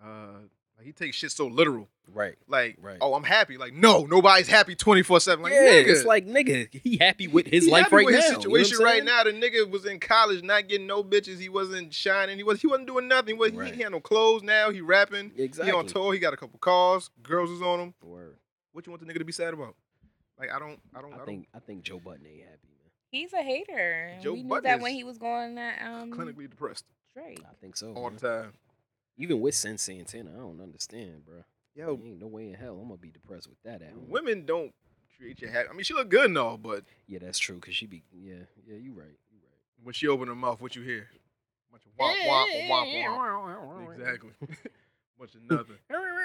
[SPEAKER 4] Uh, like he takes shit so literal.
[SPEAKER 6] Right.
[SPEAKER 4] Like
[SPEAKER 6] Right.
[SPEAKER 4] oh I'm happy. Like no nobody's happy 24 seven. Like
[SPEAKER 6] yeah,
[SPEAKER 4] nigga.
[SPEAKER 6] it's like nigga, he happy with his
[SPEAKER 4] He
[SPEAKER 6] life
[SPEAKER 4] happy
[SPEAKER 6] right
[SPEAKER 4] with
[SPEAKER 6] now.
[SPEAKER 4] his
[SPEAKER 6] You know what I'm
[SPEAKER 4] situation right
[SPEAKER 6] saying?
[SPEAKER 4] now, the nigga was in college, not getting no bitches. He wasn't shining. He was he wasn't doing nothing. He wasn't
[SPEAKER 6] Right.
[SPEAKER 4] he had no clothes now. He rapping. He on
[SPEAKER 6] Exactly.
[SPEAKER 4] tour. He got a couple cars. Girls is on him.
[SPEAKER 6] Word.
[SPEAKER 4] What you want the nigga to be sad about? Like I don't, I don't, I,
[SPEAKER 6] I
[SPEAKER 4] don't.
[SPEAKER 6] think I think Joe Button ain't happy, man.
[SPEAKER 5] He's a hater.
[SPEAKER 4] Joe
[SPEAKER 5] we knew
[SPEAKER 4] Budden
[SPEAKER 5] that
[SPEAKER 4] is
[SPEAKER 5] when he was going that um
[SPEAKER 4] clinically depressed
[SPEAKER 5] Drake.
[SPEAKER 6] I think so.
[SPEAKER 4] all
[SPEAKER 6] man.
[SPEAKER 4] the time.
[SPEAKER 6] Even with Sin Santana, I don't understand, bro.
[SPEAKER 4] Yo,
[SPEAKER 6] ain't no way in hell I'm gonna be depressed with that at home.
[SPEAKER 4] women don't create your happy. I mean, she look good and all, but
[SPEAKER 6] Yeah, that's true. Cause she be yeah, yeah. You right. You right.
[SPEAKER 4] when she open her mouth, what you hear? bunch of Womp, womp, womp, womp. Exactly. Much of nothing.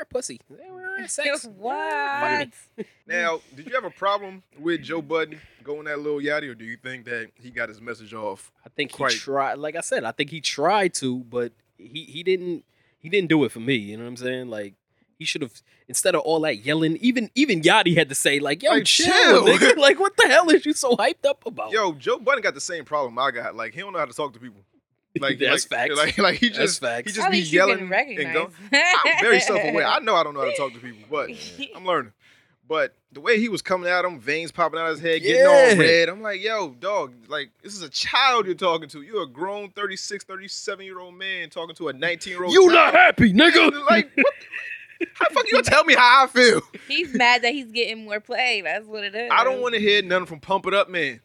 [SPEAKER 6] Pussy. Sex.
[SPEAKER 5] What?
[SPEAKER 4] Now, did you have a problem with Joe Budden going that little yachty, or do you think that he got his message off?
[SPEAKER 6] I think he
[SPEAKER 4] Quite.
[SPEAKER 6] tried. Like I said, I think he tried to, but he he didn't he didn't do it for me. You know what I'm saying? Like he should have instead of all that yelling. Even even Yachty had to say like, "Yo,
[SPEAKER 4] Like,
[SPEAKER 6] chill,
[SPEAKER 4] chill.
[SPEAKER 6] nigga. Like what the hell is you so hyped up about?
[SPEAKER 4] Yo, Joe Budden got the same problem I got. Like he don't know how to talk to people. Like
[SPEAKER 6] That's
[SPEAKER 4] like,
[SPEAKER 6] facts.
[SPEAKER 4] Like, like he
[SPEAKER 6] That's
[SPEAKER 4] just
[SPEAKER 6] facts.
[SPEAKER 4] he just
[SPEAKER 5] At
[SPEAKER 4] be
[SPEAKER 5] least you can
[SPEAKER 4] yelling and go.
[SPEAKER 5] recognize.
[SPEAKER 4] I'm very self aware. I know I don't know how to talk to people, but I'm learning. But the way he was coming at him, veins popping out of his head, getting all
[SPEAKER 6] Yeah.
[SPEAKER 4] red. I'm like, yo, dog, like this is a child you're talking to. You're a grown 36, 37 year old man talking to a 19 year old.
[SPEAKER 6] You not happy, nigga?
[SPEAKER 4] like what? the- How the fuck you gonna tell me how I feel?
[SPEAKER 5] He's mad that he's getting more play. That's what it is.
[SPEAKER 4] I don't want to hear nothing from Pump It Up Man.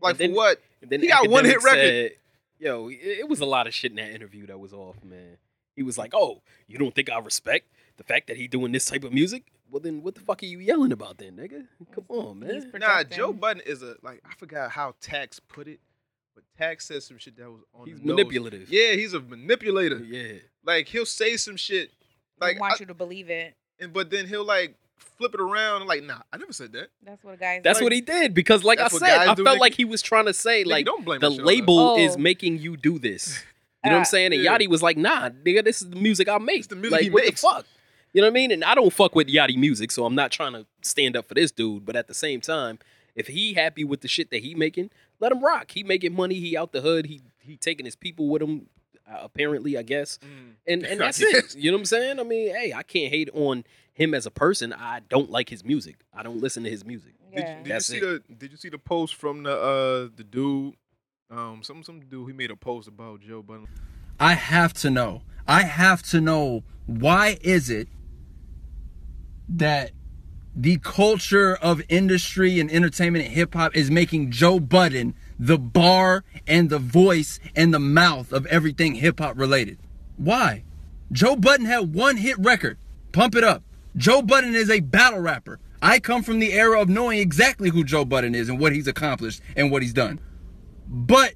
[SPEAKER 4] Like
[SPEAKER 6] Then-
[SPEAKER 4] for what?
[SPEAKER 6] And then
[SPEAKER 4] He got one hit
[SPEAKER 6] Academic
[SPEAKER 4] record.
[SPEAKER 6] said- Yo, it, it was a lot of shit in that interview that was off, man. He was like, "Oh, you don't think I respect the fact that he doing this type of music? Well, then what the fuck are you yelling about, then, nigga? Come on, man."
[SPEAKER 5] He's
[SPEAKER 4] Nah,
[SPEAKER 5] protecting.
[SPEAKER 4] Joe Budden is a like I forgot how Tax put it, but Tax said some shit that was on.
[SPEAKER 6] He's
[SPEAKER 4] the nose.
[SPEAKER 6] manipulative.
[SPEAKER 4] Yeah, he's a manipulator.
[SPEAKER 6] yeah.
[SPEAKER 4] Like he'll say some shit, like
[SPEAKER 5] Don't want
[SPEAKER 4] I-
[SPEAKER 5] you to believe it.
[SPEAKER 4] and but then he'll like flip it around and like, nah, I never said that.
[SPEAKER 5] That's what guys.
[SPEAKER 6] That's
[SPEAKER 5] do.
[SPEAKER 6] what he did because, like I
[SPEAKER 4] That's what
[SPEAKER 6] said,
[SPEAKER 4] guys
[SPEAKER 6] I
[SPEAKER 4] do,
[SPEAKER 6] felt
[SPEAKER 4] nigga.
[SPEAKER 6] like he was trying to say,
[SPEAKER 4] Nigga,
[SPEAKER 6] like,
[SPEAKER 4] don't blame
[SPEAKER 6] the
[SPEAKER 4] my shit on
[SPEAKER 6] label
[SPEAKER 5] us.
[SPEAKER 6] is
[SPEAKER 5] Oh.
[SPEAKER 6] making you do this. You know what
[SPEAKER 5] Ah.
[SPEAKER 6] I'm saying? And
[SPEAKER 4] Yeah.
[SPEAKER 6] Yachty was like, nah, nigga, this is the music I make.
[SPEAKER 4] It's the music
[SPEAKER 6] like,
[SPEAKER 4] he
[SPEAKER 6] what
[SPEAKER 4] makes.
[SPEAKER 6] the fuck? You know what I mean? And I don't fuck with Yachty music, so I'm not trying to stand up for this dude. But at the same time, if he happy with the shit that he making, let him rock. He making money. He out the hood. He he taking his people with him. Uh, apparently, I guess.
[SPEAKER 4] Mm.
[SPEAKER 6] And and
[SPEAKER 4] I
[SPEAKER 6] that's
[SPEAKER 4] guess.
[SPEAKER 6] it. You know what I'm saying? I mean, hey, I can't hate on him as a person. I don't like his music. I don't listen to his music.
[SPEAKER 4] Did,
[SPEAKER 5] Yeah.
[SPEAKER 4] you, did you
[SPEAKER 6] That's
[SPEAKER 4] see
[SPEAKER 6] it.
[SPEAKER 4] the Did you see the post from the uh the dude? Um, some some dude he made a post about Joe Budden.
[SPEAKER 10] I have to know. I have to know why is it that the culture of industry and entertainment and hip hop is making Joe Budden the bar and the voice and the mouth of everything hip hop related? Why? Joe Budden had one hit record. Pump it up. Joe Budden is a battle rapper. I come from the era of knowing exactly who Joe Budden is and what he's accomplished and what he's done. But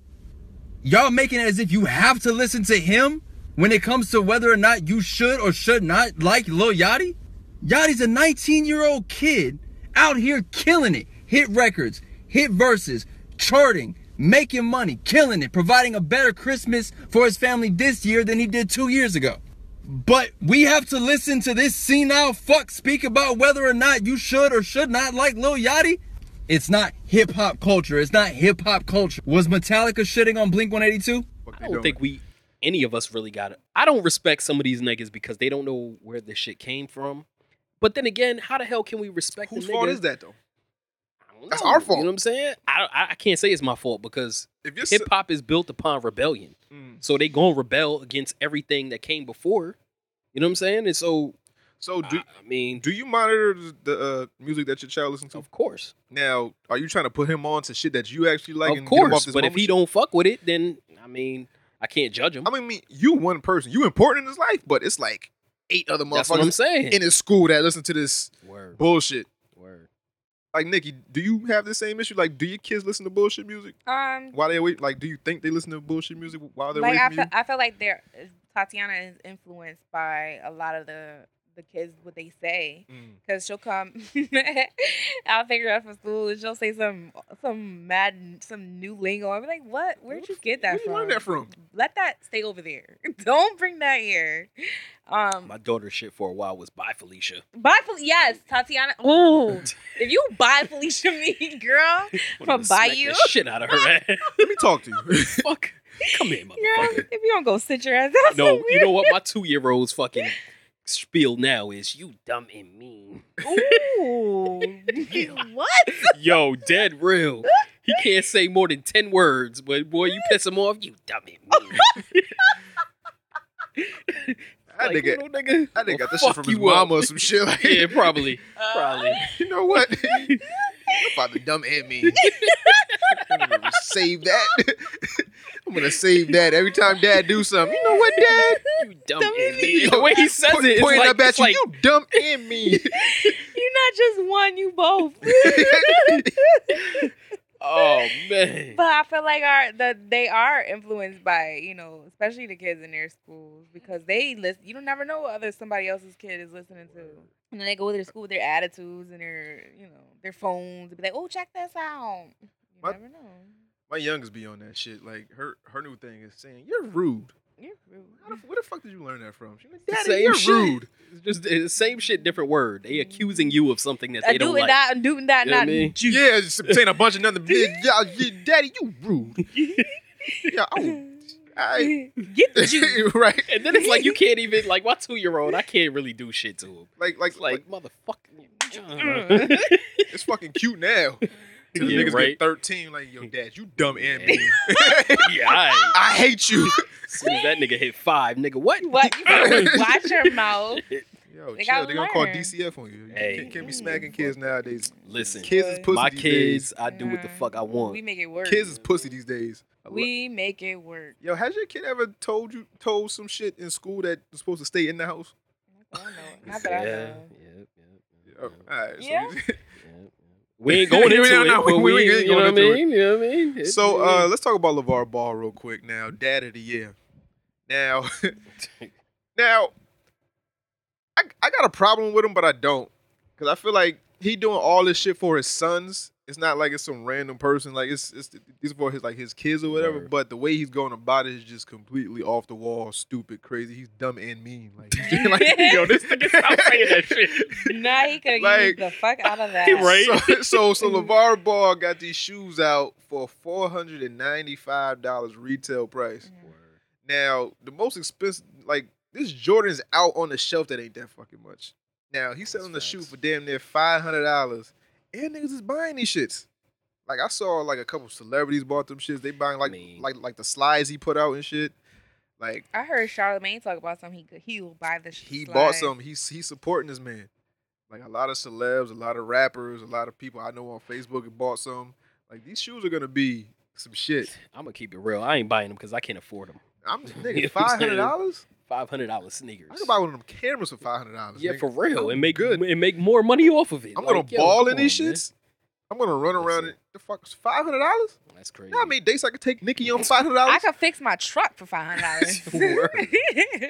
[SPEAKER 10] y'all making it as if you have to listen to him when it comes to whether or not you should or should not like Lil Yachty? Yachty's a 19 year old kid out here killing it, hit records, hit verses, charting, making money, killing it, providing a better Christmas for his family this year than he did two years ago. But we have to listen to this senile fuck speak about whether or not you should or should not like Lil Yachty? It's not hip hop culture. It's not hip hop culture. Was Metallica shitting on Blink 182?
[SPEAKER 4] Fuck
[SPEAKER 6] I
[SPEAKER 4] they
[SPEAKER 6] don't
[SPEAKER 4] doing?
[SPEAKER 6] think we any of us really got it. I don't respect some of these niggas because they don't know where this shit came from. But then again, how the hell can we respect
[SPEAKER 4] Whose
[SPEAKER 6] the
[SPEAKER 4] fault
[SPEAKER 6] nigga?
[SPEAKER 4] is that though?
[SPEAKER 6] I don't
[SPEAKER 4] That's
[SPEAKER 6] know.
[SPEAKER 4] our fault.
[SPEAKER 6] You know what I'm saying? I don't- I, I can't say it's my fault because
[SPEAKER 4] If you're
[SPEAKER 6] hip hop is built upon rebellion.
[SPEAKER 4] Mm.
[SPEAKER 6] So they gonna rebel against everything that came before. You know what I'm saying? And so
[SPEAKER 4] so, so do
[SPEAKER 6] I, I mean,
[SPEAKER 4] do you monitor the uh, music that your child listens to?
[SPEAKER 6] of course,
[SPEAKER 4] Now, are you trying to put him on to shit that you actually like?
[SPEAKER 6] of
[SPEAKER 4] and get him off
[SPEAKER 6] course.
[SPEAKER 4] this
[SPEAKER 6] But if
[SPEAKER 4] bubble
[SPEAKER 6] he
[SPEAKER 4] shit?
[SPEAKER 6] don't fuck with it, then I mean, I can't judge him.
[SPEAKER 4] I mean, I mean, you one person, you important in his life, but it's like eight other
[SPEAKER 6] That's what I'm
[SPEAKER 4] motherfuckers
[SPEAKER 6] saying.
[SPEAKER 4] in his school that listen to this
[SPEAKER 6] word,
[SPEAKER 4] bullshit.
[SPEAKER 6] word.
[SPEAKER 4] Like Nikki, do you have the same issue? Like, do your kids listen to bullshit music
[SPEAKER 5] Um,
[SPEAKER 4] while they wait? Like, do you think they listen to bullshit music while they're
[SPEAKER 5] like I
[SPEAKER 4] waiting?
[SPEAKER 5] feel, I feel like there, Tatiana is influenced by a lot of the the kids what they say
[SPEAKER 4] Mm.
[SPEAKER 5] because she'll come. I'll figure out from school and she'll say some some mad some new lingo. I'll be like, what? Where'd you get that
[SPEAKER 4] Where you
[SPEAKER 5] from?
[SPEAKER 4] learn that from?
[SPEAKER 5] Let that stay over there. Don't bring that here. Um,
[SPEAKER 6] My daughter's shit for a while was by Felicia.
[SPEAKER 5] Buy Fel- yes, Tatiana. Ooh, if you buy Felicia me, girl, from
[SPEAKER 6] Would've smacked
[SPEAKER 5] Bayou,
[SPEAKER 6] the shit out of her ass.
[SPEAKER 4] Let me talk to you.
[SPEAKER 6] Fuck. Come here,
[SPEAKER 5] girl,
[SPEAKER 6] motherfucker.
[SPEAKER 5] if you don't go sit your ass out,
[SPEAKER 6] No,
[SPEAKER 5] somewhere.
[SPEAKER 6] you know what? My two year old's fucking spiel now is you dumb and mean.
[SPEAKER 5] Ooh, what?
[SPEAKER 6] Yo, dead real. He can't say more than 10 words, but boy, you piss him off, you dumb and mean.
[SPEAKER 4] That
[SPEAKER 6] Like,
[SPEAKER 4] nigga,
[SPEAKER 6] little nigga.
[SPEAKER 4] that nigga got
[SPEAKER 6] Well,
[SPEAKER 4] this shit
[SPEAKER 6] fuck
[SPEAKER 4] from his
[SPEAKER 6] you up.
[SPEAKER 4] mama or some shit. Like,
[SPEAKER 6] Yeah, probably.
[SPEAKER 5] Uh,
[SPEAKER 6] Probably.
[SPEAKER 4] you know what? You're about to dumb at me. I'm gonna save that. I'm gonna save that every time Dad do something. You know what, Dad?
[SPEAKER 6] You dumb and mean. The way he says
[SPEAKER 4] Po-
[SPEAKER 6] it, it's
[SPEAKER 4] pointing
[SPEAKER 6] like,
[SPEAKER 4] up at
[SPEAKER 6] it's
[SPEAKER 4] you,
[SPEAKER 6] like,
[SPEAKER 4] you dumb and me.
[SPEAKER 5] You're not just one, you both.
[SPEAKER 6] oh man, Yeah.
[SPEAKER 5] But I feel like our the they are influenced by you know especially the kids in their schools because they listen. You don't never know what other somebody else's kid is listening to, and then they go to their school with their attitudes and their you know their phones and be like, oh check this out. You
[SPEAKER 4] What?
[SPEAKER 5] never know.
[SPEAKER 4] My youngest be on that shit. Like her, her new thing is saying, "You're rude."
[SPEAKER 5] You're rude.
[SPEAKER 4] How the, where the fuck did you learn that from? She like,
[SPEAKER 6] The
[SPEAKER 4] "Daddy,
[SPEAKER 6] same
[SPEAKER 4] you're
[SPEAKER 6] shit.
[SPEAKER 4] rude."
[SPEAKER 6] It's just the same shit, different word. They accusing you of something that
[SPEAKER 5] A
[SPEAKER 6] they
[SPEAKER 5] do
[SPEAKER 6] don't
[SPEAKER 5] and
[SPEAKER 6] like.
[SPEAKER 5] not, do and not,
[SPEAKER 6] You know what I
[SPEAKER 5] not
[SPEAKER 6] mean?
[SPEAKER 4] Yeah, just saying a bunch of nothing. Yeah, yeah, yeah, Daddy, you rude. yeah, oh, I,
[SPEAKER 5] get the juice.
[SPEAKER 4] right.
[SPEAKER 6] And then it's like you can't even like my two year old. I can't really do shit to him.
[SPEAKER 4] Like, like,
[SPEAKER 6] It's
[SPEAKER 4] like,
[SPEAKER 6] like motherfucking.
[SPEAKER 4] it's fucking cute now. Till the
[SPEAKER 6] Yeah,
[SPEAKER 4] niggas get
[SPEAKER 6] right.
[SPEAKER 4] thirteen, like, yo, dad, you dumb and mean.
[SPEAKER 6] yeah, I,
[SPEAKER 4] I hate you.
[SPEAKER 6] as soon as that nigga hit five, nigga, what?
[SPEAKER 5] What? You better watch your mouth.
[SPEAKER 4] Yo,
[SPEAKER 5] They
[SPEAKER 4] chill.
[SPEAKER 5] gotta
[SPEAKER 4] They gonna call
[SPEAKER 5] learn. Mm.
[SPEAKER 4] DCF on you. You
[SPEAKER 6] Hey.
[SPEAKER 4] can't, can't be smacking kids nowadays.
[SPEAKER 6] Listen,
[SPEAKER 4] Kids is pussy
[SPEAKER 6] my
[SPEAKER 4] these
[SPEAKER 6] kids, I do what the
[SPEAKER 5] Nah.
[SPEAKER 6] fuck I
[SPEAKER 5] We
[SPEAKER 6] want.
[SPEAKER 5] make it work.
[SPEAKER 4] days. Kids is pussy these days. I lo-
[SPEAKER 5] We make it work.
[SPEAKER 4] Yo, has your kid ever told you told some shit in school that was supposed to stay in the house?
[SPEAKER 5] I don't know. Not that I
[SPEAKER 6] yeah,
[SPEAKER 5] know.
[SPEAKER 6] yeah, yeah,
[SPEAKER 4] Oh, all right. so-
[SPEAKER 5] Yeah.
[SPEAKER 6] We ain't going into
[SPEAKER 4] We don't
[SPEAKER 6] it.
[SPEAKER 4] know.
[SPEAKER 6] but
[SPEAKER 4] We-
[SPEAKER 6] we,
[SPEAKER 4] we ain't
[SPEAKER 6] you know
[SPEAKER 4] going
[SPEAKER 6] what I
[SPEAKER 4] into it.
[SPEAKER 6] mean? You know what I mean? It's-
[SPEAKER 4] So uh, let's talk about LeVar Ball real quick now. Dad of the year. Now, now, I, I got a problem with him, but I don't, because I feel like he doing all this shit for his sons. It's not like it's some random person. Like it's it's these for his like his kids or whatever.
[SPEAKER 6] Word.
[SPEAKER 4] But the way he's going about it is just completely off the wall, stupid, crazy. He's dumb and mean. Like, he's just like yo, this nigga
[SPEAKER 6] stop saying that shit.
[SPEAKER 5] Nah, he could have
[SPEAKER 4] Like-
[SPEAKER 5] used the fuck out of that.
[SPEAKER 6] Right?
[SPEAKER 4] So, so, so LeVar Ball got these shoes out for four hundred and ninety-five dollars retail price. Now, the most expensive, like this Jordan's out on the shelf that ain't that fucking much. Now he's selling the
[SPEAKER 6] facts.
[SPEAKER 4] shoe for damn near five hundred dollars, and niggas is buying these shits. Like I saw, like a couple celebrities bought them shits. They buying like
[SPEAKER 6] Man.
[SPEAKER 4] like like the slides he put out and shit. Like
[SPEAKER 5] I heard Charlamagne talk about something he could he will buy the sh-
[SPEAKER 4] he
[SPEAKER 5] slide.
[SPEAKER 4] bought some. He's he's supporting this man. Like a lot of celebs, a lot of rappers, a lot of people I know on Facebook have bought some. Like these shoes are gonna be some shit.
[SPEAKER 6] I'm gonna keep it real. I ain't buying them because I can't afford them.
[SPEAKER 4] I'm
[SPEAKER 6] You
[SPEAKER 4] nigga
[SPEAKER 6] know what
[SPEAKER 4] five
[SPEAKER 6] I'm saying?
[SPEAKER 4] hundred dollars.
[SPEAKER 6] Five hundred dollars sneakers.
[SPEAKER 4] I can buy one of them cameras for five hundred dollars.
[SPEAKER 6] yeah, for real, and make
[SPEAKER 4] good.
[SPEAKER 6] good and make more money off of it.
[SPEAKER 4] I'm
[SPEAKER 6] Like,
[SPEAKER 4] gonna
[SPEAKER 6] yo,
[SPEAKER 4] ball
[SPEAKER 6] come
[SPEAKER 4] in these
[SPEAKER 6] on, man.
[SPEAKER 4] shits. I'm gonna run around
[SPEAKER 6] Listen.
[SPEAKER 4] it. The fuck, five hundred dollars?
[SPEAKER 6] That's crazy.
[SPEAKER 4] You know how many dates I could take Nikki on five hundred
[SPEAKER 5] I
[SPEAKER 4] dollars?
[SPEAKER 5] could fix my truck for five hundred dollars.
[SPEAKER 6] Word.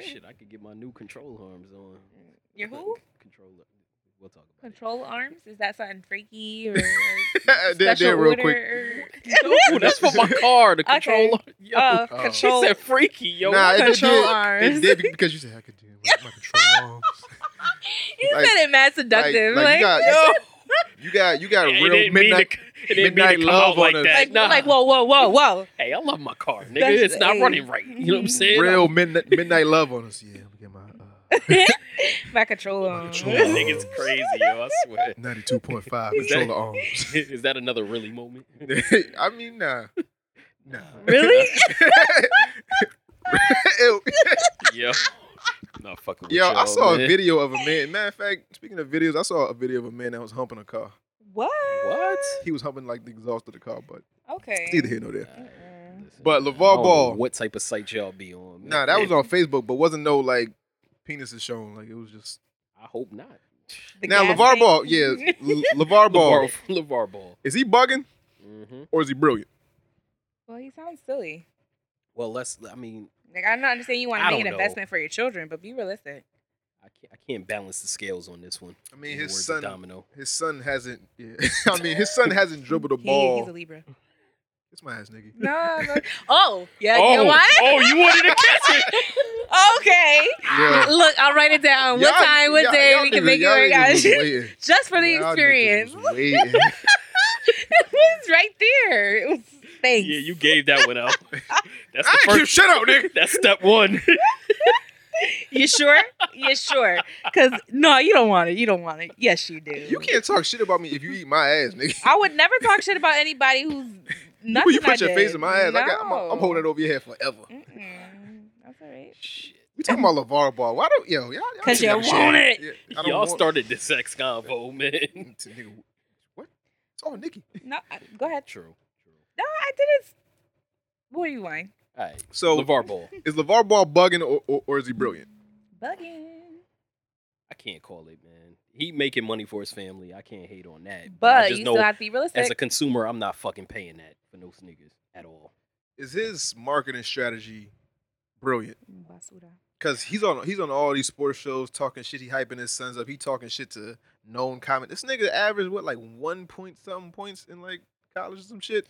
[SPEAKER 6] Shit, I could get my new control arms on.
[SPEAKER 5] Your who?
[SPEAKER 6] Controller. We'll talk about it.
[SPEAKER 5] Control arms? Is that something freaky or
[SPEAKER 4] There- there
[SPEAKER 5] special
[SPEAKER 4] real
[SPEAKER 5] order?
[SPEAKER 4] quick.
[SPEAKER 5] or-
[SPEAKER 6] No, that's for my car. The
[SPEAKER 5] Okay.
[SPEAKER 6] controller. Yo,
[SPEAKER 5] Uh,
[SPEAKER 4] Oh.
[SPEAKER 6] she
[SPEAKER 5] control.
[SPEAKER 6] said freaky. Yo,
[SPEAKER 4] nah, it, it,
[SPEAKER 5] Control
[SPEAKER 4] did,
[SPEAKER 5] arms.
[SPEAKER 4] it did be- because you said I could do it with my control arms.
[SPEAKER 5] you
[SPEAKER 4] like-
[SPEAKER 5] said it mad seductive. Like,
[SPEAKER 4] you got, you got, you got
[SPEAKER 6] it
[SPEAKER 4] real
[SPEAKER 6] didn't mean
[SPEAKER 4] midnight.
[SPEAKER 6] to- it didn't mean
[SPEAKER 4] midnight
[SPEAKER 6] to come
[SPEAKER 4] love
[SPEAKER 6] out like
[SPEAKER 4] on us.
[SPEAKER 6] that.
[SPEAKER 5] like,
[SPEAKER 6] nah.
[SPEAKER 5] like, whoa, whoa, whoa, whoa.
[SPEAKER 6] Hey, I love my car, nigga.
[SPEAKER 5] That's-
[SPEAKER 6] it's not
[SPEAKER 5] hey.
[SPEAKER 6] running right. You know what I'm saying?
[SPEAKER 4] Real midnight, midnight love on us. Yeah, I'm gonna get my uh,
[SPEAKER 5] My control arms.
[SPEAKER 4] control
[SPEAKER 6] That
[SPEAKER 4] arms.
[SPEAKER 6] nigga's crazy, yo. I swear.
[SPEAKER 4] ninety-two point five
[SPEAKER 6] Is that-
[SPEAKER 4] controller arms.
[SPEAKER 6] Is that another really moment?
[SPEAKER 4] I mean, nah, nah.
[SPEAKER 5] Really?
[SPEAKER 4] Ew.
[SPEAKER 6] Yo, not fucking with
[SPEAKER 4] Yo, I
[SPEAKER 6] y'all,
[SPEAKER 4] saw
[SPEAKER 6] man.
[SPEAKER 4] a video of a man. Matter of fact, speaking of videos, I saw a video of a man that was humping a car.
[SPEAKER 5] What?
[SPEAKER 6] What?
[SPEAKER 4] He was humping like the exhaust of the car, but
[SPEAKER 5] Okay.
[SPEAKER 4] neither here nor there.
[SPEAKER 6] Listen,
[SPEAKER 4] But
[SPEAKER 6] man,
[SPEAKER 4] LeVar
[SPEAKER 6] I don't know
[SPEAKER 4] Ball.
[SPEAKER 6] What type of site y'all be on? Man.
[SPEAKER 4] Nah, that was on Facebook, but wasn't no like penises shown. Like it was just
[SPEAKER 6] I hope not.
[SPEAKER 5] The
[SPEAKER 4] now
[SPEAKER 5] gas
[SPEAKER 4] Levar
[SPEAKER 5] tank?
[SPEAKER 4] Ball. Yeah, L- Levar Ball.
[SPEAKER 6] LeVar Ball.
[SPEAKER 4] Is he bugging
[SPEAKER 6] hmm
[SPEAKER 4] or is he brilliant?
[SPEAKER 5] Well, he sounds silly.
[SPEAKER 6] Well, let's. I mean,
[SPEAKER 5] Like I don't understand you want
[SPEAKER 6] I
[SPEAKER 5] to make an
[SPEAKER 6] don't know.
[SPEAKER 5] investment for your children, but be realistic.
[SPEAKER 6] I can't, I can't balance the scales on this one.
[SPEAKER 4] I mean,
[SPEAKER 6] In the
[SPEAKER 4] his
[SPEAKER 6] words
[SPEAKER 4] son.
[SPEAKER 6] of Domino.
[SPEAKER 4] His son hasn't. Yeah. I mean, his son hasn't dribbled the
[SPEAKER 5] He-
[SPEAKER 4] ball.
[SPEAKER 5] he's a Libra.
[SPEAKER 4] It's my ass, nigga.
[SPEAKER 5] No. no. Oh, yeah. you know what?
[SPEAKER 6] oh, you wanted to catch it.
[SPEAKER 5] okay.
[SPEAKER 4] Yeah.
[SPEAKER 5] Look, I'll write it down. What
[SPEAKER 4] Y'all-
[SPEAKER 5] time? What
[SPEAKER 4] y'all-
[SPEAKER 5] day?
[SPEAKER 4] y'all
[SPEAKER 5] We can
[SPEAKER 4] niggas-
[SPEAKER 5] make it
[SPEAKER 4] y'all
[SPEAKER 5] work
[SPEAKER 4] niggas
[SPEAKER 5] out.
[SPEAKER 4] was waiting.
[SPEAKER 5] Just for the
[SPEAKER 4] Y'all niggas
[SPEAKER 5] experience.
[SPEAKER 4] was waiting.
[SPEAKER 5] it was right there. It was thanks.
[SPEAKER 6] Yeah, you gave that one out. That's
[SPEAKER 4] I
[SPEAKER 6] the
[SPEAKER 4] ain't give
[SPEAKER 6] first.
[SPEAKER 4] shit out, nigga.
[SPEAKER 6] That's step one.
[SPEAKER 5] You sure? you sure? Because no, you don't want it. You don't want it. Yes, you do.
[SPEAKER 4] You can't talk shit about me if you eat my ass, nigga.
[SPEAKER 5] I would never talk shit about anybody who's nothing.
[SPEAKER 4] Well, you
[SPEAKER 5] I
[SPEAKER 4] put your
[SPEAKER 5] did.
[SPEAKER 4] face in my ass. I got, I'm,
[SPEAKER 5] No.
[SPEAKER 4] I'm holding it over your head forever.
[SPEAKER 5] Mm-mm. That's all right.
[SPEAKER 4] We talking about LeVar Ball. Why don't yo? Y'all, y'all
[SPEAKER 5] 'Cause
[SPEAKER 4] niggas
[SPEAKER 5] you
[SPEAKER 4] have a
[SPEAKER 5] want
[SPEAKER 4] shit.
[SPEAKER 5] it.
[SPEAKER 4] Yeah, I don't
[SPEAKER 6] Y'all
[SPEAKER 4] want-
[SPEAKER 6] started the sex convo, man.
[SPEAKER 4] It's a nigga- What? It's all Nikki.
[SPEAKER 5] No, I- go ahead.
[SPEAKER 6] True.
[SPEAKER 5] No, I didn't. What are you want?
[SPEAKER 6] All right.
[SPEAKER 4] So
[SPEAKER 6] LeVar Ball.
[SPEAKER 4] is LeVar Ball bugging or, or, or is he brilliant?
[SPEAKER 5] Bugging.
[SPEAKER 6] I can't call it, man. He making money for his family. I can't hate on that. I
[SPEAKER 5] But
[SPEAKER 6] just
[SPEAKER 5] you
[SPEAKER 6] know
[SPEAKER 5] still have to be realistic.
[SPEAKER 6] as a consumer, I'm not fucking paying that for no sneakers at all.
[SPEAKER 4] Is his marketing strategy brilliant?
[SPEAKER 5] Basura.
[SPEAKER 4] Cause he's on he's on all these sports shows talking shit. He hyping his sons up. He talking shit to known comment. This nigga averaged what like one point something points in like college or some shit.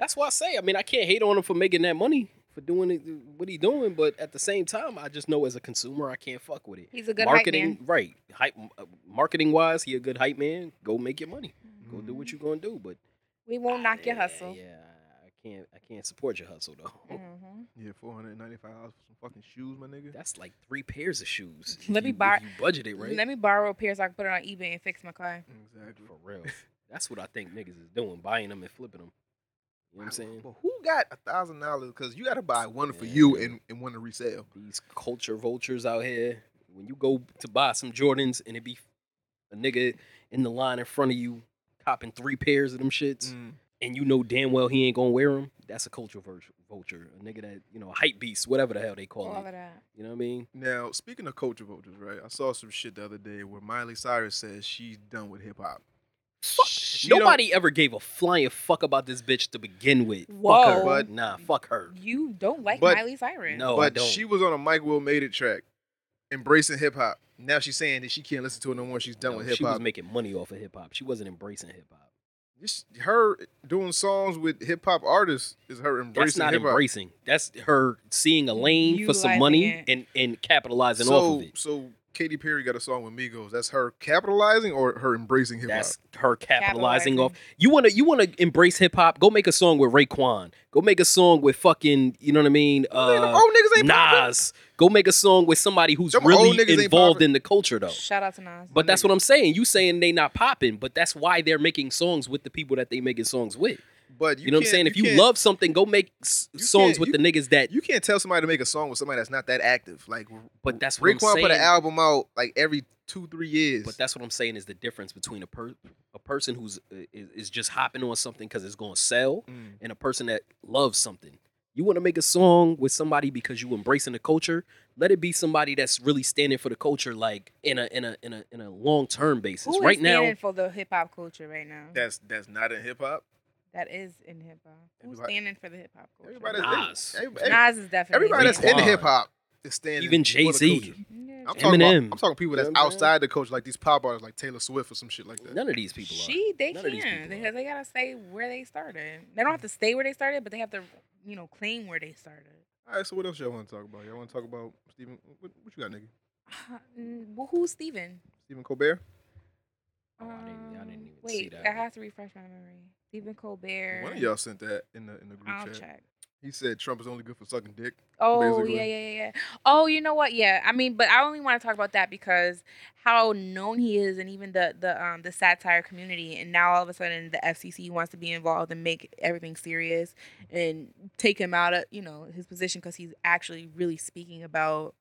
[SPEAKER 6] That's why I say, I mean, I can't hate on him for making that money for doing it, what he doing, but at the same time, I just know as a consumer, I can't fuck with it.
[SPEAKER 5] He's a good hype
[SPEAKER 6] marketing,
[SPEAKER 5] man.
[SPEAKER 6] right? Hype, marketing wise, he a good hype man. Go make your money. Go do what you gonna do. But
[SPEAKER 5] We Mm. won't knock your
[SPEAKER 6] yeah,
[SPEAKER 5] hustle.
[SPEAKER 6] Yeah, I can't. I can't support your hustle though.
[SPEAKER 5] Mhm.
[SPEAKER 4] Yeah, four hundred and ninety five dollars for some fucking shoes, my nigga.
[SPEAKER 6] That's like three pairs of shoes.
[SPEAKER 5] Let me
[SPEAKER 6] You-
[SPEAKER 5] borrow-
[SPEAKER 6] You budget it right.
[SPEAKER 5] Let me borrow a pair so I can put it on eBay and fix my car.
[SPEAKER 4] Exactly.
[SPEAKER 6] For real. Mm-hmm. That's what I think niggas is doing, buying them and flipping them. You know what I'm saying?
[SPEAKER 4] But who got a thousand dollars? Cause you gotta buy one for
[SPEAKER 6] Yeah.
[SPEAKER 4] you and, and one to resell.
[SPEAKER 6] These culture vultures out here. When you go to buy some Jordans and it be a nigga in the line in front of you copping three pairs of them shits,
[SPEAKER 4] Mm.
[SPEAKER 6] and you know damn well he ain't gonna wear them. That's a culture vul- vulture, a nigga that you know, a hype beast, whatever the hell they call
[SPEAKER 5] Love
[SPEAKER 6] it.
[SPEAKER 5] that.
[SPEAKER 6] You know what I mean?
[SPEAKER 4] Now, speaking of culture vultures, right? I saw some shit the other day where Miley Cyrus says she's done with hip hop. She don't-
[SPEAKER 6] Nobody ever gave a flying fuck about this bitch to begin with. Fuck her,
[SPEAKER 5] Whoa.
[SPEAKER 6] bud. Nah, fuck her.
[SPEAKER 5] You don't like
[SPEAKER 4] But-
[SPEAKER 5] Miley Cyrus.
[SPEAKER 6] No, Oh, I
[SPEAKER 4] but
[SPEAKER 6] don't.
[SPEAKER 4] she was on a Mike Will Made It track, embracing hip hop. Now she's saying that she can't listen to it no more. She's done
[SPEAKER 6] No,
[SPEAKER 4] with hip
[SPEAKER 6] She was
[SPEAKER 4] hop.
[SPEAKER 6] making money off of hip hop. She wasn't embracing hip hop.
[SPEAKER 4] Her doing songs with hip hop artists is her embracing
[SPEAKER 6] That's not
[SPEAKER 4] hip hop.
[SPEAKER 6] embracing. That's her seeing a lane for some
[SPEAKER 5] Utilizing
[SPEAKER 6] money
[SPEAKER 5] it.
[SPEAKER 6] and and capitalizing off
[SPEAKER 4] So,
[SPEAKER 6] of it.
[SPEAKER 4] so Katy Perry got a song with Migos. That's her capitalizing or her embracing hip hop.
[SPEAKER 6] That's her capitalizing,
[SPEAKER 5] Capitalizing.
[SPEAKER 6] off. You wanna you wanna embrace hip hop? Go make a song with Raekwon. Go make a song with fucking you know what I mean?
[SPEAKER 4] Nigga, them
[SPEAKER 6] Uh,
[SPEAKER 4] old niggas ain't popping.
[SPEAKER 6] Nas. Go make a song with somebody who's
[SPEAKER 4] Them old
[SPEAKER 6] really
[SPEAKER 4] niggas ain't
[SPEAKER 6] involved
[SPEAKER 4] poppin'.
[SPEAKER 6] in the culture though.
[SPEAKER 5] Shout out to Nas.
[SPEAKER 6] But that's what I'm saying. You saying they not popping, but that's why they're making songs with the people that they making songs with.
[SPEAKER 4] But
[SPEAKER 6] You,
[SPEAKER 4] you,
[SPEAKER 6] know what I'm
[SPEAKER 4] can't-
[SPEAKER 6] saying? If you
[SPEAKER 4] can't-
[SPEAKER 6] love something, go make s-
[SPEAKER 4] You
[SPEAKER 6] songs
[SPEAKER 4] can't-
[SPEAKER 6] with
[SPEAKER 4] you-
[SPEAKER 6] the niggas that.
[SPEAKER 4] you can't tell somebody to make a song with somebody that's not that active. Like,
[SPEAKER 6] But that's what I'm
[SPEAKER 4] Raekwon put an
[SPEAKER 6] saying.
[SPEAKER 4] album out like every two, three years.
[SPEAKER 6] But that's what I'm saying is the difference between a per- a person who's is, is just hopping on something because it's going to sell,
[SPEAKER 4] Mm.
[SPEAKER 6] and a person that loves something. You want to make a song with somebody because you embracing the culture. Let it be somebody that's really standing for the culture, like in a in a in a in a long term basis.
[SPEAKER 5] Who is
[SPEAKER 6] right now,
[SPEAKER 5] standing for the hip hop culture right now?
[SPEAKER 4] that's that's not in hip hop.
[SPEAKER 5] that is in hip hop. Who's
[SPEAKER 4] Everybody-
[SPEAKER 5] standing for the hip hop culture?
[SPEAKER 4] Everybody,
[SPEAKER 6] Nas.
[SPEAKER 4] that's, every- every-
[SPEAKER 5] Nas is definitely.
[SPEAKER 4] everybody that's in
[SPEAKER 6] Raekwon.
[SPEAKER 4] hip hop is standing.
[SPEAKER 6] even
[SPEAKER 4] for the
[SPEAKER 6] Jay
[SPEAKER 4] culture.
[SPEAKER 6] Z,
[SPEAKER 5] Yeah,
[SPEAKER 4] I'm talking, about,
[SPEAKER 6] Eminem.
[SPEAKER 4] I'm talking people that's
[SPEAKER 6] You know what I'm saying?
[SPEAKER 4] outside the culture, like these pop artists, like Taylor Swift or some shit like that.
[SPEAKER 6] none of these people are.
[SPEAKER 5] She they
[SPEAKER 6] None of these
[SPEAKER 5] can
[SPEAKER 6] people are.
[SPEAKER 5] because they gotta stay where they started. They don't have to stay where they started, but they have to you know claim where they started.
[SPEAKER 4] All right, so what else y'all want to talk about? Y'all want to talk about Stephen? What, what you got, nigga?
[SPEAKER 6] Uh-huh.
[SPEAKER 5] Mm, well, who's Steven? Um,
[SPEAKER 4] Stephen Colbert?
[SPEAKER 6] Oh, I didn't- I didn't even see
[SPEAKER 5] wait,
[SPEAKER 6] that.
[SPEAKER 5] I have to refresh my memory. Stephen Colbert.
[SPEAKER 4] One of y'all sent that in the in the group
[SPEAKER 5] I'll
[SPEAKER 4] chat.
[SPEAKER 5] check.
[SPEAKER 4] He said Trump is only good for sucking dick.
[SPEAKER 5] Oh
[SPEAKER 4] basically.
[SPEAKER 5] yeah, yeah, yeah. yeah. Oh, you know what? Yeah, I mean, but I only want to talk about that because how known he is, and even the the um the satire community, and now all of a sudden the FCC wants to be involved and make everything serious and take him out of you know his position because he's actually really speaking about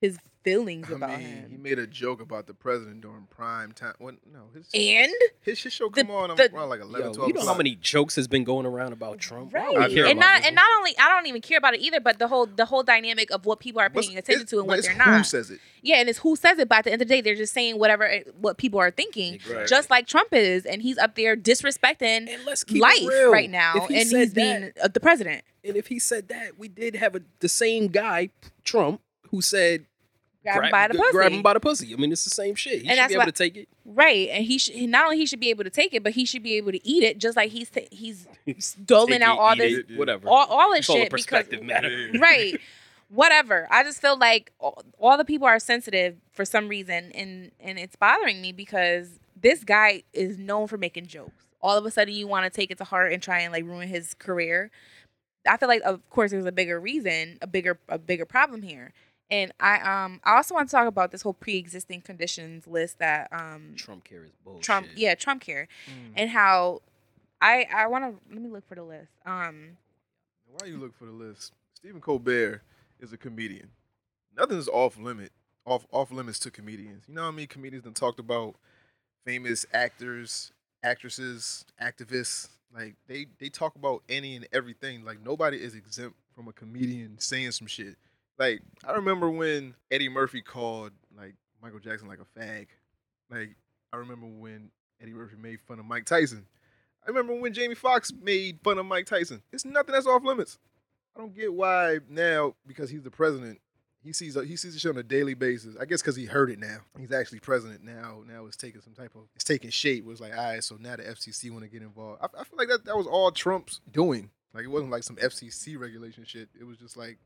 [SPEAKER 5] his feelings
[SPEAKER 4] I
[SPEAKER 5] about
[SPEAKER 4] mean, he
[SPEAKER 5] him.
[SPEAKER 4] made a joke about the president during prime time. What? No, his
[SPEAKER 5] And
[SPEAKER 4] his, his show
[SPEAKER 5] the-
[SPEAKER 4] come on
[SPEAKER 5] the-
[SPEAKER 4] around like 11,
[SPEAKER 6] Yo,
[SPEAKER 4] 12
[SPEAKER 6] you know how
[SPEAKER 4] o'clock.
[SPEAKER 6] many jokes has been going around about Trump, Why
[SPEAKER 5] right,
[SPEAKER 6] would we care
[SPEAKER 5] and
[SPEAKER 6] about
[SPEAKER 5] not
[SPEAKER 6] this
[SPEAKER 5] and
[SPEAKER 6] one?
[SPEAKER 5] not only I don't even care about it either, but the whole the whole dynamic of what people are
[SPEAKER 4] But
[SPEAKER 5] paying attention
[SPEAKER 4] it's-
[SPEAKER 5] to and
[SPEAKER 4] but
[SPEAKER 5] what
[SPEAKER 4] it's
[SPEAKER 5] they're
[SPEAKER 4] Who
[SPEAKER 5] not.
[SPEAKER 4] says it?
[SPEAKER 5] Yeah, and it's who says it. But at the end of the day, they're just saying whatever eh, what people are thinking,
[SPEAKER 6] Exactly.
[SPEAKER 5] just like Trump is, and he's up there disrespecting
[SPEAKER 6] And let's keep it
[SPEAKER 5] life
[SPEAKER 6] real.
[SPEAKER 5] right now,
[SPEAKER 6] If he
[SPEAKER 5] and
[SPEAKER 6] said
[SPEAKER 5] he's
[SPEAKER 6] that-
[SPEAKER 5] being uh, the president.
[SPEAKER 6] And if he said that, we did have a, the same guy, Trump, who said
[SPEAKER 5] Grab him by the pussy,
[SPEAKER 6] grab him by the pussy. I mean, it's the same shit. He
[SPEAKER 5] And
[SPEAKER 6] should
[SPEAKER 5] that's
[SPEAKER 6] be able
[SPEAKER 5] why-
[SPEAKER 6] to take it.
[SPEAKER 5] right? And he should not only he should be able to take it, but he should be able to eat it, just like he's ta- he's doling
[SPEAKER 6] Take
[SPEAKER 5] out
[SPEAKER 6] it,
[SPEAKER 5] all
[SPEAKER 6] eat
[SPEAKER 5] this,
[SPEAKER 6] it, whatever.
[SPEAKER 5] all, all this
[SPEAKER 6] It's all a
[SPEAKER 5] shit
[SPEAKER 6] perspective
[SPEAKER 5] because
[SPEAKER 6] matter.
[SPEAKER 5] right whatever i just feel like all, all the people are sensitive for some reason and and it's bothering me because this guy is known for making jokes all of a sudden you want to take it to heart and try and like ruin his career i feel like of course there's a bigger reason a bigger a bigger problem here and i um i also want to talk about this whole pre-existing conditions list that um
[SPEAKER 6] Trump care is bullshit.
[SPEAKER 5] Trump, yeah, Trump care, and how I I want to let me look for the list. Um,
[SPEAKER 4] Why you look for the list? Stephen Colbert is a comedian. Nothing's off limit. Off off limits to comedians. You know how many comedians done talked about famous actors, actresses, activists. Like they they talk about any and everything. Like nobody is exempt from a comedian saying some shit. Like I remember when Eddie Murphy called like Michael Jackson like a fag. Like I remember when Eddie Murphy made fun of Mike Tyson. I remember when Jamie Foxx made fun of Mike Tyson. It's nothing that's off limits. I don't get why now because he's the president. He sees he sees this shit on a daily basis. I guess because he heard it now. He's actually president now. Now it's taking some type of it's taking shape. It was like all right, so now the FCC want to get involved. I, I feel like that that was all Trump's doing. Like it wasn't like some FCC regulation shit. It was just like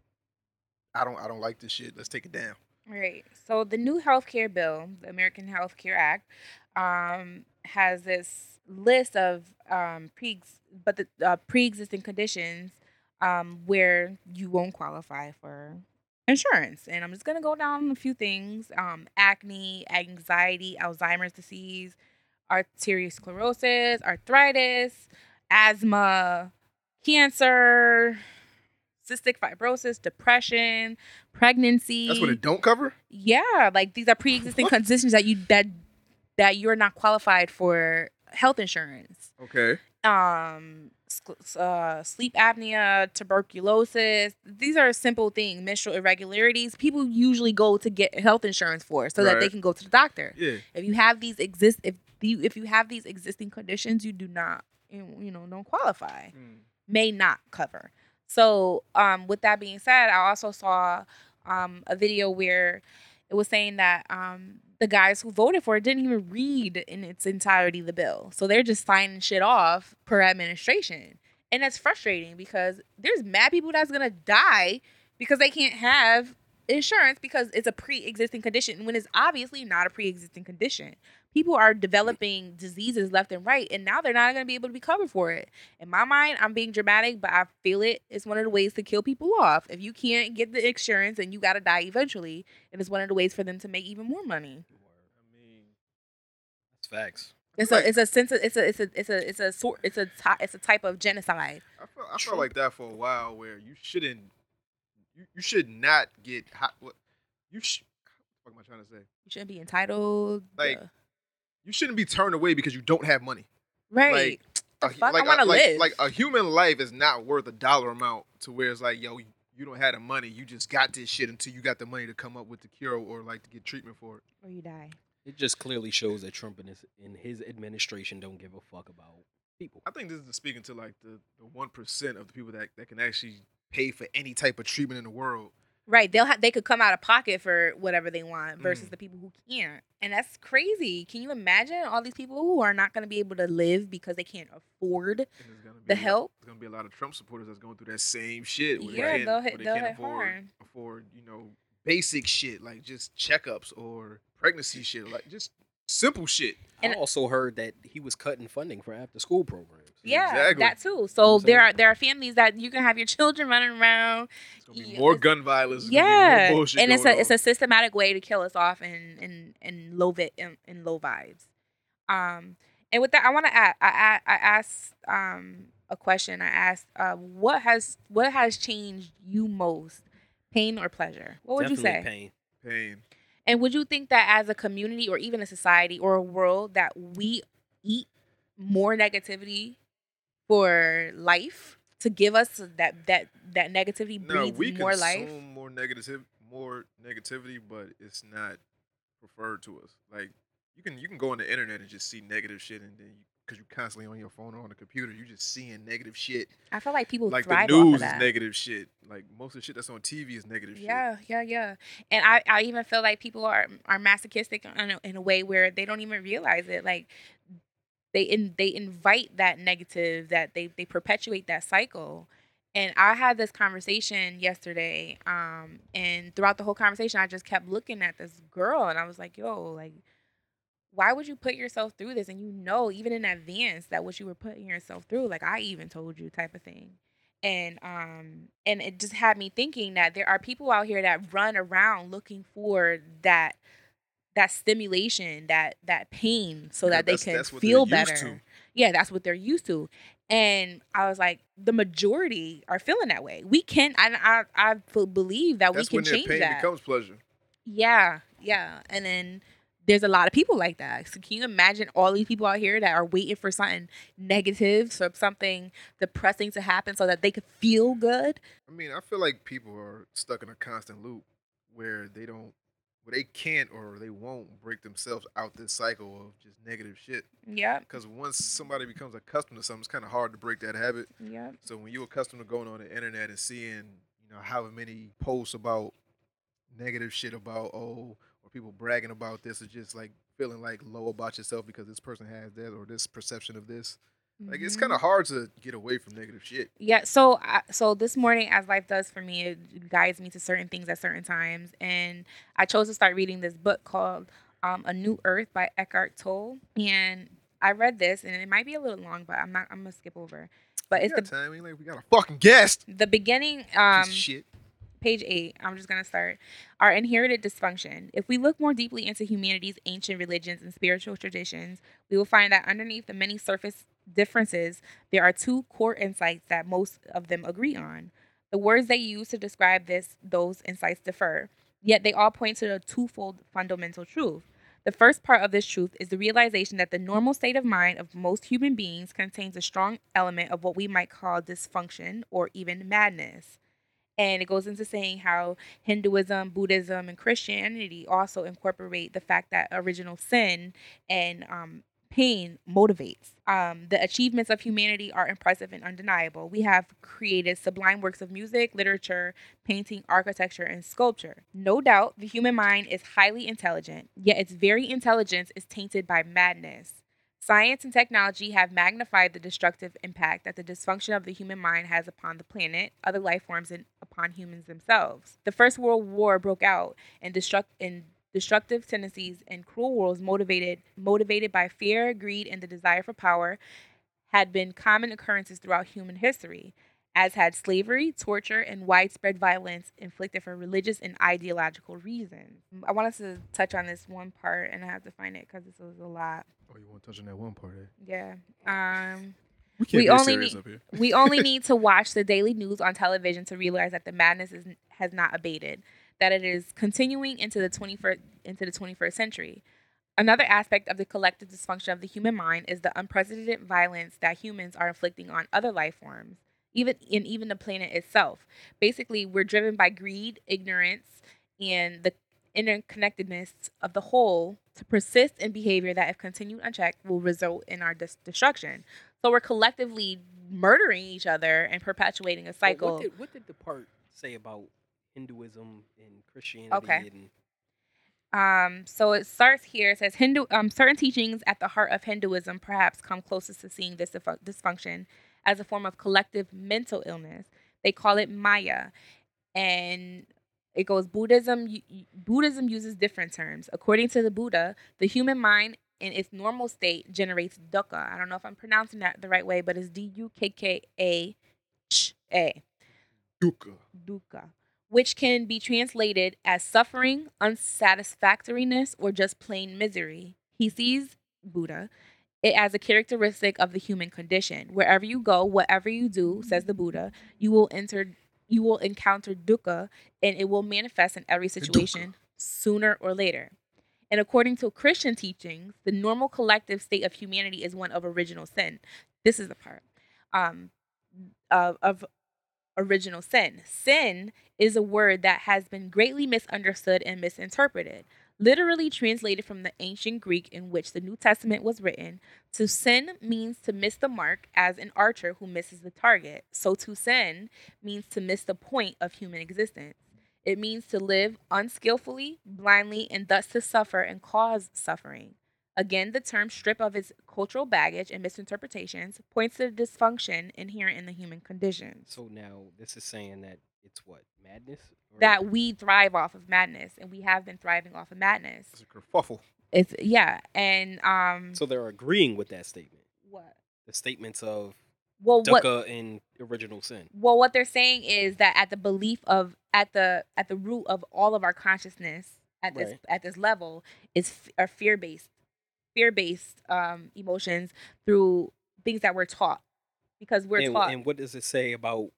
[SPEAKER 4] I don't I don't like this shit. Let's take it down.
[SPEAKER 5] Right. So the new healthcare bill, the American Health Care Act, um, has this list of um, pre but the uh, pre-existing conditions um, where you won't qualify for insurance. And I'm just gonna go down a few things: um, acne, anxiety, Alzheimer's disease, arteriosclerosis, arthritis, asthma, cancer. Cystic fibrosis, depression, pregnancy.
[SPEAKER 4] That's what it don't cover.
[SPEAKER 5] Yeah, like these are pre-existing conditions that you that that you're not qualified for health insurance.
[SPEAKER 4] Okay.
[SPEAKER 5] Um, sc- uh, sleep apnea, tuberculosis. These are simple things. Menstrual irregularities. People usually go to get health insurance for so that they
[SPEAKER 4] Right.
[SPEAKER 5] can go to the doctor.
[SPEAKER 4] Yeah.
[SPEAKER 5] If you have these exist, if you if you have these existing conditions, you do not, you you know, don't qualify may not cover. So, um, with that being said, I also saw um, a video where it was saying that um, the guys who voted for it didn't even read in its entirety the bill. So they're just signing shit off per administration. And that's frustrating because there's mad people that's going to die because they can't have insurance because it's a pre existing condition when it's obviously not a pre existing condition. People are developing diseases left and right, and now they're not going to be able to be covered for it. In my mind, I'm being dramatic, but I feel it. It's one of the ways to kill people off. If you can't get the insurance and you got to die eventually, it is one of the ways for them to make even more money.
[SPEAKER 6] I mean, that's facts.
[SPEAKER 5] It's a it's a sense of, it's a it's a it's a it's a sort it's a ty- it's a type of genocide.
[SPEAKER 4] I felt, I felt like that for a while, where you shouldn't, you, you should not get hot. What you sh- what am I trying to say?
[SPEAKER 5] You shouldn't be entitled.
[SPEAKER 4] Like,
[SPEAKER 5] uh,
[SPEAKER 4] You shouldn't be turned away because you don't have money.
[SPEAKER 5] right.
[SPEAKER 4] a,
[SPEAKER 5] The fuck?
[SPEAKER 4] like,
[SPEAKER 5] I
[SPEAKER 4] a-
[SPEAKER 5] wanna
[SPEAKER 4] like-
[SPEAKER 5] live.
[SPEAKER 4] like a human life is not worth a dollar amount to where it's like, yo, you, you don't have the money. You just got this shit until you got the money to come up with the cure or like to get treatment for it.
[SPEAKER 5] or you die.
[SPEAKER 6] It just clearly shows that Trump and his, and his administration don't give a fuck about people.
[SPEAKER 4] I think this is speaking to like the the one percent of the people that that can actually pay for any type of treatment in the world.
[SPEAKER 5] Right. They'll ha- they could come out of pocket for whatever they want versus
[SPEAKER 4] Mm.
[SPEAKER 5] the people who can't. And that's crazy. Can you imagine all these people who are not going to be able to live because they can't afford
[SPEAKER 4] And it's gonna be
[SPEAKER 5] the help?
[SPEAKER 4] There's gonna be a lot of Trump supporters that's going through that same shit. Where
[SPEAKER 5] Yeah,
[SPEAKER 4] they can't,
[SPEAKER 5] they'll hit-
[SPEAKER 4] where they
[SPEAKER 5] they'll
[SPEAKER 4] can't
[SPEAKER 5] hit
[SPEAKER 4] afford,
[SPEAKER 5] hard.
[SPEAKER 4] afford, you know, basic shit like just checkups or pregnancy shit, like just simple shit.
[SPEAKER 5] And-
[SPEAKER 6] I also heard that he was cutting funding for after school programs.
[SPEAKER 5] Yeah,
[SPEAKER 4] Exactly.
[SPEAKER 5] that too. So
[SPEAKER 6] I'm
[SPEAKER 5] there
[SPEAKER 6] saying?
[SPEAKER 5] are there are families that you can have your children running around.
[SPEAKER 4] It's gonna be
[SPEAKER 5] Yeah,
[SPEAKER 4] more
[SPEAKER 5] e, it's-
[SPEAKER 4] gun violence. it's gonna be
[SPEAKER 5] yeah,
[SPEAKER 4] more bullshit
[SPEAKER 5] and it's a
[SPEAKER 4] going
[SPEAKER 5] it's
[SPEAKER 4] on.
[SPEAKER 5] a systematic way to kill us off in in in low vi- in, in low vibes. Um, and with that, I want to add I, I I asked um a question. I asked uh what has what has changed you most, pain or pleasure? What would
[SPEAKER 6] Definitely
[SPEAKER 5] you say?
[SPEAKER 6] Pain.
[SPEAKER 4] pain.
[SPEAKER 5] And would you think that as a community or even a society or a world that we eat more negativity for life to give us that that that negativity
[SPEAKER 4] No,
[SPEAKER 5] breeds
[SPEAKER 4] we
[SPEAKER 5] more
[SPEAKER 4] consume
[SPEAKER 5] life?
[SPEAKER 4] more negative, more negativity, but it's not preferred to us. Like you can you can go on the internet and just see negative shit, and then you, because you're constantly on your phone or on the computer, you're just seeing negative shit.
[SPEAKER 5] I feel like people
[SPEAKER 4] like the
[SPEAKER 5] thrive off
[SPEAKER 4] news
[SPEAKER 5] of
[SPEAKER 4] is
[SPEAKER 5] that.
[SPEAKER 4] negative shit. Like most of the shit that's on TV is negative shit.
[SPEAKER 5] Yeah, yeah, yeah. And I, I even feel like people are are masochistic in a, in a way where they don't even realize it. Like they in, they invite that negative, that they they perpetuate that cycle. And I had this conversation yesterday, um, and throughout the whole conversation, I just kept looking at this girl, and I was like, "Yo, like, why would you put yourself through this?" And you know, even in advance, that what you were putting yourself through, like I even told you, type of thing and um and it just had me thinking that there are people out here that run around looking for that that stimulation that that pain so
[SPEAKER 4] Yeah,
[SPEAKER 5] that they
[SPEAKER 4] that's-
[SPEAKER 5] can
[SPEAKER 4] that's what they're
[SPEAKER 5] feel
[SPEAKER 4] used
[SPEAKER 5] better
[SPEAKER 4] to.
[SPEAKER 5] yeah that's what they're used to and i was like the majority are feeling that way we can i i, I f- believe that
[SPEAKER 4] That's
[SPEAKER 5] we
[SPEAKER 4] when
[SPEAKER 5] can
[SPEAKER 4] their
[SPEAKER 5] change
[SPEAKER 4] pain
[SPEAKER 5] that
[SPEAKER 4] becomes pleasure.
[SPEAKER 5] yeah yeah and then there's a lot of people like that. So can you imagine all these people out here that are waiting for something negative, so something depressing to happen, so that they could feel good?
[SPEAKER 4] I mean, I feel like people are stuck in a constant loop where they don't where they can't or they won't break themselves out this cycle of just negative shit.
[SPEAKER 5] Yep.
[SPEAKER 4] Because once somebody becomes accustomed to something, it's kind of hard to break that habit.
[SPEAKER 5] Yep.
[SPEAKER 4] So when you're accustomed to going on the internet and seeing, you know, however many posts about negative shit about oh, or people bragging about this, or just like feeling like low about yourself because this person has that or this perception of this. Like it's
[SPEAKER 5] Mhm.
[SPEAKER 4] kind of hard to get away from negative shit.
[SPEAKER 5] Yeah, so I, so this morning, as life does for me, it guides me to certain things at certain times, and I chose to start reading this book called um, "A New Earth" by Eckhart Tolle, and I read this, and it might be a little long, but I'm not. I'm gonna skip over, but
[SPEAKER 4] We
[SPEAKER 5] it's
[SPEAKER 4] got
[SPEAKER 5] the
[SPEAKER 4] time. We, like, we got a fucking guest.
[SPEAKER 5] the beginning.
[SPEAKER 4] Piece
[SPEAKER 5] Um,
[SPEAKER 4] of shit.
[SPEAKER 5] page eight, I'm just going to start. Our inherited dysfunction. If we look more deeply into humanity's ancient religions and spiritual traditions, we will find that underneath the many surface differences, there are two core insights that most of them agree on. The words they use to describe this, those insights differ, yet they all point to a twofold fundamental truth. The first part of this truth is the realization that the normal state of mind of most human beings contains a strong element of what we might call dysfunction or even madness. And it goes into saying how Hinduism, Buddhism, and Christianity also incorporate the fact that original sin and um, pain motivates. Um, the achievements of humanity are impressive and undeniable. We have created sublime works of music, literature, painting, architecture, and sculpture. No doubt, the human mind is highly intelligent, yet its very intelligence is tainted by madness. Science and technology have magnified the destructive impact that the dysfunction of the human mind has upon the planet, other life forms, and upon humans themselves. The First World War broke out, and, destruct- and destructive tendencies and cruel wars motivated motivated by fear, greed, and the desire for power had been common occurrences throughout human history, as had slavery, torture, and widespread violence inflicted for religious and ideological reasons. I wanted to touch on this one part, and I have to find it because this was a lot.
[SPEAKER 4] Oh, you want to touch on that one part? Eh?
[SPEAKER 5] Yeah. Um,
[SPEAKER 4] We can't
[SPEAKER 5] we
[SPEAKER 4] be
[SPEAKER 5] only
[SPEAKER 4] serious
[SPEAKER 5] need
[SPEAKER 4] up here.
[SPEAKER 5] we only need to watch the daily news on television to realize that the madness is, has not abated, that it is continuing into the 21st into the 21st century. Another aspect of the collective dysfunction of the human mind is the unprecedented violence that humans are inflicting on other life forms, even in even the planet itself. Basically, we're driven by greed, ignorance, and the interconnectedness of the whole to persist in behavior that, if continued unchecked, will result in our dis- destruction. So we're collectively murdering each other and perpetuating a
[SPEAKER 6] But
[SPEAKER 5] cycle.
[SPEAKER 6] What did, what did the part say about Hinduism and Christianity?
[SPEAKER 5] Okay.
[SPEAKER 6] And,
[SPEAKER 5] Um, so it starts here. It says Hindu. Um, certain teachings at the heart of Hinduism perhaps come closest to seeing this dysfu- dysfunction as a form of collective mental illness. They call it Maya, and it goes Buddhism. y- y- Buddhism uses different terms. According to the Buddha, the human mind in its normal state generates dukkha. I don't know if I'm pronouncing that the right way, but it's D U K K A H A
[SPEAKER 4] Duca.
[SPEAKER 5] dukkha, which can be translated as suffering, unsatisfactoriness, or just plain misery. He sees Buddha it as a characteristic of the human condition. Wherever you go, whatever you do, says the Buddha, you will enter you will encounter dukkha and it will manifest in every situation sooner or later. And according to Christian teachings, the normal collective state of humanity is one of original sin. This is the part um, of, of original sin. Sin is a word that has been greatly misunderstood and misinterpreted. Literally translated from the ancient Greek in which the New Testament was written, to sin means to miss the mark as an archer who misses the target. So to sin means to miss the point of human existence. It means to live unskillfully, blindly, and thus to suffer and cause suffering. Again, the term strip of its cultural baggage and misinterpretations points to the dysfunction inherent in the human condition
[SPEAKER 6] so now this is saying that it's what madness. Or-
[SPEAKER 5] that we thrive off of madness and we have been thriving off of madness.
[SPEAKER 4] It's a kerfuffle.
[SPEAKER 5] It's yeah, and um
[SPEAKER 6] So they're agreeing with that statement.
[SPEAKER 5] what?
[SPEAKER 6] The statements of
[SPEAKER 5] Well, what
[SPEAKER 6] Dukkha and original sin.
[SPEAKER 5] well what they're saying is that at the belief of at the at the root of all of our consciousness at this
[SPEAKER 6] Right.
[SPEAKER 5] at this level is f- are fear based fear based um emotions through things that we're taught because we're
[SPEAKER 6] and,
[SPEAKER 5] taught
[SPEAKER 6] and what does it say about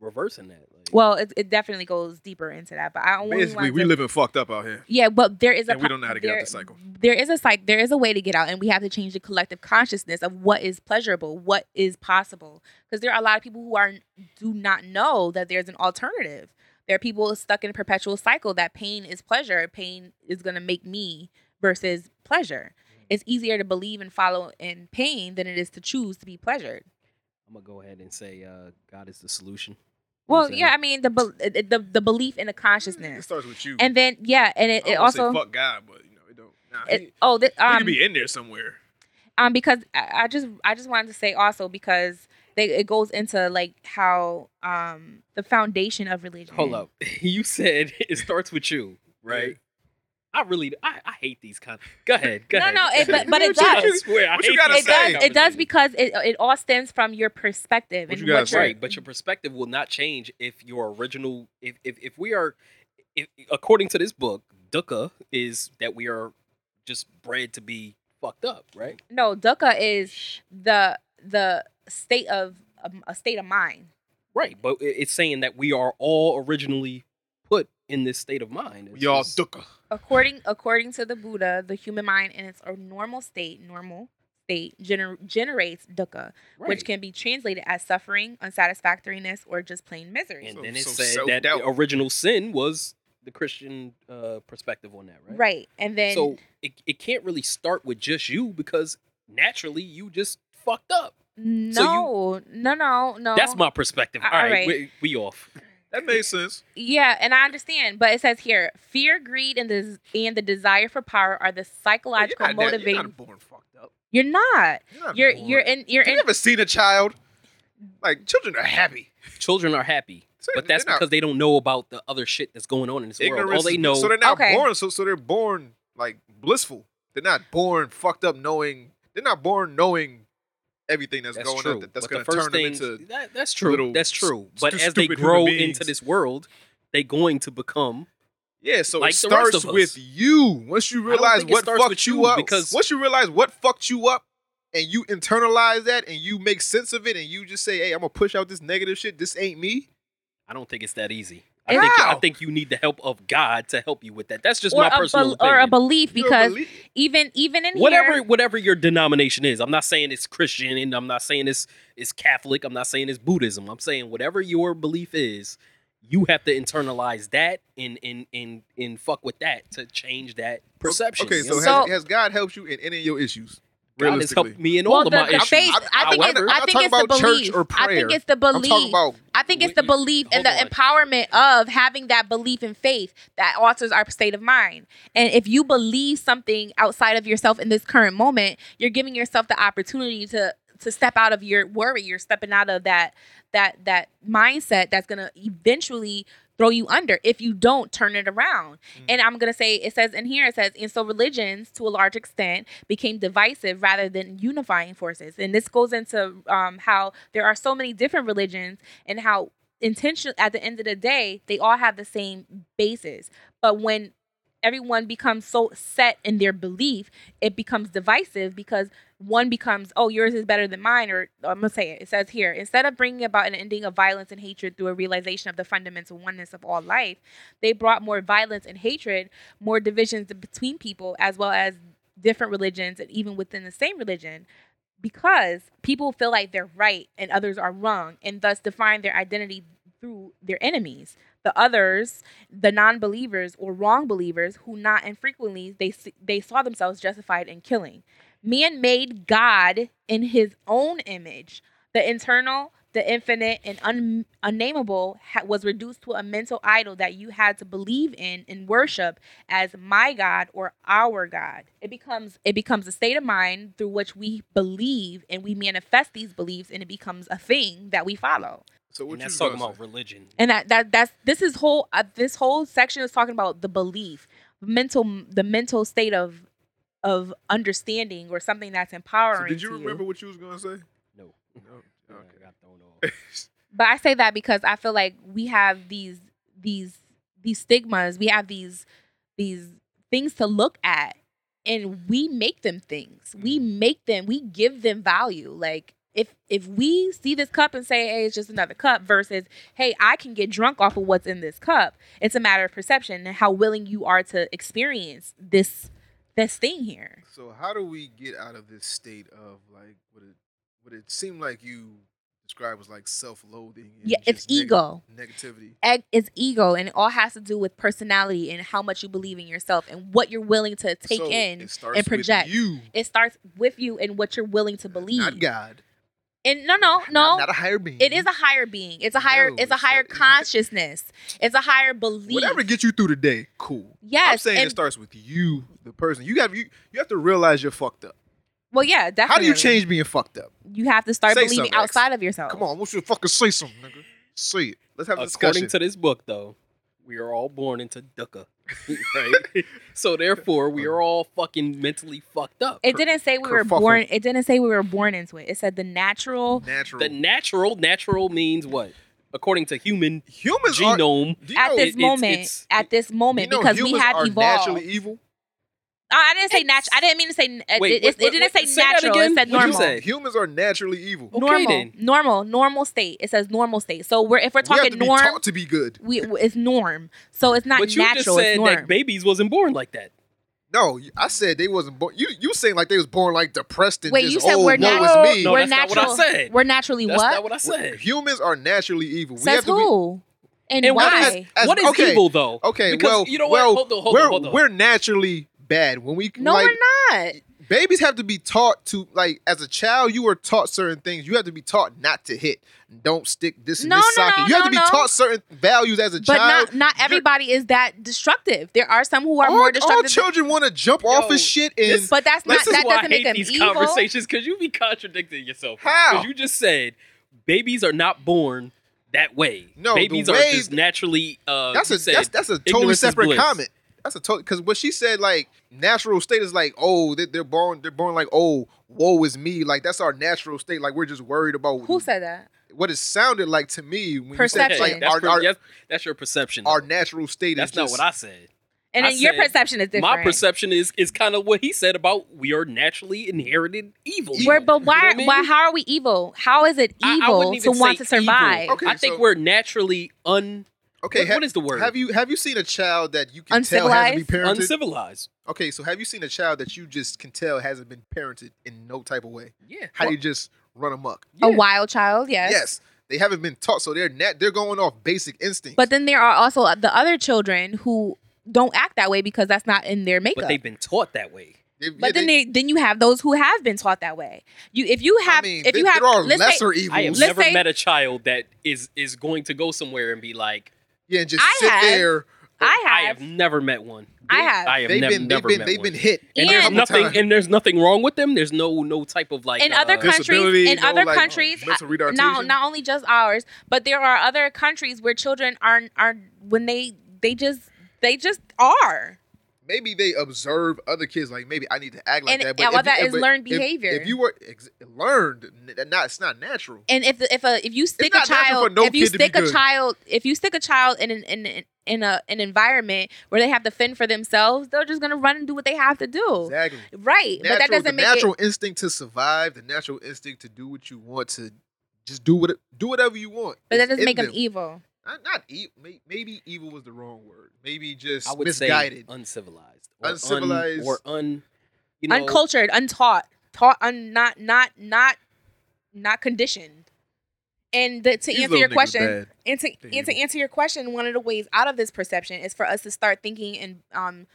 [SPEAKER 6] reversing that? Like,
[SPEAKER 5] well it, it definitely goes deeper into that but i only
[SPEAKER 4] Basically,
[SPEAKER 5] wanted
[SPEAKER 4] we
[SPEAKER 5] to
[SPEAKER 4] living fucked up out here.
[SPEAKER 5] Yeah, but there is a
[SPEAKER 4] And we don't know how to get out the cycle.
[SPEAKER 5] There is a cycle. There is a way to get out, and we have to change the collective consciousness of what is pleasurable, what is possible, because there are a lot of people who are do not know that there's an alternative. There are people stuck in a perpetual cycle that pain is pleasure. Pain is going to make me versus pleasure.
[SPEAKER 4] Mm-hmm.
[SPEAKER 5] It's easier to believe and follow in pain than it is to choose to be pleasured.
[SPEAKER 6] I'm gonna go ahead and say uh, God is the solution. You know what
[SPEAKER 5] Well,
[SPEAKER 6] I'm
[SPEAKER 5] yeah,
[SPEAKER 6] saying?
[SPEAKER 5] I mean the bel- the the- the belief in the
[SPEAKER 4] It
[SPEAKER 5] consciousness,
[SPEAKER 4] starts with you.
[SPEAKER 5] and then yeah, and it,
[SPEAKER 4] I
[SPEAKER 5] it
[SPEAKER 4] don't wanna say
[SPEAKER 5] also
[SPEAKER 4] fuck God, but you know it don't. Nah, he,
[SPEAKER 5] it, oh this,
[SPEAKER 4] he
[SPEAKER 5] um,
[SPEAKER 4] could be in there somewhere.
[SPEAKER 5] um because I, I just I just wanted to say also because they it goes into like how um the foundation of religion.
[SPEAKER 6] Hold up. You said it starts with you, right? I really, I, I hate these kind. Go ahead. Go
[SPEAKER 5] No,
[SPEAKER 6] ahead.
[SPEAKER 5] no, it- but- but it
[SPEAKER 6] I
[SPEAKER 5] does.
[SPEAKER 6] swear, I
[SPEAKER 4] What you
[SPEAKER 6] hate
[SPEAKER 4] gotta
[SPEAKER 6] these
[SPEAKER 5] It
[SPEAKER 6] kind
[SPEAKER 5] does.
[SPEAKER 4] say?
[SPEAKER 6] of
[SPEAKER 5] It does
[SPEAKER 6] conversations.
[SPEAKER 5] because it it all stems from your perspective
[SPEAKER 4] What
[SPEAKER 5] and
[SPEAKER 4] you gotta
[SPEAKER 5] what
[SPEAKER 4] say?
[SPEAKER 5] your
[SPEAKER 6] right but your perspective will not change if your original if if, if we are if, according to this book dukkha is that we are just bred to be fucked up right
[SPEAKER 5] no dukkha is the the state of um, a state of mind.
[SPEAKER 6] right but it- it's saying that we are all originally put in this state of mind It's
[SPEAKER 4] Y'all
[SPEAKER 6] just-
[SPEAKER 4] dukkha.
[SPEAKER 5] According according to the Buddha, the human mind in its normal state, normal state gener- generates dukkha,
[SPEAKER 6] Right.
[SPEAKER 5] which can be translated as suffering, unsatisfactoriness, or just plain misery.
[SPEAKER 6] and
[SPEAKER 4] So-
[SPEAKER 6] then it
[SPEAKER 4] so
[SPEAKER 6] said that
[SPEAKER 4] self-doubt.
[SPEAKER 6] the original sin was the christian uh perspective on that right
[SPEAKER 5] right. And then
[SPEAKER 6] so it, it can't really start with just you because naturally you just fucked up
[SPEAKER 5] no,
[SPEAKER 6] so
[SPEAKER 5] no, no, no.
[SPEAKER 6] that's my perspective
[SPEAKER 5] Uh,
[SPEAKER 6] all right,
[SPEAKER 5] alright.
[SPEAKER 6] We, we off
[SPEAKER 4] That made sense.
[SPEAKER 5] Yeah, and I understand, but it says here, fear, greed, and the and the desire for power are the psychological
[SPEAKER 4] you're Oh, not that-
[SPEAKER 5] motivating.
[SPEAKER 4] You're not born fucked up.
[SPEAKER 5] you're not.
[SPEAKER 4] You're not
[SPEAKER 5] You're
[SPEAKER 4] born.
[SPEAKER 5] you're in you're
[SPEAKER 4] Have
[SPEAKER 5] in
[SPEAKER 4] you ever seen a child? Like children are happy.
[SPEAKER 6] children are happy,
[SPEAKER 4] So
[SPEAKER 6] but that's
[SPEAKER 4] they're not-
[SPEAKER 6] because they don't know about the other shit that's going on in this world. All
[SPEAKER 4] Ignorance.
[SPEAKER 6] they
[SPEAKER 4] is-
[SPEAKER 6] know,
[SPEAKER 4] So they're not
[SPEAKER 5] Okay.
[SPEAKER 4] born. So so they're born like blissful. They're not born fucked up knowing. They're not born knowing everything that's,
[SPEAKER 6] that's
[SPEAKER 4] going
[SPEAKER 6] true.
[SPEAKER 4] on. That, that's going
[SPEAKER 6] But the
[SPEAKER 4] to turn
[SPEAKER 6] first thing-
[SPEAKER 4] them into.
[SPEAKER 6] that- that's true.
[SPEAKER 4] little
[SPEAKER 6] That's
[SPEAKER 4] s-
[SPEAKER 6] true.
[SPEAKER 4] stu-
[SPEAKER 6] But as they
[SPEAKER 4] stupid
[SPEAKER 6] grow
[SPEAKER 4] human beings.
[SPEAKER 6] into this world, they're going to become.
[SPEAKER 4] Yeah, so
[SPEAKER 6] like
[SPEAKER 4] it
[SPEAKER 6] the rest
[SPEAKER 4] starts
[SPEAKER 6] of us.
[SPEAKER 4] with you. Once you
[SPEAKER 6] don't
[SPEAKER 4] realize
[SPEAKER 6] think it
[SPEAKER 4] what
[SPEAKER 6] starts
[SPEAKER 4] fucked
[SPEAKER 6] with
[SPEAKER 4] you,
[SPEAKER 6] you
[SPEAKER 4] up,
[SPEAKER 6] because-
[SPEAKER 4] once you realize what fucked you up, and you internalize that, and you make sense of it, and you just say, "Hey, I'm gonna push out this negative shit. This ain't me."
[SPEAKER 6] I don't think it's that easy. I think I
[SPEAKER 4] How?
[SPEAKER 6] think you need the help of God to help you with that. That's just
[SPEAKER 5] or
[SPEAKER 6] my
[SPEAKER 5] a,
[SPEAKER 6] personal
[SPEAKER 5] bel- or a
[SPEAKER 6] opinion.
[SPEAKER 5] belief
[SPEAKER 4] You don't
[SPEAKER 5] because
[SPEAKER 4] believe-
[SPEAKER 5] even even in
[SPEAKER 6] Whatever
[SPEAKER 5] here,
[SPEAKER 6] whatever your denomination is, I'm not saying it's Christian, and I'm not saying it's it's Catholic. I'm not saying it's Buddhism. I'm saying whatever your belief is, you have to internalize that and and and and fuck with that to change that perception.
[SPEAKER 4] Okay,
[SPEAKER 6] you know
[SPEAKER 4] so,
[SPEAKER 6] what I'm
[SPEAKER 5] So-
[SPEAKER 4] has, has God helped you in any of your issues?
[SPEAKER 6] God has helped me in all
[SPEAKER 5] well,
[SPEAKER 6] of
[SPEAKER 5] the,
[SPEAKER 6] my
[SPEAKER 5] the
[SPEAKER 6] issues.
[SPEAKER 5] faith. I, think
[SPEAKER 4] However,
[SPEAKER 5] it's, I
[SPEAKER 4] I'm
[SPEAKER 5] think it's
[SPEAKER 4] talking
[SPEAKER 5] the
[SPEAKER 4] about church
[SPEAKER 5] belief.
[SPEAKER 4] or
[SPEAKER 5] I think
[SPEAKER 4] prayer.
[SPEAKER 5] it's the
[SPEAKER 4] I'm
[SPEAKER 5] belief.
[SPEAKER 4] talking about
[SPEAKER 5] I think it's
[SPEAKER 6] Wait,
[SPEAKER 5] the belief and the
[SPEAKER 6] hold on.
[SPEAKER 5] empowerment of having that belief and faith that alters our state of mind. And if you believe something outside of yourself in this current moment, you're giving yourself the opportunity to to step out of your worry. You're stepping out of that that that mindset that's gonna eventually throw you under if you don't turn it around.
[SPEAKER 6] Mm.
[SPEAKER 5] And I'm gonna say it says in here it says and so religions to a large extent became divisive rather than unifying forces. And this goes into um, how there are so many different religions and how intention at the end of the day they all have the same basis but when everyone becomes so set in their belief it becomes divisive because one becomes oh yours is better than mine or i'm gonna say it it says here instead of bringing about an ending of violence and hatred through a realization of the fundamental oneness of all life they brought more violence and hatred more divisions between people as well as different religions and even within the same religion because people feel like they're right and others are wrong and thus define their identity through their enemies the others the non-believers or wrong believers who not infrequently they s- they saw themselves justified in killing man made god in his own image the internal the infinite and un- unnameable ha- was reduced to a mental idol that you had to believe in and worship as my god or our god it becomes it becomes a state of mind through which we believe and we manifest these beliefs and it becomes a thing that we follow
[SPEAKER 4] So what
[SPEAKER 6] and
[SPEAKER 4] you
[SPEAKER 6] that's
[SPEAKER 4] gonna
[SPEAKER 6] talking about
[SPEAKER 4] say?
[SPEAKER 6] religion.
[SPEAKER 5] and that that that's this is whole uh, this whole section is talking about the belief mental the mental state of of understanding or something that's empowering
[SPEAKER 4] So did you
[SPEAKER 5] to
[SPEAKER 4] remember what you was gonna say?
[SPEAKER 6] No,
[SPEAKER 4] No.
[SPEAKER 6] I got thrown off.
[SPEAKER 5] but I say that because I feel like we have these these these stigmas, we have these these things to look at, and we make them things. We make them. We give them value. Like if if we see this cup and say, "Hey, it's just another cup," versus, "Hey, I can get drunk off of what's in this cup." It's a matter of perception and how willing you are to experience this this thing here.
[SPEAKER 4] So how do we get out of this state of like what it what it seemed like you described was like self-loathing. and
[SPEAKER 5] Yeah, it's
[SPEAKER 4] just neg-
[SPEAKER 5] ego.
[SPEAKER 4] negativity.
[SPEAKER 5] Eg- It's ego, and it all has to do with personality and how much you believe in yourself and what you're willing to take
[SPEAKER 4] So
[SPEAKER 5] in
[SPEAKER 4] it starts
[SPEAKER 5] and
[SPEAKER 4] with
[SPEAKER 5] project.
[SPEAKER 4] you,
[SPEAKER 5] It starts with you and what you're willing to believe.
[SPEAKER 4] not God,
[SPEAKER 5] And no, no, no.
[SPEAKER 4] not, not a higher being.
[SPEAKER 5] it is a higher being. It's a higher.
[SPEAKER 4] No,
[SPEAKER 5] it's a
[SPEAKER 4] it's
[SPEAKER 5] higher
[SPEAKER 4] not-
[SPEAKER 5] consciousness. It's a higher belief.
[SPEAKER 4] whatever gets you through the day. Cool.
[SPEAKER 5] Yes,
[SPEAKER 4] I'm saying
[SPEAKER 5] and-
[SPEAKER 4] it starts with you, the person. You got you. You have to realize you're fucked up.
[SPEAKER 5] Well, yeah, definitely.
[SPEAKER 4] How do you change being fucked up?
[SPEAKER 5] You have to start
[SPEAKER 4] Say
[SPEAKER 5] believing
[SPEAKER 4] something, Rex.
[SPEAKER 5] outside of yourself.
[SPEAKER 4] Come on, won't you fucking say something, nigga? Say it. Let's have a
[SPEAKER 6] According
[SPEAKER 4] discussion.
[SPEAKER 6] to this book, though, we are all born into dukkha, right? so therefore, we are all fucking mentally fucked up.
[SPEAKER 5] It didn't say we were
[SPEAKER 4] kerfuffle.
[SPEAKER 5] born. It didn't say we were born into it. It said the natural.
[SPEAKER 4] natural.
[SPEAKER 6] the natural, natural means what? According to human
[SPEAKER 4] Humans are.
[SPEAKER 6] genome,
[SPEAKER 4] Do you
[SPEAKER 5] At
[SPEAKER 4] know-
[SPEAKER 5] this
[SPEAKER 6] it- it's-
[SPEAKER 5] moment,
[SPEAKER 6] it's-
[SPEAKER 5] at this
[SPEAKER 4] do you
[SPEAKER 5] moment,
[SPEAKER 4] know
[SPEAKER 5] because we
[SPEAKER 4] humans
[SPEAKER 5] have
[SPEAKER 4] are
[SPEAKER 5] evolved.
[SPEAKER 4] naturally evil.
[SPEAKER 5] Uh, I didn't say natural. I didn't mean to say. n- uh,
[SPEAKER 6] Wait,
[SPEAKER 5] it, it-
[SPEAKER 6] what-
[SPEAKER 5] it didn't
[SPEAKER 6] what-
[SPEAKER 5] say
[SPEAKER 6] what- say that
[SPEAKER 5] natural.
[SPEAKER 6] again?
[SPEAKER 5] It said
[SPEAKER 6] What'd you
[SPEAKER 5] normal.
[SPEAKER 6] say?
[SPEAKER 4] Humans are naturally evil.
[SPEAKER 6] Okay,
[SPEAKER 5] normal,
[SPEAKER 6] then.
[SPEAKER 5] normal, normal state. It says normal state. So we're if we're
[SPEAKER 4] we have
[SPEAKER 5] talking
[SPEAKER 4] to
[SPEAKER 5] norm,
[SPEAKER 4] be taught to be good.
[SPEAKER 5] we it's norm. So it's not
[SPEAKER 6] but you
[SPEAKER 5] natural.
[SPEAKER 6] just said
[SPEAKER 5] it's norm.
[SPEAKER 6] that babies wasn't born like that.
[SPEAKER 4] No, I said they wasn't born. You you saying like they was born like depressed and
[SPEAKER 5] Wait,
[SPEAKER 4] just
[SPEAKER 5] you said
[SPEAKER 4] oh, woe
[SPEAKER 5] we're natural.
[SPEAKER 4] is me.
[SPEAKER 6] No,
[SPEAKER 5] we're
[SPEAKER 6] that's not
[SPEAKER 5] natural.
[SPEAKER 6] what I said.
[SPEAKER 5] We're naturally
[SPEAKER 6] That's
[SPEAKER 5] what?
[SPEAKER 6] not what I said.
[SPEAKER 4] Humans are naturally evil. We
[SPEAKER 5] Says
[SPEAKER 4] have to be-
[SPEAKER 5] who? and,
[SPEAKER 6] And
[SPEAKER 5] why?
[SPEAKER 6] what is,
[SPEAKER 4] As-
[SPEAKER 6] what is
[SPEAKER 4] okay,
[SPEAKER 6] evil though?
[SPEAKER 4] okay,
[SPEAKER 6] because
[SPEAKER 4] well,
[SPEAKER 6] you know what?
[SPEAKER 4] well,
[SPEAKER 6] hold on, hold
[SPEAKER 4] we're
[SPEAKER 6] on, hold on.
[SPEAKER 4] we're naturally bad when we
[SPEAKER 5] no,
[SPEAKER 4] like,
[SPEAKER 5] we're not.
[SPEAKER 4] babies have to be taught to like as a child you were taught certain things you have to be taught not to hit don't stick this in
[SPEAKER 5] No,
[SPEAKER 4] this
[SPEAKER 5] no, no,
[SPEAKER 4] socket you have
[SPEAKER 5] no,
[SPEAKER 4] to be
[SPEAKER 5] no.
[SPEAKER 4] taught certain values as a
[SPEAKER 5] But
[SPEAKER 4] child
[SPEAKER 5] not not
[SPEAKER 4] You're-
[SPEAKER 5] everybody is that destructive. There are some who are
[SPEAKER 4] all,
[SPEAKER 5] more
[SPEAKER 4] all
[SPEAKER 5] destructive.
[SPEAKER 4] children want to jump off
[SPEAKER 6] Yo,
[SPEAKER 4] of shit and
[SPEAKER 5] but that's not
[SPEAKER 6] This is
[SPEAKER 5] that
[SPEAKER 6] why I
[SPEAKER 5] doesn't
[SPEAKER 6] hate
[SPEAKER 5] make them
[SPEAKER 6] these
[SPEAKER 5] evil.
[SPEAKER 6] conversations because you be contradicting yourself.
[SPEAKER 4] How?
[SPEAKER 6] Because you just said babies are not born that way.
[SPEAKER 4] No, the
[SPEAKER 6] babies
[SPEAKER 4] way-
[SPEAKER 6] are just naturally. Uh,
[SPEAKER 4] that's
[SPEAKER 6] you
[SPEAKER 4] a
[SPEAKER 6] said
[SPEAKER 4] that's that's a totally
[SPEAKER 6] ignorance is
[SPEAKER 4] separate
[SPEAKER 6] bliss.
[SPEAKER 4] comment that's a total because what she said like natural state is like oh they, they're born they're born like oh woe is me like that's our natural state like we're just worried about
[SPEAKER 5] Who said that?
[SPEAKER 4] what it sounded like to me when you
[SPEAKER 5] Perception.
[SPEAKER 4] said like
[SPEAKER 6] that's,
[SPEAKER 4] our,
[SPEAKER 6] per-
[SPEAKER 4] our,
[SPEAKER 6] yes, that's your perception.
[SPEAKER 4] our
[SPEAKER 6] though.
[SPEAKER 4] natural state
[SPEAKER 6] that's
[SPEAKER 4] is
[SPEAKER 6] not
[SPEAKER 4] just,
[SPEAKER 6] what I said.
[SPEAKER 5] And
[SPEAKER 6] I
[SPEAKER 5] then your
[SPEAKER 6] said-
[SPEAKER 5] perception is different.
[SPEAKER 6] My perception is is kind of what he said about we are naturally inherited evil.
[SPEAKER 5] We're, but why?
[SPEAKER 6] You know what I mean?
[SPEAKER 5] Why? How are we evil? How is it
[SPEAKER 6] I- I
[SPEAKER 5] evil
[SPEAKER 6] wouldn't
[SPEAKER 5] to
[SPEAKER 6] even
[SPEAKER 5] want
[SPEAKER 6] say
[SPEAKER 5] to survive?
[SPEAKER 6] evil.
[SPEAKER 4] Okay,
[SPEAKER 6] I think
[SPEAKER 4] so-
[SPEAKER 6] we're naturally un
[SPEAKER 4] Okay,
[SPEAKER 6] What- what is the word?
[SPEAKER 4] Have you have you seen a child that you can tell hasn't been parented?
[SPEAKER 6] uncivilized.
[SPEAKER 4] okay, so have you seen a child that you just can tell hasn't been parented in no type of way?
[SPEAKER 6] Yeah.
[SPEAKER 4] How do you just run amok?
[SPEAKER 5] A wild child, yes.
[SPEAKER 4] Yes, they haven't been taught, so they're nat- they're going off basic instincts.
[SPEAKER 5] But then there are also the other children who don't act that way because that's not in their makeup.
[SPEAKER 6] But they've been taught that way.
[SPEAKER 4] They- yeah,
[SPEAKER 5] But then they, then you have those who have been taught that way. You if you
[SPEAKER 4] I
[SPEAKER 5] have
[SPEAKER 4] mean,
[SPEAKER 5] if
[SPEAKER 4] they-
[SPEAKER 5] you have
[SPEAKER 4] there are
[SPEAKER 5] let's say-
[SPEAKER 4] lesser
[SPEAKER 6] I have
[SPEAKER 4] evils.
[SPEAKER 5] Let's
[SPEAKER 6] never
[SPEAKER 5] say-
[SPEAKER 6] met a child that is is going to go somewhere and be like,
[SPEAKER 4] yeah, and just
[SPEAKER 5] I
[SPEAKER 4] sit
[SPEAKER 5] have-
[SPEAKER 4] there.
[SPEAKER 5] I have,
[SPEAKER 6] I have never met one.
[SPEAKER 5] I have.
[SPEAKER 6] I have
[SPEAKER 4] They've
[SPEAKER 6] nev-
[SPEAKER 4] been they've
[SPEAKER 6] never
[SPEAKER 4] been
[SPEAKER 6] met
[SPEAKER 4] they've
[SPEAKER 6] one.
[SPEAKER 4] been hit.
[SPEAKER 5] And-
[SPEAKER 6] And, there's nothing
[SPEAKER 4] Time.
[SPEAKER 6] and there's nothing wrong with them. There's no no type of like
[SPEAKER 5] in other
[SPEAKER 6] uh,
[SPEAKER 5] countries
[SPEAKER 4] disability,
[SPEAKER 5] in
[SPEAKER 4] no,
[SPEAKER 5] other
[SPEAKER 4] like,
[SPEAKER 5] countries
[SPEAKER 4] mental
[SPEAKER 5] uh, no
[SPEAKER 4] retardation?
[SPEAKER 5] not only just ours but there are other countries where children are are when they they just they just are
[SPEAKER 4] Maybe they observe other kids like maybe I need to act like
[SPEAKER 5] And-
[SPEAKER 4] that.
[SPEAKER 5] yeah,
[SPEAKER 4] But
[SPEAKER 5] well,
[SPEAKER 4] if
[SPEAKER 5] that
[SPEAKER 4] you,
[SPEAKER 5] is
[SPEAKER 4] but
[SPEAKER 5] learned
[SPEAKER 4] if-
[SPEAKER 5] behavior.
[SPEAKER 4] If, you were ex- learned, n- not it's not natural.
[SPEAKER 5] and if if a if you stick a
[SPEAKER 4] not natural
[SPEAKER 5] child
[SPEAKER 4] for no
[SPEAKER 5] if you
[SPEAKER 4] kid to be
[SPEAKER 5] stick a
[SPEAKER 4] good.
[SPEAKER 5] child if you stick a child in an in in a an environment where they have to fend for themselves they're just gonna run and do what they have to do
[SPEAKER 4] Exactly.
[SPEAKER 5] right but that
[SPEAKER 4] natural-
[SPEAKER 5] doesn't
[SPEAKER 4] the
[SPEAKER 5] make
[SPEAKER 4] natural
[SPEAKER 5] it
[SPEAKER 4] instinct to survive, the natural instinct to do what you want to, just do what do whatever you want.
[SPEAKER 5] but that
[SPEAKER 4] It's
[SPEAKER 5] doesn't
[SPEAKER 4] in
[SPEAKER 5] make e them
[SPEAKER 4] them.
[SPEAKER 5] evil
[SPEAKER 4] Not, not e- may- maybe evil was the wrong word. Maybe just
[SPEAKER 6] I would
[SPEAKER 4] misguided.
[SPEAKER 6] say uncivilized, or
[SPEAKER 4] Uncivilized.
[SPEAKER 6] un, or un, you know,
[SPEAKER 5] uncultured, untaught, taught, un, not, not, not, not conditioned. And the, to
[SPEAKER 4] These
[SPEAKER 5] answer
[SPEAKER 4] little
[SPEAKER 5] your
[SPEAKER 4] niggas
[SPEAKER 5] question,
[SPEAKER 4] bad.
[SPEAKER 5] and to,
[SPEAKER 4] They
[SPEAKER 5] and to
[SPEAKER 4] evil.
[SPEAKER 5] answer your question, one of the ways out of this perception is for us to start thinking and um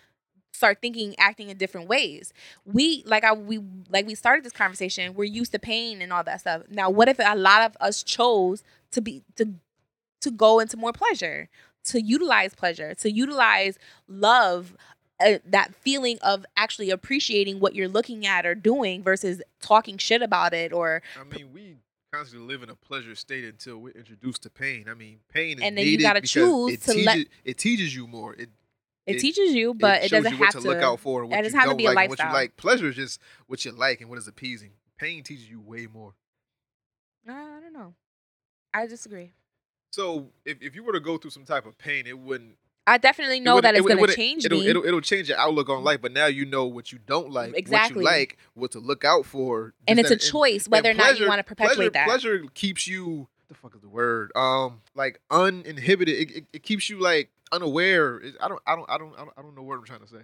[SPEAKER 5] start thinking, acting in different ways. We like I we like we started this conversation. We're used to pain and all that stuff. Now, what if a lot of us chose to be to to go into more pleasure, to utilize pleasure, to utilize love, uh, that feeling of actually appreciating what you're looking at or doing versus talking shit about it or
[SPEAKER 4] I mean, we constantly live in a pleasure state until we're introduced to pain. I mean, pain is
[SPEAKER 5] And then you
[SPEAKER 4] needed
[SPEAKER 5] gotta
[SPEAKER 4] because
[SPEAKER 5] choose
[SPEAKER 4] it
[SPEAKER 5] to
[SPEAKER 4] teaches,
[SPEAKER 5] let-
[SPEAKER 4] it teaches you more. It
[SPEAKER 5] it,
[SPEAKER 4] It-
[SPEAKER 5] teaches you, but it,
[SPEAKER 4] it, shows
[SPEAKER 5] doesn't
[SPEAKER 4] you
[SPEAKER 5] have
[SPEAKER 4] what to, look out for, and
[SPEAKER 5] it
[SPEAKER 4] what you
[SPEAKER 5] doesn't have to
[SPEAKER 4] don't
[SPEAKER 5] be a
[SPEAKER 4] like, and what you
[SPEAKER 5] lifestyle.
[SPEAKER 4] like. Pleasure is just what you like and what is appeasing. Pain teaches you way more.
[SPEAKER 5] Uh, I don't know. I disagree.
[SPEAKER 4] So if, if you were to go through some type of pain, it wouldn't
[SPEAKER 5] I definitely know
[SPEAKER 4] wouldn't-
[SPEAKER 5] that it's
[SPEAKER 4] wouldn't-
[SPEAKER 5] going to
[SPEAKER 4] wouldn't-
[SPEAKER 5] change
[SPEAKER 4] it'll,
[SPEAKER 5] me.
[SPEAKER 4] It'll, it'll change your outlook on life, but now you know what you don't like, what
[SPEAKER 5] Exactly.
[SPEAKER 4] you like, what to look out for,
[SPEAKER 5] and
[SPEAKER 4] this,
[SPEAKER 5] it's a choice
[SPEAKER 4] and
[SPEAKER 5] whether or not you
[SPEAKER 4] pleasure-
[SPEAKER 5] want to perpetuate
[SPEAKER 4] pleasure,
[SPEAKER 5] that.
[SPEAKER 4] Pleasure keeps you. The fuck is the word? Um, like uninhibited. It, it, it keeps you like unaware. It- I don't. I don't. I don't. I don't. I don't know what I'm trying to say,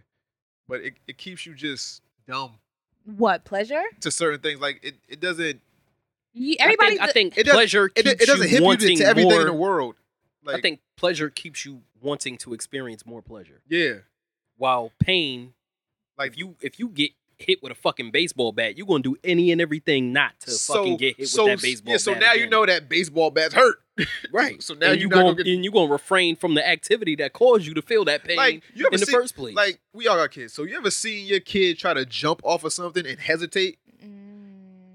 [SPEAKER 4] but it, it keeps you just dumb
[SPEAKER 5] What pleasure?
[SPEAKER 4] to certain things. Like it, it doesn't
[SPEAKER 5] You,
[SPEAKER 6] Everybody,
[SPEAKER 5] everybody's
[SPEAKER 6] I think,
[SPEAKER 4] It doesn't-
[SPEAKER 6] pleasure
[SPEAKER 4] It,
[SPEAKER 6] keeps
[SPEAKER 4] it doesn't
[SPEAKER 6] you
[SPEAKER 4] hit you
[SPEAKER 6] wanting
[SPEAKER 4] to everything
[SPEAKER 6] more.
[SPEAKER 4] in the world. Like,
[SPEAKER 6] I think pleasure keeps you wanting to experience more pleasure,
[SPEAKER 4] yeah,
[SPEAKER 6] while pain,
[SPEAKER 4] like
[SPEAKER 6] if you if you get hit with a fucking baseball bat, you're gonna do any and everything not to fucking get hit
[SPEAKER 4] so,
[SPEAKER 6] with that baseball
[SPEAKER 4] Yeah,
[SPEAKER 6] bat.
[SPEAKER 4] so now you
[SPEAKER 6] again.
[SPEAKER 4] know that baseball bats hurt.
[SPEAKER 6] right?
[SPEAKER 4] so now
[SPEAKER 6] and
[SPEAKER 4] you
[SPEAKER 6] you
[SPEAKER 4] not
[SPEAKER 6] gonna
[SPEAKER 4] gonna get-
[SPEAKER 6] and you gonna refrain from the activity that caused you to feel that pain
[SPEAKER 4] Like you ever
[SPEAKER 6] in the
[SPEAKER 4] seen,
[SPEAKER 6] first place.
[SPEAKER 4] Like we all got kids, so you ever seen your kid try to jump off of something and hesitate,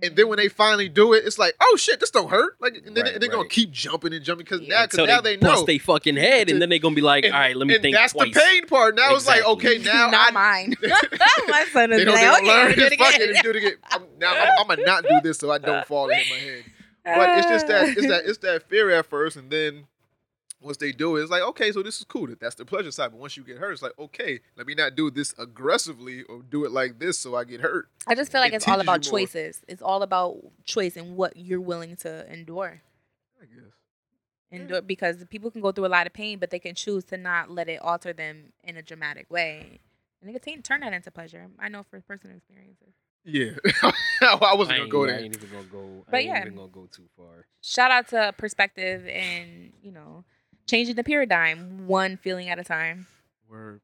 [SPEAKER 4] and then when they finally do it, it's like, oh shit, this don't hurt. Like and then
[SPEAKER 6] Mm. Right,
[SPEAKER 4] and they're gonna
[SPEAKER 6] right.
[SPEAKER 4] keep jumping and jumping because now,
[SPEAKER 6] until
[SPEAKER 4] cause now they, know.
[SPEAKER 6] bust they fucking head, and then they gonna be like,
[SPEAKER 4] And-
[SPEAKER 6] "All right, let me
[SPEAKER 4] and
[SPEAKER 6] think
[SPEAKER 4] That's
[SPEAKER 6] twice."
[SPEAKER 4] the pain part. Now it's like,
[SPEAKER 6] Exactly.
[SPEAKER 4] okay, now
[SPEAKER 5] not
[SPEAKER 4] I
[SPEAKER 5] mine. My son is
[SPEAKER 4] They don't, they
[SPEAKER 5] like,
[SPEAKER 4] don't
[SPEAKER 5] okay,
[SPEAKER 4] learn.
[SPEAKER 5] do
[SPEAKER 4] Just
[SPEAKER 5] it
[SPEAKER 4] fuck it
[SPEAKER 5] again.
[SPEAKER 4] and do it again. I'm, now I'm, I'm gonna not do this so I don't fall and hit my head. But it's just that it's that it's that fear at first, and then once they do it, it's like okay, so this is cool. That that's the pleasure side. But once you get hurt, it's like okay, let me not do this aggressively or do it like this so I get hurt.
[SPEAKER 5] I just feel like
[SPEAKER 4] It
[SPEAKER 5] it's all
[SPEAKER 4] teaches
[SPEAKER 5] about
[SPEAKER 4] you more.
[SPEAKER 5] choices. It's all about choice and what you're willing to endure.
[SPEAKER 4] I guess.
[SPEAKER 5] Endure because people can go through a lot of pain, but they can choose to not let it alter them in a dramatic way. And they can t- turn that into pleasure. I know for personal experiences.
[SPEAKER 4] Yeah, I wasn't gonna
[SPEAKER 6] I ain't,
[SPEAKER 4] go
[SPEAKER 6] I
[SPEAKER 4] there.
[SPEAKER 6] ain't even gonna go.
[SPEAKER 5] But
[SPEAKER 6] I ain't
[SPEAKER 5] yeah.
[SPEAKER 6] even gonna go too far.
[SPEAKER 5] Shout out to perspective and you know changing the paradigm one feeling at a time.
[SPEAKER 4] Word.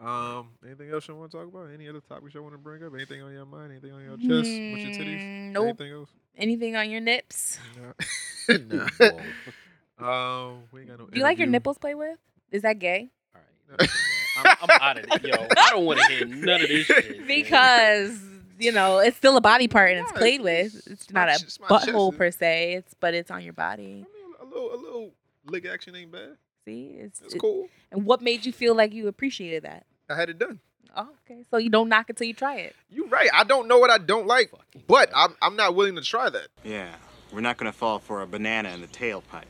[SPEAKER 4] Um, anything else you want to talk about? Any other topics you want to bring up? Anything on your mind? Anything on your chest? What's your titties?
[SPEAKER 5] Mm, nope.
[SPEAKER 4] Anything else?
[SPEAKER 5] Anything on your nips?
[SPEAKER 4] No.
[SPEAKER 6] Whoa.
[SPEAKER 4] Um, we ain't got no.
[SPEAKER 5] Do you like your
[SPEAKER 4] interview.
[SPEAKER 5] nipples played with? Is that gay?
[SPEAKER 6] All right, I'm, I'm out of it, yo. I don't want to hear none of this shit. man.
[SPEAKER 5] because you know it's still a body part and it's
[SPEAKER 4] Yeah,
[SPEAKER 5] played
[SPEAKER 4] it's-
[SPEAKER 5] with. It's
[SPEAKER 4] it's my
[SPEAKER 5] not a
[SPEAKER 4] ch- it's my
[SPEAKER 5] butthole
[SPEAKER 4] chest.
[SPEAKER 5] per se. It's but it's on your body.
[SPEAKER 4] I mean, a little, a little lick action ain't bad.
[SPEAKER 5] See, it's,
[SPEAKER 4] It's
[SPEAKER 5] it-
[SPEAKER 4] cool.
[SPEAKER 5] And what made you feel like you appreciated that?
[SPEAKER 4] I had it done.
[SPEAKER 5] Oh, okay, so you don't knock it till you try it.
[SPEAKER 4] You right. I don't know what I don't like, but I'm, I'm not willing to try that.
[SPEAKER 11] Yeah, we're not gonna fall for a banana in the tailpipe.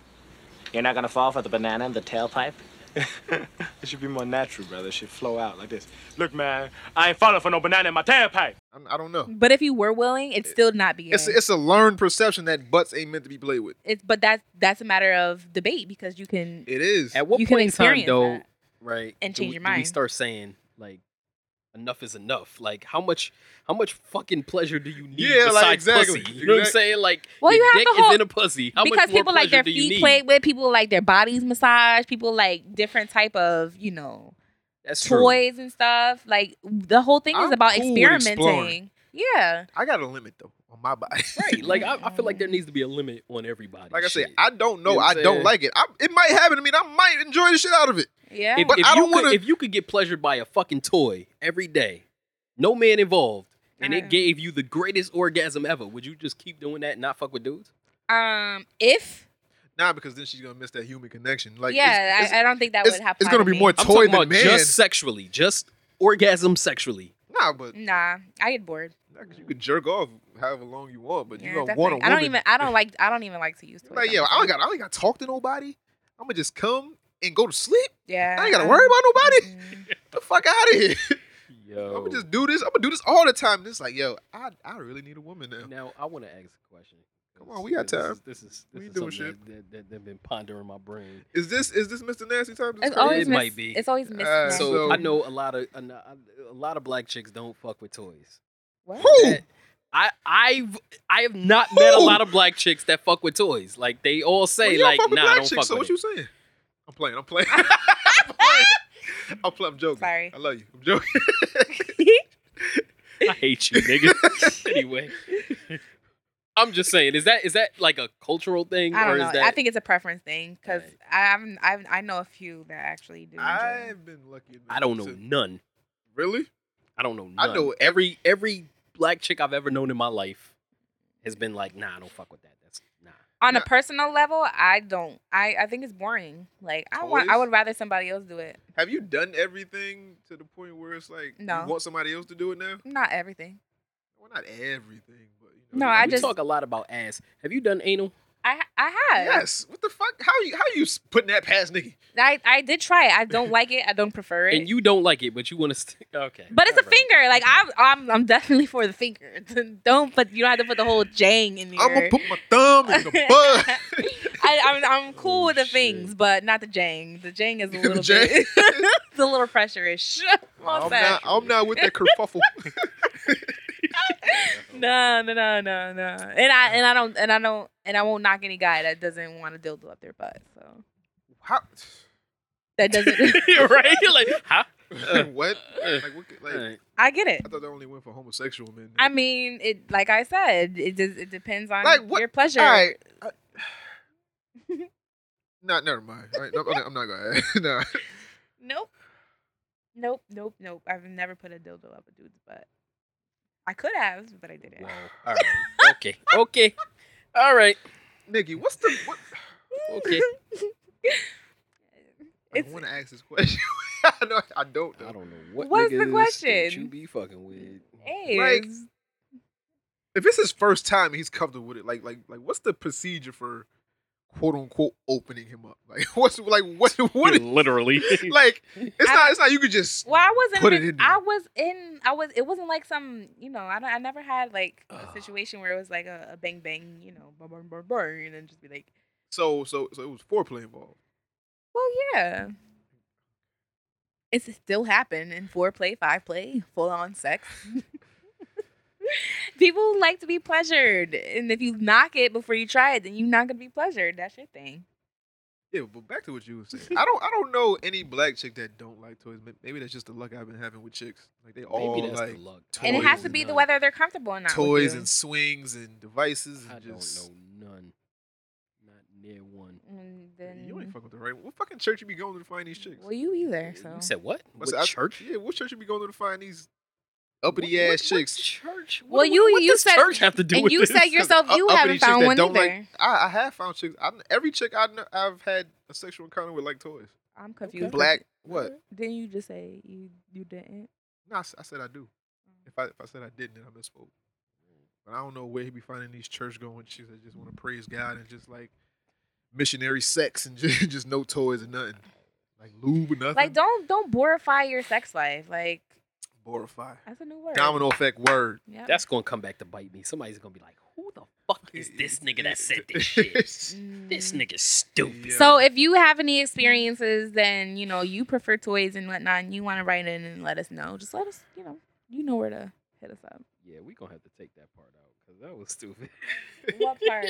[SPEAKER 12] You're not gonna fall for the banana in the tailpipe?
[SPEAKER 11] It should be more natural, brother. It should flow out like this. Look, man, I ain't falling for no banana in my tailpipe.
[SPEAKER 4] I'm, I don't know.
[SPEAKER 5] But if you were willing, it'd still not be.
[SPEAKER 4] It's
[SPEAKER 5] gay.
[SPEAKER 4] it's a learned perception that butts ain't meant to be played with.
[SPEAKER 5] It's- but that's that's a matter of debate because you can
[SPEAKER 4] It is.
[SPEAKER 6] At what
[SPEAKER 5] You can
[SPEAKER 6] point in time,
[SPEAKER 5] experience
[SPEAKER 6] though,
[SPEAKER 5] that
[SPEAKER 6] right?
[SPEAKER 5] and
[SPEAKER 6] do
[SPEAKER 5] change
[SPEAKER 6] we-
[SPEAKER 5] your
[SPEAKER 6] do We
[SPEAKER 5] mind.
[SPEAKER 6] start saying like, enough is enough. Like, how much, how much fucking pleasure do you need
[SPEAKER 4] Yeah,
[SPEAKER 6] besides
[SPEAKER 4] like, exactly,
[SPEAKER 6] pussy? You know what I'm
[SPEAKER 4] exactly.
[SPEAKER 6] saying? Like,
[SPEAKER 5] Well,
[SPEAKER 6] your
[SPEAKER 5] you have
[SPEAKER 6] dick
[SPEAKER 5] the whole-
[SPEAKER 6] is in a pussy. How
[SPEAKER 5] because
[SPEAKER 6] much more
[SPEAKER 5] people like their
[SPEAKER 6] pleasure do you
[SPEAKER 5] feet
[SPEAKER 6] need?
[SPEAKER 5] played with, people like their bodies massaged, people like different type of you know
[SPEAKER 6] That's true.
[SPEAKER 5] toys and stuff. Like the whole thing is
[SPEAKER 4] I'm
[SPEAKER 5] about
[SPEAKER 4] cool with exploring.
[SPEAKER 5] experimenting. Yeah.
[SPEAKER 4] I got a limit though on my body.
[SPEAKER 6] Right. Like, I, I feel like there needs to be a limit on everybody.
[SPEAKER 4] Like I said,
[SPEAKER 6] Shit.
[SPEAKER 4] I don't know.
[SPEAKER 6] You know what
[SPEAKER 4] I
[SPEAKER 6] I'm
[SPEAKER 4] don't
[SPEAKER 6] saying?
[SPEAKER 4] like it. I, it might happen to me. and I might enjoy the shit out of it.
[SPEAKER 5] Yeah.
[SPEAKER 6] if,
[SPEAKER 4] But
[SPEAKER 6] if
[SPEAKER 4] I
[SPEAKER 6] you
[SPEAKER 4] don't
[SPEAKER 6] could,
[SPEAKER 4] wanna-
[SPEAKER 6] if you could get pleasured by a fucking toy every day, no man involved, and it
[SPEAKER 5] Right.
[SPEAKER 6] gave you the greatest orgasm ever, would you just keep doing that and not fuck with dudes?
[SPEAKER 5] um, if
[SPEAKER 4] Nah, because then she's gonna miss that human connection. Like
[SPEAKER 5] yeah,
[SPEAKER 4] it's, it's,
[SPEAKER 5] I, I don't think that
[SPEAKER 4] it's-
[SPEAKER 5] would happen.
[SPEAKER 4] it's gonna
[SPEAKER 5] to
[SPEAKER 4] be
[SPEAKER 5] me.
[SPEAKER 4] more
[SPEAKER 6] I'm
[SPEAKER 4] toy
[SPEAKER 6] talking
[SPEAKER 4] than
[SPEAKER 6] about
[SPEAKER 4] man.
[SPEAKER 6] just sexually, just orgasm sexually.
[SPEAKER 4] nah, but
[SPEAKER 5] Nah, I get bored.
[SPEAKER 4] nah, 'cause you could jerk off however long you want, but
[SPEAKER 5] Yeah,
[SPEAKER 4] you don't
[SPEAKER 5] definitely.
[SPEAKER 4] want a woman.
[SPEAKER 5] I don't even. I don't like. I don't even like to use. Toys.
[SPEAKER 4] Like, yeah, I don't got I don't got to talk to nobody. I'm gonna just come and go to sleep.
[SPEAKER 5] Yeah.
[SPEAKER 4] I ain't gotta worry about nobody.
[SPEAKER 5] Mm-mm.
[SPEAKER 4] the fuck out of here.
[SPEAKER 6] Yo.
[SPEAKER 4] I'm gonna just do this. I'm gonna do this all the time. And it's like, yo, I, I really need a woman now.
[SPEAKER 6] Now I want to ask a question.
[SPEAKER 4] Come on, we got
[SPEAKER 6] This
[SPEAKER 4] time.
[SPEAKER 6] is- This is
[SPEAKER 4] We
[SPEAKER 6] this is
[SPEAKER 4] doing
[SPEAKER 6] something that, that, that, they've been pondering my brain.
[SPEAKER 4] Is this is this Mr. Nasty time? This
[SPEAKER 5] It's
[SPEAKER 4] crazy?
[SPEAKER 5] always
[SPEAKER 6] It
[SPEAKER 5] miss-
[SPEAKER 6] might be.
[SPEAKER 5] It's always missing.
[SPEAKER 4] Uh,
[SPEAKER 5] that.
[SPEAKER 6] So
[SPEAKER 4] So-
[SPEAKER 6] I know a lot of a, a lot of black chicks don't fuck with toys.
[SPEAKER 5] What?
[SPEAKER 4] Who?
[SPEAKER 6] I I've I have not met a lot of black chicks that fuck with toys. Like they all
[SPEAKER 4] Well,
[SPEAKER 6] say,
[SPEAKER 4] you don't
[SPEAKER 6] like,
[SPEAKER 4] fuck with
[SPEAKER 6] nah,
[SPEAKER 4] black
[SPEAKER 6] I don't
[SPEAKER 4] chicks,
[SPEAKER 6] fuck
[SPEAKER 4] so what
[SPEAKER 6] with it.
[SPEAKER 4] you saying? I'm playing. I'm playing. I'm playing. I'm playing. I'm joking.
[SPEAKER 5] Sorry.
[SPEAKER 4] I love you. I'm joking.
[SPEAKER 6] I hate you, nigga. anyway, I'm just saying, is that is that like a cultural thing,
[SPEAKER 5] I
[SPEAKER 6] or
[SPEAKER 5] don't
[SPEAKER 6] is
[SPEAKER 5] know.
[SPEAKER 6] that
[SPEAKER 5] I think it's a preference thing because
[SPEAKER 6] Right.
[SPEAKER 5] I've, I've I know a few that actually do. enjoy it.
[SPEAKER 4] I've been lucky. enough
[SPEAKER 6] I don't know
[SPEAKER 4] to-
[SPEAKER 6] none.
[SPEAKER 4] Really?
[SPEAKER 6] I don't know. None.
[SPEAKER 4] I know e,
[SPEAKER 6] every every black chick I've ever known in my life has been like, nah, I don't fuck with that. That's nah.
[SPEAKER 5] On a
[SPEAKER 4] Nah.
[SPEAKER 5] personal level, I don't. I, I think it's boring. Like I want. I
[SPEAKER 4] Toys?
[SPEAKER 5] would rather somebody else do it.
[SPEAKER 4] Have you done everything to the point where it's like
[SPEAKER 5] No.
[SPEAKER 4] you want somebody else to do it now?
[SPEAKER 5] Not everything.
[SPEAKER 4] Well, not everything, but you
[SPEAKER 5] No,
[SPEAKER 4] know.
[SPEAKER 5] I
[SPEAKER 6] we
[SPEAKER 5] just-
[SPEAKER 6] talk a lot about ass. Have you done anal?
[SPEAKER 5] I I have.
[SPEAKER 4] Yes. What the fuck? How you how you s- putting that past nigga?
[SPEAKER 5] I, I did try it. I don't like it. I don't prefer it.
[SPEAKER 6] And you don't like it, but you want to. St- okay.
[SPEAKER 5] but it's a
[SPEAKER 6] Alright.
[SPEAKER 5] finger. Like I'm, I'm, I'm definitely for the finger. don't, but you don't have to put the whole jang in there.
[SPEAKER 4] I'm gonna put my thumb in the butt.
[SPEAKER 5] I, I'm, I'm cool
[SPEAKER 6] Oh,
[SPEAKER 5] with the
[SPEAKER 6] shit.
[SPEAKER 5] things, but not the jang. The jang is a
[SPEAKER 4] The
[SPEAKER 5] little
[SPEAKER 4] jang?
[SPEAKER 5] bit, it's a little pressurish. What's
[SPEAKER 4] I'm
[SPEAKER 5] that?
[SPEAKER 4] not, I'm not with that kerfuffle.
[SPEAKER 5] no, no, no, no, no. And I and I don't and I don't and I won't knock any guy that doesn't want a dildo up their butt. So
[SPEAKER 4] how
[SPEAKER 5] that doesn't
[SPEAKER 6] right? You're like, huh? Uh.
[SPEAKER 4] what? Like, what could- like-
[SPEAKER 5] I get it.
[SPEAKER 4] I thought that only went for homosexual men.
[SPEAKER 5] I mean, it like I said, it does, it depends on
[SPEAKER 4] Like, what-
[SPEAKER 5] your pleasure.
[SPEAKER 4] all right. uh, Not, never mind. All right, no, okay, I'm not gonna. no.
[SPEAKER 5] Nope. Nope, nope, nope. I've never put a dildo up a dude's butt. I could have, but I didn't.
[SPEAKER 6] All right. Okay. Okay. All right.
[SPEAKER 4] Nikki, what's the what?
[SPEAKER 6] Okay.
[SPEAKER 4] I want to ask this question. I, know, I don't. Know. I
[SPEAKER 6] don't know what.
[SPEAKER 5] What's the
[SPEAKER 6] niggas That
[SPEAKER 5] question?
[SPEAKER 6] you be fucking with.
[SPEAKER 5] Hey,
[SPEAKER 4] Like-
[SPEAKER 5] it's-
[SPEAKER 4] If it's his first time, and he's comfortable with it. Like, like, like, what's the procedure for quote unquote opening him up? Like, what's like what what? is-
[SPEAKER 6] Literally.
[SPEAKER 4] like, it's not. It's not. You could just.
[SPEAKER 5] well, I wasn't.
[SPEAKER 4] Put
[SPEAKER 5] even-
[SPEAKER 4] it in there.
[SPEAKER 5] I was in. I was. It wasn't like some. You know, I don't. I never had like a situation where it was like a, a bang bang. You know, bang bang bang bang, and then just be like,
[SPEAKER 4] So, so, so it was foreplay involved.
[SPEAKER 5] well, yeah. It's still happened in foreplay, five play, full on sex. People like to be pleasured, and if you knock it before you try it, then you're not gonna be pleasured. That's your thing.
[SPEAKER 4] Yeah, but back to what you were saying. I don't. I don't know any black chick that don't like toys. May- Maybe that's just the luck I've been having with chicks. Like they all
[SPEAKER 6] that's the
[SPEAKER 4] like
[SPEAKER 6] luck.
[SPEAKER 4] toys
[SPEAKER 5] and it has to be the whether they're comfortable or not. with
[SPEAKER 4] toys
[SPEAKER 5] you.
[SPEAKER 4] and swings and devices. And I just,
[SPEAKER 6] don't know none. Not near one.
[SPEAKER 5] And then,
[SPEAKER 4] You ain't fucking with the right. What fucking church you be going to to find these chicks?
[SPEAKER 5] well, you either. So
[SPEAKER 6] You said what?
[SPEAKER 4] What's
[SPEAKER 6] What
[SPEAKER 4] that?
[SPEAKER 6] church?
[SPEAKER 4] Yeah, what church you be going to to find these uppity ass chicks?
[SPEAKER 6] Church.
[SPEAKER 5] Well, you you said
[SPEAKER 6] church have to do
[SPEAKER 5] and
[SPEAKER 6] with
[SPEAKER 5] you
[SPEAKER 6] this?
[SPEAKER 5] said yourself you
[SPEAKER 4] Uppity
[SPEAKER 5] haven't
[SPEAKER 4] chicks
[SPEAKER 5] found
[SPEAKER 4] that
[SPEAKER 5] one
[SPEAKER 4] don't
[SPEAKER 5] either.
[SPEAKER 4] like- I, I have found chicks. I, every chick I know, I've had a sexual encounter with like toys.
[SPEAKER 5] I'm confused.
[SPEAKER 4] Black. What?
[SPEAKER 5] Didn't you just say you you didn't?
[SPEAKER 4] No, I, s- I said I do.
[SPEAKER 5] Mm.
[SPEAKER 4] If I if I said I didn't, then I misspoke. But I don't know where he be finding these church going chicks that just want to praise God and just like missionary sex and just, just no toys or nothing, like lube or nothing.
[SPEAKER 5] Like, don't don't borify your sex life. Like,
[SPEAKER 4] Borify.
[SPEAKER 5] that's a new word.
[SPEAKER 4] Domino effect word.
[SPEAKER 5] Yep.
[SPEAKER 6] That's gonna come back to bite me. Somebody's gonna be like, "Who the fuck is this nigga that said
[SPEAKER 5] Mm.
[SPEAKER 6] this shit? this nigga's stupid."
[SPEAKER 5] So if you have any experiences, then you know you prefer toys and whatnot, and you want to write in and let us know. Just let us, you know, you know where to hit us up.
[SPEAKER 6] yeah, we gonna have to take that part out because that was stupid.
[SPEAKER 5] What part?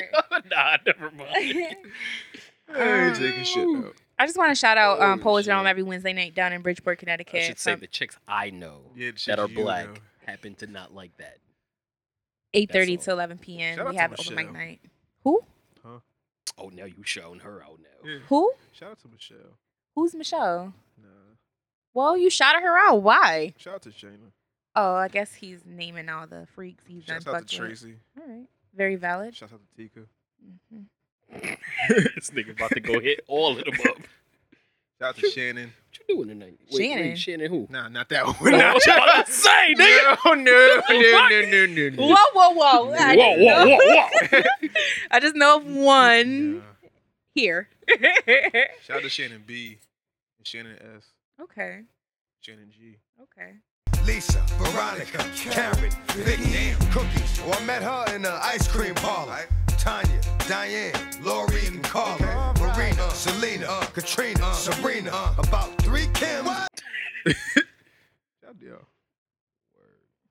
[SPEAKER 6] nah, never mind.
[SPEAKER 4] Hey, taking shit
[SPEAKER 6] um,
[SPEAKER 4] out.
[SPEAKER 5] I just want to shout out um, Poets Realm every Wednesday night down in Bridgeport, Connecticut.
[SPEAKER 6] I should say
[SPEAKER 5] from
[SPEAKER 6] the chicks I know
[SPEAKER 4] the
[SPEAKER 6] that
[SPEAKER 4] chicks
[SPEAKER 6] are
[SPEAKER 4] you
[SPEAKER 6] black
[SPEAKER 4] know.
[SPEAKER 6] happen to not like that.
[SPEAKER 5] eight thirty to eleven p.m.
[SPEAKER 4] Shout out
[SPEAKER 5] we
[SPEAKER 4] to
[SPEAKER 5] have open mic
[SPEAKER 4] Michelle.
[SPEAKER 5] night. Who?
[SPEAKER 6] Oh, now you showing her out now.
[SPEAKER 4] Yeah.
[SPEAKER 5] Who?
[SPEAKER 4] Shout out to Michelle.
[SPEAKER 5] Who's Michelle?
[SPEAKER 4] Nah.
[SPEAKER 5] Well, you shouted her out. Why?
[SPEAKER 4] Shout out to Shayna.
[SPEAKER 5] Oh, I guess he's naming all the freaks he's done.
[SPEAKER 4] Shout out
[SPEAKER 5] fucked
[SPEAKER 4] to
[SPEAKER 5] with.
[SPEAKER 4] Tracy.
[SPEAKER 5] All right, very valid.
[SPEAKER 4] Shout out to Tika.
[SPEAKER 5] Mhm.
[SPEAKER 6] this nigga about to go hit all of them up.
[SPEAKER 4] Shout out to Shannon.
[SPEAKER 6] What you doing tonight? Wait, wait,
[SPEAKER 5] Shannon.
[SPEAKER 6] Shannon who?
[SPEAKER 4] Nah, not that one.
[SPEAKER 6] What I was about to say, nigga.
[SPEAKER 4] No, no, no,
[SPEAKER 6] What?
[SPEAKER 4] no, no, no, no.
[SPEAKER 5] Whoa, whoa, whoa! I
[SPEAKER 6] Whoa,
[SPEAKER 5] just
[SPEAKER 6] whoa,
[SPEAKER 5] know-
[SPEAKER 6] whoa, whoa.
[SPEAKER 5] I just know of one here.
[SPEAKER 4] Shout out to Shannon B. And Shannon S.
[SPEAKER 5] okay.
[SPEAKER 4] Shannon G.
[SPEAKER 5] Okay.
[SPEAKER 13] Lisa, Veronica, Karen, Vicky, Cookies. Oh, I met her in the ice cream parlor. Tanya, Diane, Lori, and Carla, Marina, Selena, Katrina, Sabrina. about three Kims.
[SPEAKER 4] Shout out to y'all.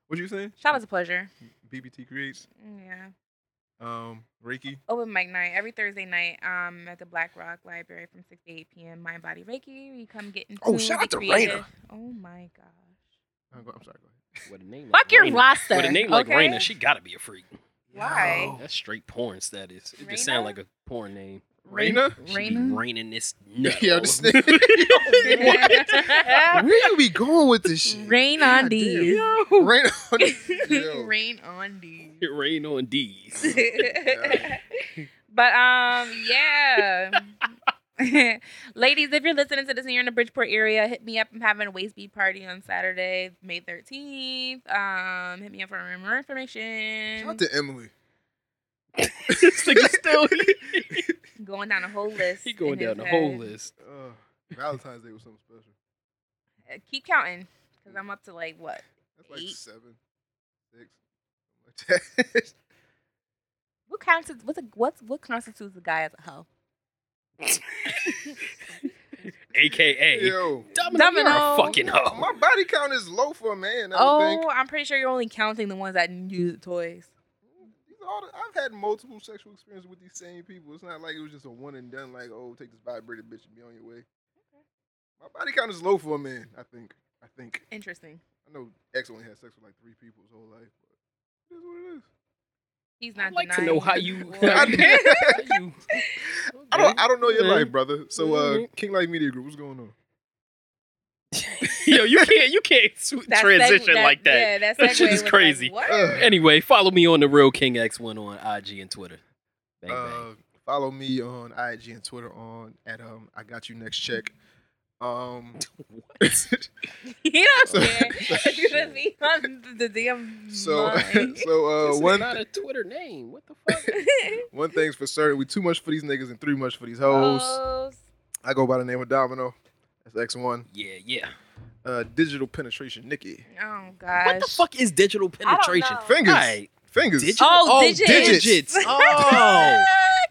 [SPEAKER 4] What you saying?
[SPEAKER 5] Shout out to pleasure.
[SPEAKER 4] BBT Creates.
[SPEAKER 5] Yeah.
[SPEAKER 4] Um, Reiki.
[SPEAKER 5] Open mic night every Thursday night um, at the Black Rock Library from 6 to 8 p.m. Mind Body Reiki. You come get into
[SPEAKER 4] Oh, shout out to Raina.
[SPEAKER 5] Oh my God.
[SPEAKER 4] I'm, go- I'm sorry. Go ahead.
[SPEAKER 6] With a name
[SPEAKER 5] Fuck
[SPEAKER 6] like
[SPEAKER 5] your
[SPEAKER 6] Raina-
[SPEAKER 5] roster,
[SPEAKER 6] With a name like
[SPEAKER 5] okay?
[SPEAKER 6] Raina, she gotta be a freak.
[SPEAKER 5] Why?
[SPEAKER 6] That's straight porn status. It just sound like a porn name.
[SPEAKER 4] Raina?
[SPEAKER 6] She be raining this nut.
[SPEAKER 4] Yo,
[SPEAKER 6] all
[SPEAKER 4] this
[SPEAKER 6] over-
[SPEAKER 4] nigga. Where you be going with this shit?
[SPEAKER 5] Rain on these.
[SPEAKER 4] Rain on Yo.
[SPEAKER 5] Rain on these.
[SPEAKER 6] It rain on D's.
[SPEAKER 5] but um, yeah. Ladies, if you're listening to this and you're in the Bridgeport area, hit me up. I'm having a waist bead party on Saturday, May 13th. Um, hit me up for more information.
[SPEAKER 4] Shout out to Emily.
[SPEAKER 6] this nigga still
[SPEAKER 5] going down a whole list.
[SPEAKER 6] he going
[SPEAKER 5] in his
[SPEAKER 6] down the whole
[SPEAKER 5] head.
[SPEAKER 6] list.
[SPEAKER 4] Uh, Valentine's Day was something special.
[SPEAKER 5] Uh, Keep counting, cause I'm up to like what?
[SPEAKER 4] That's like
[SPEAKER 5] Eight?
[SPEAKER 4] seven, six, something like that.
[SPEAKER 5] What constitutes what's a, what's what constitutes a guy as a hoe?
[SPEAKER 6] AKA
[SPEAKER 4] Yo.
[SPEAKER 6] Domino, you're
[SPEAKER 5] Domino.
[SPEAKER 6] a fucking hoe.
[SPEAKER 4] My body count is low for a man. I
[SPEAKER 5] oh,
[SPEAKER 4] think.
[SPEAKER 5] I'm pretty sure you're only counting the ones that use the toys.
[SPEAKER 4] All the- I've had multiple sexual experiences with these same people. It's not like it was just a one and done. Like, oh, take this vibrator, bitch, and be on your way. My body count is low for a man. I think. I think.
[SPEAKER 5] Interesting.
[SPEAKER 4] I know X only had sex with like three people his whole life. But it is what it is.
[SPEAKER 5] He's not
[SPEAKER 6] like to
[SPEAKER 5] denying
[SPEAKER 6] know how
[SPEAKER 5] his
[SPEAKER 6] you-
[SPEAKER 5] boy.
[SPEAKER 6] how
[SPEAKER 4] you- I don't. I don't know your
[SPEAKER 6] Okay.
[SPEAKER 4] life, brother. So, uh,
[SPEAKER 6] Mhm.
[SPEAKER 4] King Light Media Group, what's going on?
[SPEAKER 6] Yo, you can't you can't sw-
[SPEAKER 5] That seg-
[SPEAKER 6] transition
[SPEAKER 5] that-
[SPEAKER 6] like that.
[SPEAKER 5] yeah, that
[SPEAKER 6] that
[SPEAKER 5] segue
[SPEAKER 6] shit
[SPEAKER 5] was
[SPEAKER 6] is
[SPEAKER 5] like,
[SPEAKER 6] crazy.
[SPEAKER 5] what?
[SPEAKER 6] anyway, follow me on the real King X one on IG and Twitter. Bang,
[SPEAKER 4] Uh, follow me on IG and Twitter on at um I got you next check. Um,
[SPEAKER 6] uh,
[SPEAKER 5] He don't care. You just be on the damn
[SPEAKER 4] so
[SPEAKER 5] line.
[SPEAKER 4] so uh one
[SPEAKER 6] a Twitter name. What the
[SPEAKER 4] one thing's for certain, we too much for these niggas and three much for these hoes.
[SPEAKER 5] Oh.
[SPEAKER 4] I go by the name of Domino. That's X one.
[SPEAKER 6] Yeah, yeah.
[SPEAKER 4] Uh, digital penetration, Nikki.
[SPEAKER 5] Oh gosh.
[SPEAKER 6] What the fuck is digital penetration?
[SPEAKER 4] Fingers.
[SPEAKER 6] Alright.
[SPEAKER 4] Fingers.
[SPEAKER 6] Digi- oh, digits. Oh.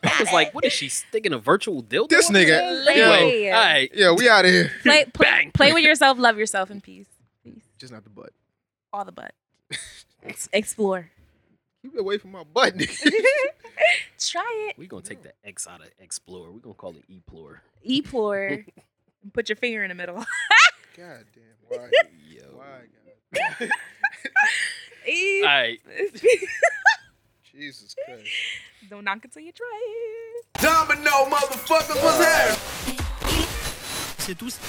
[SPEAKER 6] I was like, what is she sticking a virtual dildo?
[SPEAKER 4] This
[SPEAKER 6] on?
[SPEAKER 4] nigga.
[SPEAKER 6] Anyway,
[SPEAKER 5] Yo.
[SPEAKER 6] all right.
[SPEAKER 4] Yeah, we out of here.
[SPEAKER 5] Play, play, play with yourself. Love yourself in peace.
[SPEAKER 4] Just not the butt.
[SPEAKER 5] All the butt. Ex- Explore.
[SPEAKER 4] Keep it away from my butt.
[SPEAKER 5] Try it.
[SPEAKER 6] We're gonna take the X out of Explorer. We're gonna call it Eplore.
[SPEAKER 5] Eplore. Put your finger in the middle.
[SPEAKER 4] God damn. Why? Why?
[SPEAKER 5] Eep.
[SPEAKER 6] Alright.
[SPEAKER 4] Jesus Christ.
[SPEAKER 5] Don't knock until you try it.
[SPEAKER 13] Domino, motherfucker, what's happening?
[SPEAKER 1] C'est tous.